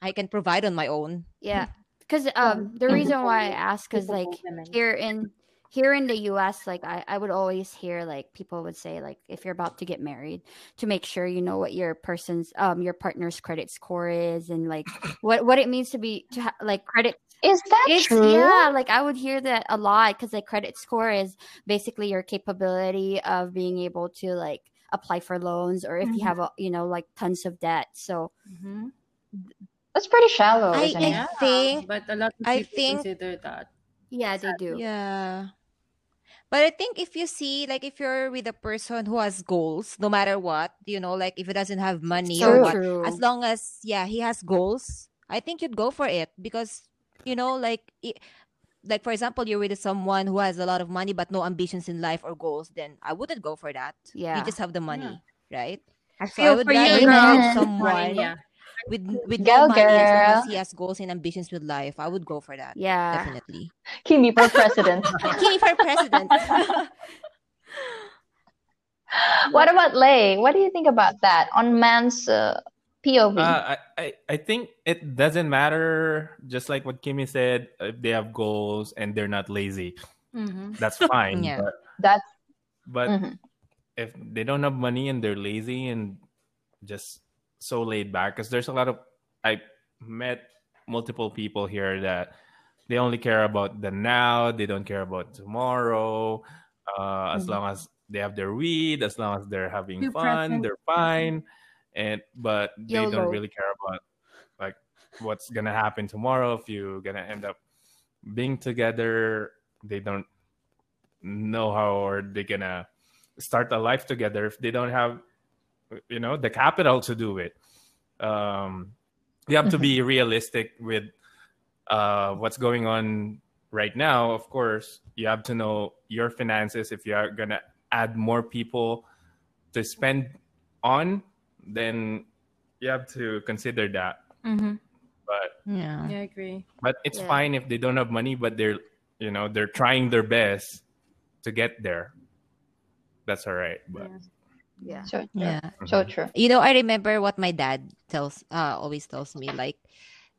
[SPEAKER 2] I can provide on my own.
[SPEAKER 6] Yeah, because um, the
[SPEAKER 3] Mhm.
[SPEAKER 6] reason why I ask is
[SPEAKER 4] People
[SPEAKER 6] like
[SPEAKER 4] hold them in.
[SPEAKER 6] here in here in the U.S., like I I would always hear like people would say like if you're about to get married, to make sure you know what your person's um your partner's credit score is and like what what it means to be to ha- like credit
[SPEAKER 3] Is that
[SPEAKER 6] it's
[SPEAKER 3] true?
[SPEAKER 6] yeah, like I would hear that a lot because like credit score is basically your capability of being able to like apply for loans or if you
[SPEAKER 4] Mhm.
[SPEAKER 6] have a you know like tons of debt. So
[SPEAKER 4] Mhm.
[SPEAKER 3] That's pretty shallow,
[SPEAKER 2] I,
[SPEAKER 3] isn't
[SPEAKER 2] I
[SPEAKER 3] it?
[SPEAKER 2] think
[SPEAKER 4] But a lot of people
[SPEAKER 2] I think-
[SPEAKER 4] consider that.
[SPEAKER 6] yeah, they do.
[SPEAKER 2] Yeah. But I think if you see, like, if you're with a person who has goals, no matter what, you know, like if he doesn't have money
[SPEAKER 3] True.
[SPEAKER 2] or what,
[SPEAKER 6] true.
[SPEAKER 2] as long as, yeah, he has goals, I think you'd go for it because, you know, like, i- like for example, you're with someone who has a lot of money but no ambitions in life or goals, then I wouldn't go for that.
[SPEAKER 6] yeah.
[SPEAKER 2] You just have the money, right? I
[SPEAKER 6] feel
[SPEAKER 2] would
[SPEAKER 6] for you,
[SPEAKER 2] rather
[SPEAKER 6] girl.
[SPEAKER 2] have
[SPEAKER 3] Yeah.
[SPEAKER 2] Someone
[SPEAKER 4] Yeah.
[SPEAKER 2] with with
[SPEAKER 3] Go,
[SPEAKER 2] no money as long
[SPEAKER 3] girl.
[SPEAKER 2] as he has goals and ambitions with life. I would go for that.
[SPEAKER 6] Yeah.
[SPEAKER 2] Definitely.
[SPEAKER 3] Kimi for president.
[SPEAKER 2] Kimi for president.
[SPEAKER 3] what about Lei? What do you think about that on man's uh, POV?
[SPEAKER 5] Uh, I, I, I think it doesn't matter, just like what Kimmy said, if they have goals and they're not lazy.
[SPEAKER 4] Mm-hmm.
[SPEAKER 5] That's fine.
[SPEAKER 2] Yeah.
[SPEAKER 5] But,
[SPEAKER 3] That's
[SPEAKER 5] but
[SPEAKER 3] mhm.
[SPEAKER 5] if they don't have money and they're lazy and just so laid back, because there's a lot of, I met multiple people here that they only care about the now, they don't care about tomorrow. Uh, as
[SPEAKER 3] Mhm.
[SPEAKER 5] long as they have their weed, as long as they're having
[SPEAKER 4] Mm-hmm. Too
[SPEAKER 5] fun,
[SPEAKER 4] present. Mm-hmm.
[SPEAKER 5] they're fine. And but they
[SPEAKER 6] YOLO.
[SPEAKER 5] don't really care about like what's gonna happen tomorrow if you're gonna end up being together. They don't know how are they gonna start a life together if they don't have you know the capital to do it. Um, you have to be realistic with uh, what's going on right now, of course, you have to know your finances. If you are going to add more people to spend on, then you have to consider that.
[SPEAKER 4] Mm-hmm.
[SPEAKER 5] But
[SPEAKER 2] yeah.
[SPEAKER 4] Yeah, I agree.
[SPEAKER 5] but it's
[SPEAKER 6] Yeah.
[SPEAKER 5] fine if they don't have money, but they're you know they're trying their best to get there. That's all right. But
[SPEAKER 6] Yeah.
[SPEAKER 4] Yeah.
[SPEAKER 3] so,
[SPEAKER 2] Yeah.
[SPEAKER 3] so true.
[SPEAKER 2] You know, I remember what my dad tells uh, always tells me like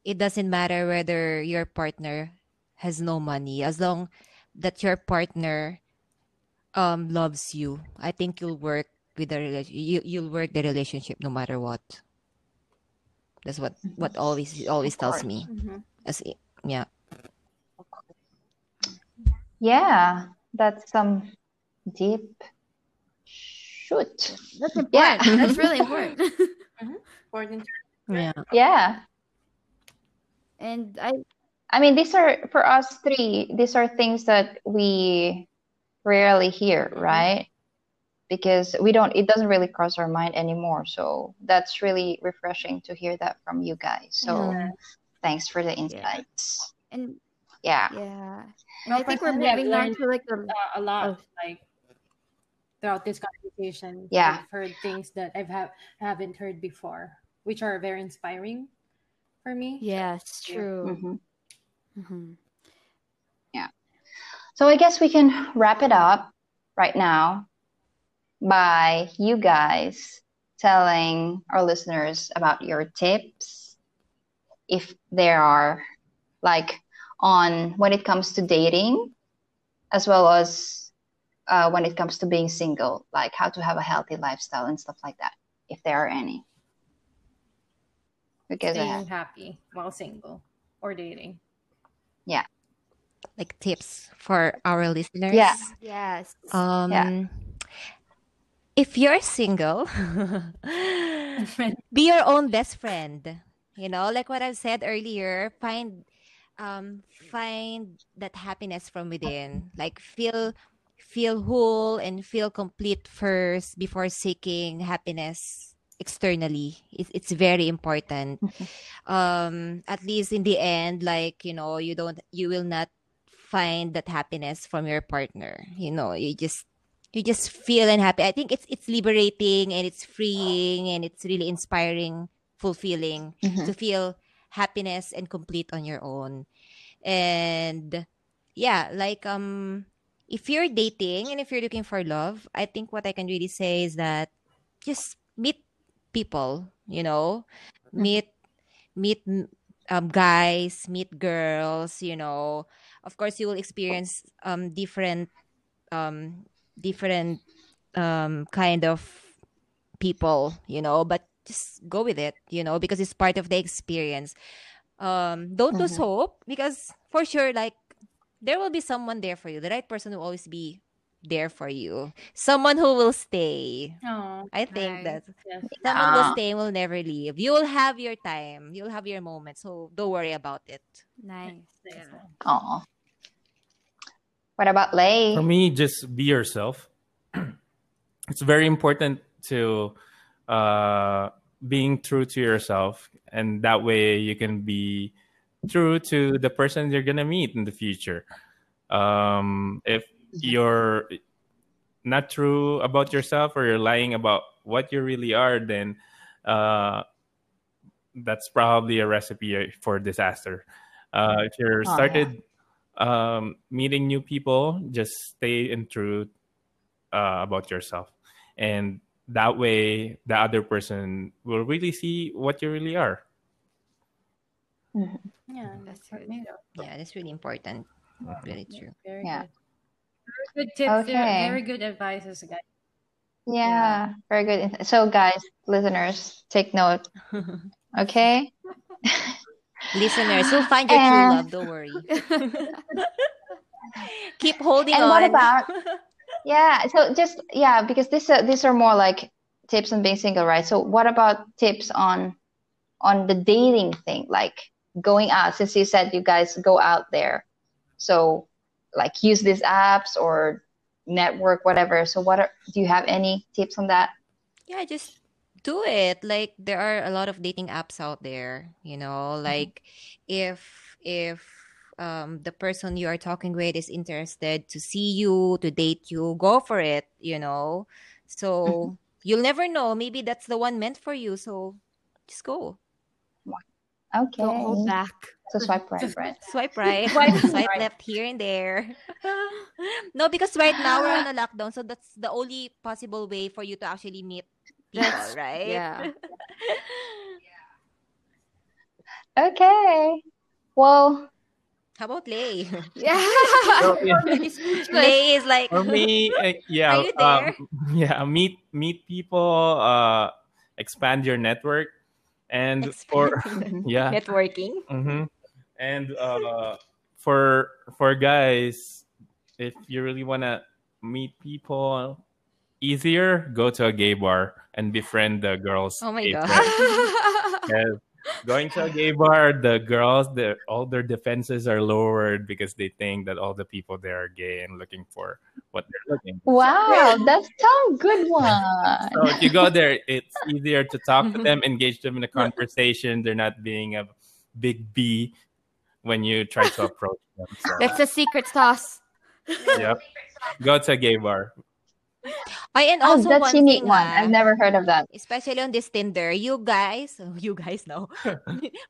[SPEAKER 2] it doesn't matter whether your partner has no money as long that your partner um loves you. I think you'll work with the rela- you you'll work the relationship no matter what. That's what what always he always
[SPEAKER 3] Of course.
[SPEAKER 2] tells me.
[SPEAKER 4] Mm-hmm.
[SPEAKER 2] As i- yeah.
[SPEAKER 3] Yeah, that's some deep shoot.
[SPEAKER 6] That's
[SPEAKER 3] Yeah.
[SPEAKER 6] important. That's really important.
[SPEAKER 4] Important.
[SPEAKER 2] Yeah.
[SPEAKER 3] Yeah.
[SPEAKER 6] and I
[SPEAKER 3] I mean, these are for us three, these are things that we rarely hear,
[SPEAKER 2] Mm-hmm.
[SPEAKER 3] right? Because we don't, it doesn't really cross our mind anymore. So that's really refreshing to hear that from you guys. So
[SPEAKER 2] Yeah.
[SPEAKER 3] thanks for the insights.
[SPEAKER 6] and
[SPEAKER 3] Yeah.
[SPEAKER 6] yeah. And
[SPEAKER 4] Well,
[SPEAKER 6] I think we're
[SPEAKER 4] personally, I've
[SPEAKER 6] moving on
[SPEAKER 4] learned-
[SPEAKER 6] to like the
[SPEAKER 4] uh, a lot
[SPEAKER 6] Oh.
[SPEAKER 4] like throughout this conversation
[SPEAKER 3] Yeah.
[SPEAKER 4] i've heard things that i've ha- haven't heard before which are very inspiring for me
[SPEAKER 6] yes,
[SPEAKER 4] Yeah.
[SPEAKER 6] true.
[SPEAKER 3] Mhm.
[SPEAKER 6] hmm
[SPEAKER 3] So I guess we can wrap it up right now by you guys telling our listeners about your tips, if there are, like on when it comes to dating, as well as uh, when it comes to being single, like how to have a healthy lifestyle and stuff like that, if there are any. Because I
[SPEAKER 4] being
[SPEAKER 3] have,
[SPEAKER 4] happy while single or dating
[SPEAKER 2] Like tips for our listeners.
[SPEAKER 3] Yeah.
[SPEAKER 6] Yes.
[SPEAKER 2] Um if you're single be your own best friend you know like what i've said earlier find um find that happiness from within like feel feel whole and feel complete first before seeking happiness externally it's, it's very important um at least in the end like you know you don't you will not find that happiness from your partner you know you just you just feel and happy. I think it's it's liberating and it's freeing and it's really inspiring, fulfilling
[SPEAKER 3] Mhm.
[SPEAKER 2] to feel happiness and complete on your own. And yeah, like um if you're dating and if you're looking for love, I think what I can really say is that just meet people, you know, meet meet um guys, meet girls, you know. Of course, you will experience um different um different um kind of people you know but just go with it you know because it's part of the experience um don't lose hope because for sure like there will be someone there for you the right person will always be there for you someone who will stay
[SPEAKER 4] oh
[SPEAKER 2] i think
[SPEAKER 6] Right.
[SPEAKER 2] that
[SPEAKER 4] yes
[SPEAKER 2] someone will
[SPEAKER 3] Ah.
[SPEAKER 2] stay and will never leave you'll have your time you'll have your moment so don't worry about it
[SPEAKER 6] Nice.
[SPEAKER 4] yes.
[SPEAKER 3] Aw. What about Lei?
[SPEAKER 5] For me, just be yourself. it's very important to uh, being true to yourself, and that way you can be true to the person you're gonna meet in the future. Um, if you're not true about yourself or you're lying about what you really are, then uh, that's probably a recipe for disaster. Uh, if you're
[SPEAKER 6] Oh, yeah.
[SPEAKER 5] started um, meeting new people, just stay in truth uh, about yourself, and that way the other person will really see what you really are.
[SPEAKER 4] Yeah,
[SPEAKER 6] That's
[SPEAKER 4] good.
[SPEAKER 6] good.
[SPEAKER 4] You know,
[SPEAKER 2] Yeah, that's really important. Very true.
[SPEAKER 4] very
[SPEAKER 3] Yeah.
[SPEAKER 4] good. Very good tips. Very-
[SPEAKER 3] Okay.
[SPEAKER 4] Very good advices, guys.
[SPEAKER 3] Yeah, very good. So, guys, listeners, take note. Okay.
[SPEAKER 2] Listeners, you'll find your true
[SPEAKER 3] And-
[SPEAKER 2] love. Don't worry. Keep holding
[SPEAKER 3] And
[SPEAKER 2] on.
[SPEAKER 3] what about- Yeah. So just yeah, because this uh, these are more like tips on being single, right? So what about tips on on the dating thing, like going out? Since you said you guys go out there, so like use these apps or network, whatever. So what are, do you have any tips on that?
[SPEAKER 2] Yeah, just do it. Like there are a lot of dating apps out there, you know, like if if um the person you are talking with is interested to see you, to date you, go for it, you know. So you'll never know. Maybe that's the one meant for you. So just go.
[SPEAKER 3] Okay.
[SPEAKER 6] Don't hold back.
[SPEAKER 3] So swipe right, right.
[SPEAKER 2] Swipe right,
[SPEAKER 4] Swipe
[SPEAKER 2] swipe
[SPEAKER 4] right.
[SPEAKER 2] left here and there. No, because right now we're on a lockdown, so that's the only possible way for you to actually meet people,
[SPEAKER 6] That's-
[SPEAKER 2] right?
[SPEAKER 6] yeah.
[SPEAKER 3] Okay. Well,
[SPEAKER 2] How about Lay?
[SPEAKER 6] Yeah.
[SPEAKER 5] So, yeah.
[SPEAKER 6] Really speechless.
[SPEAKER 2] Lay is like
[SPEAKER 5] For me, uh, yeah,
[SPEAKER 2] Are you
[SPEAKER 5] um,
[SPEAKER 2] there?
[SPEAKER 5] yeah, meet meet people, uh, expand your network, and for
[SPEAKER 2] expanding
[SPEAKER 5] yeah,
[SPEAKER 2] networking.
[SPEAKER 5] hmm And uh, for for guys, if you really wanna meet people easier, go to a gay bar and befriend the girls.
[SPEAKER 2] Oh my
[SPEAKER 5] gay
[SPEAKER 2] God.
[SPEAKER 5] friends. Yes. Going to a gay bar, the girls, their all their defenses are lowered because they think that all the people there are gay and looking for what they're looking.
[SPEAKER 3] wow, that's some good one.
[SPEAKER 5] So if you go there, it's easier to talk
[SPEAKER 2] Mm-hmm.
[SPEAKER 5] to them, engage them in a conversation. They're not being a big B when you try to approach them. So,
[SPEAKER 6] That's the secret sauce.
[SPEAKER 5] yep. Go to a gay bar.
[SPEAKER 2] Oh, and
[SPEAKER 3] Oh,
[SPEAKER 2] also
[SPEAKER 3] that's
[SPEAKER 2] one
[SPEAKER 3] unique
[SPEAKER 2] thing,
[SPEAKER 3] one.
[SPEAKER 2] ah,
[SPEAKER 3] I've never heard of that.
[SPEAKER 2] especially on this Tinder, you guys, oh, you guys know.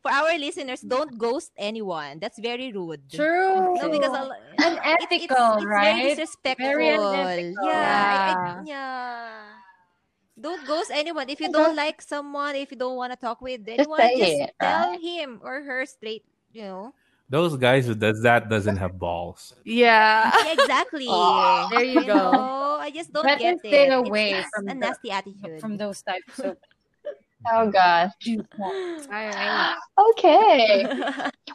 [SPEAKER 2] For our listeners, don't ghost anyone. That's very rude.
[SPEAKER 4] True.
[SPEAKER 2] No, because a lo- it's, it's,
[SPEAKER 4] Unethical,
[SPEAKER 2] it's very
[SPEAKER 4] right?
[SPEAKER 2] disrespectful.
[SPEAKER 4] unethical.
[SPEAKER 2] Yeah, I- I- yeah. Don't ghost anyone. If you don't like someone, if you don't want to talk with anyone,
[SPEAKER 3] say
[SPEAKER 2] just
[SPEAKER 3] it,
[SPEAKER 2] tell him or her straight. You know,
[SPEAKER 5] Those guys who does that doesn't have balls.
[SPEAKER 6] Yeah.
[SPEAKER 2] Yeah, exactly.
[SPEAKER 3] Aw.
[SPEAKER 4] There you go.
[SPEAKER 2] know, I just don't
[SPEAKER 4] Better
[SPEAKER 2] get it.
[SPEAKER 4] stay away
[SPEAKER 2] it's just
[SPEAKER 4] from
[SPEAKER 2] a
[SPEAKER 4] the-
[SPEAKER 2] nasty attitude.
[SPEAKER 4] From those types of
[SPEAKER 3] Oh gosh.
[SPEAKER 6] All right.
[SPEAKER 3] Okay.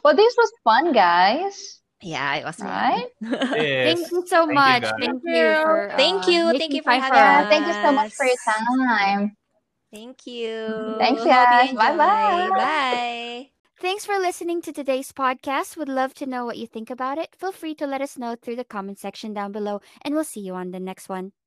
[SPEAKER 3] Well, this was fun, guys.
[SPEAKER 2] yeah, it was fun.
[SPEAKER 3] Right?
[SPEAKER 5] Yes.
[SPEAKER 6] Thank you so
[SPEAKER 5] Thank you,
[SPEAKER 6] much.
[SPEAKER 5] guys.
[SPEAKER 6] thank you.
[SPEAKER 4] you.
[SPEAKER 6] For, uh,
[SPEAKER 2] Thank you. Thank
[SPEAKER 6] making
[SPEAKER 2] you for
[SPEAKER 6] time
[SPEAKER 2] having
[SPEAKER 6] us.
[SPEAKER 3] Yeah, thank you so much for your
[SPEAKER 2] Yes.
[SPEAKER 3] time.
[SPEAKER 2] Thank you.
[SPEAKER 3] Thanks,
[SPEAKER 2] Hope you
[SPEAKER 3] guys. Bye-bye.
[SPEAKER 2] enjoy. Bye.
[SPEAKER 7] Thanks for listening to today's podcast. Would love to know what you think about it. Feel free to let us know through the comment section down below, and we'll see you on the next one.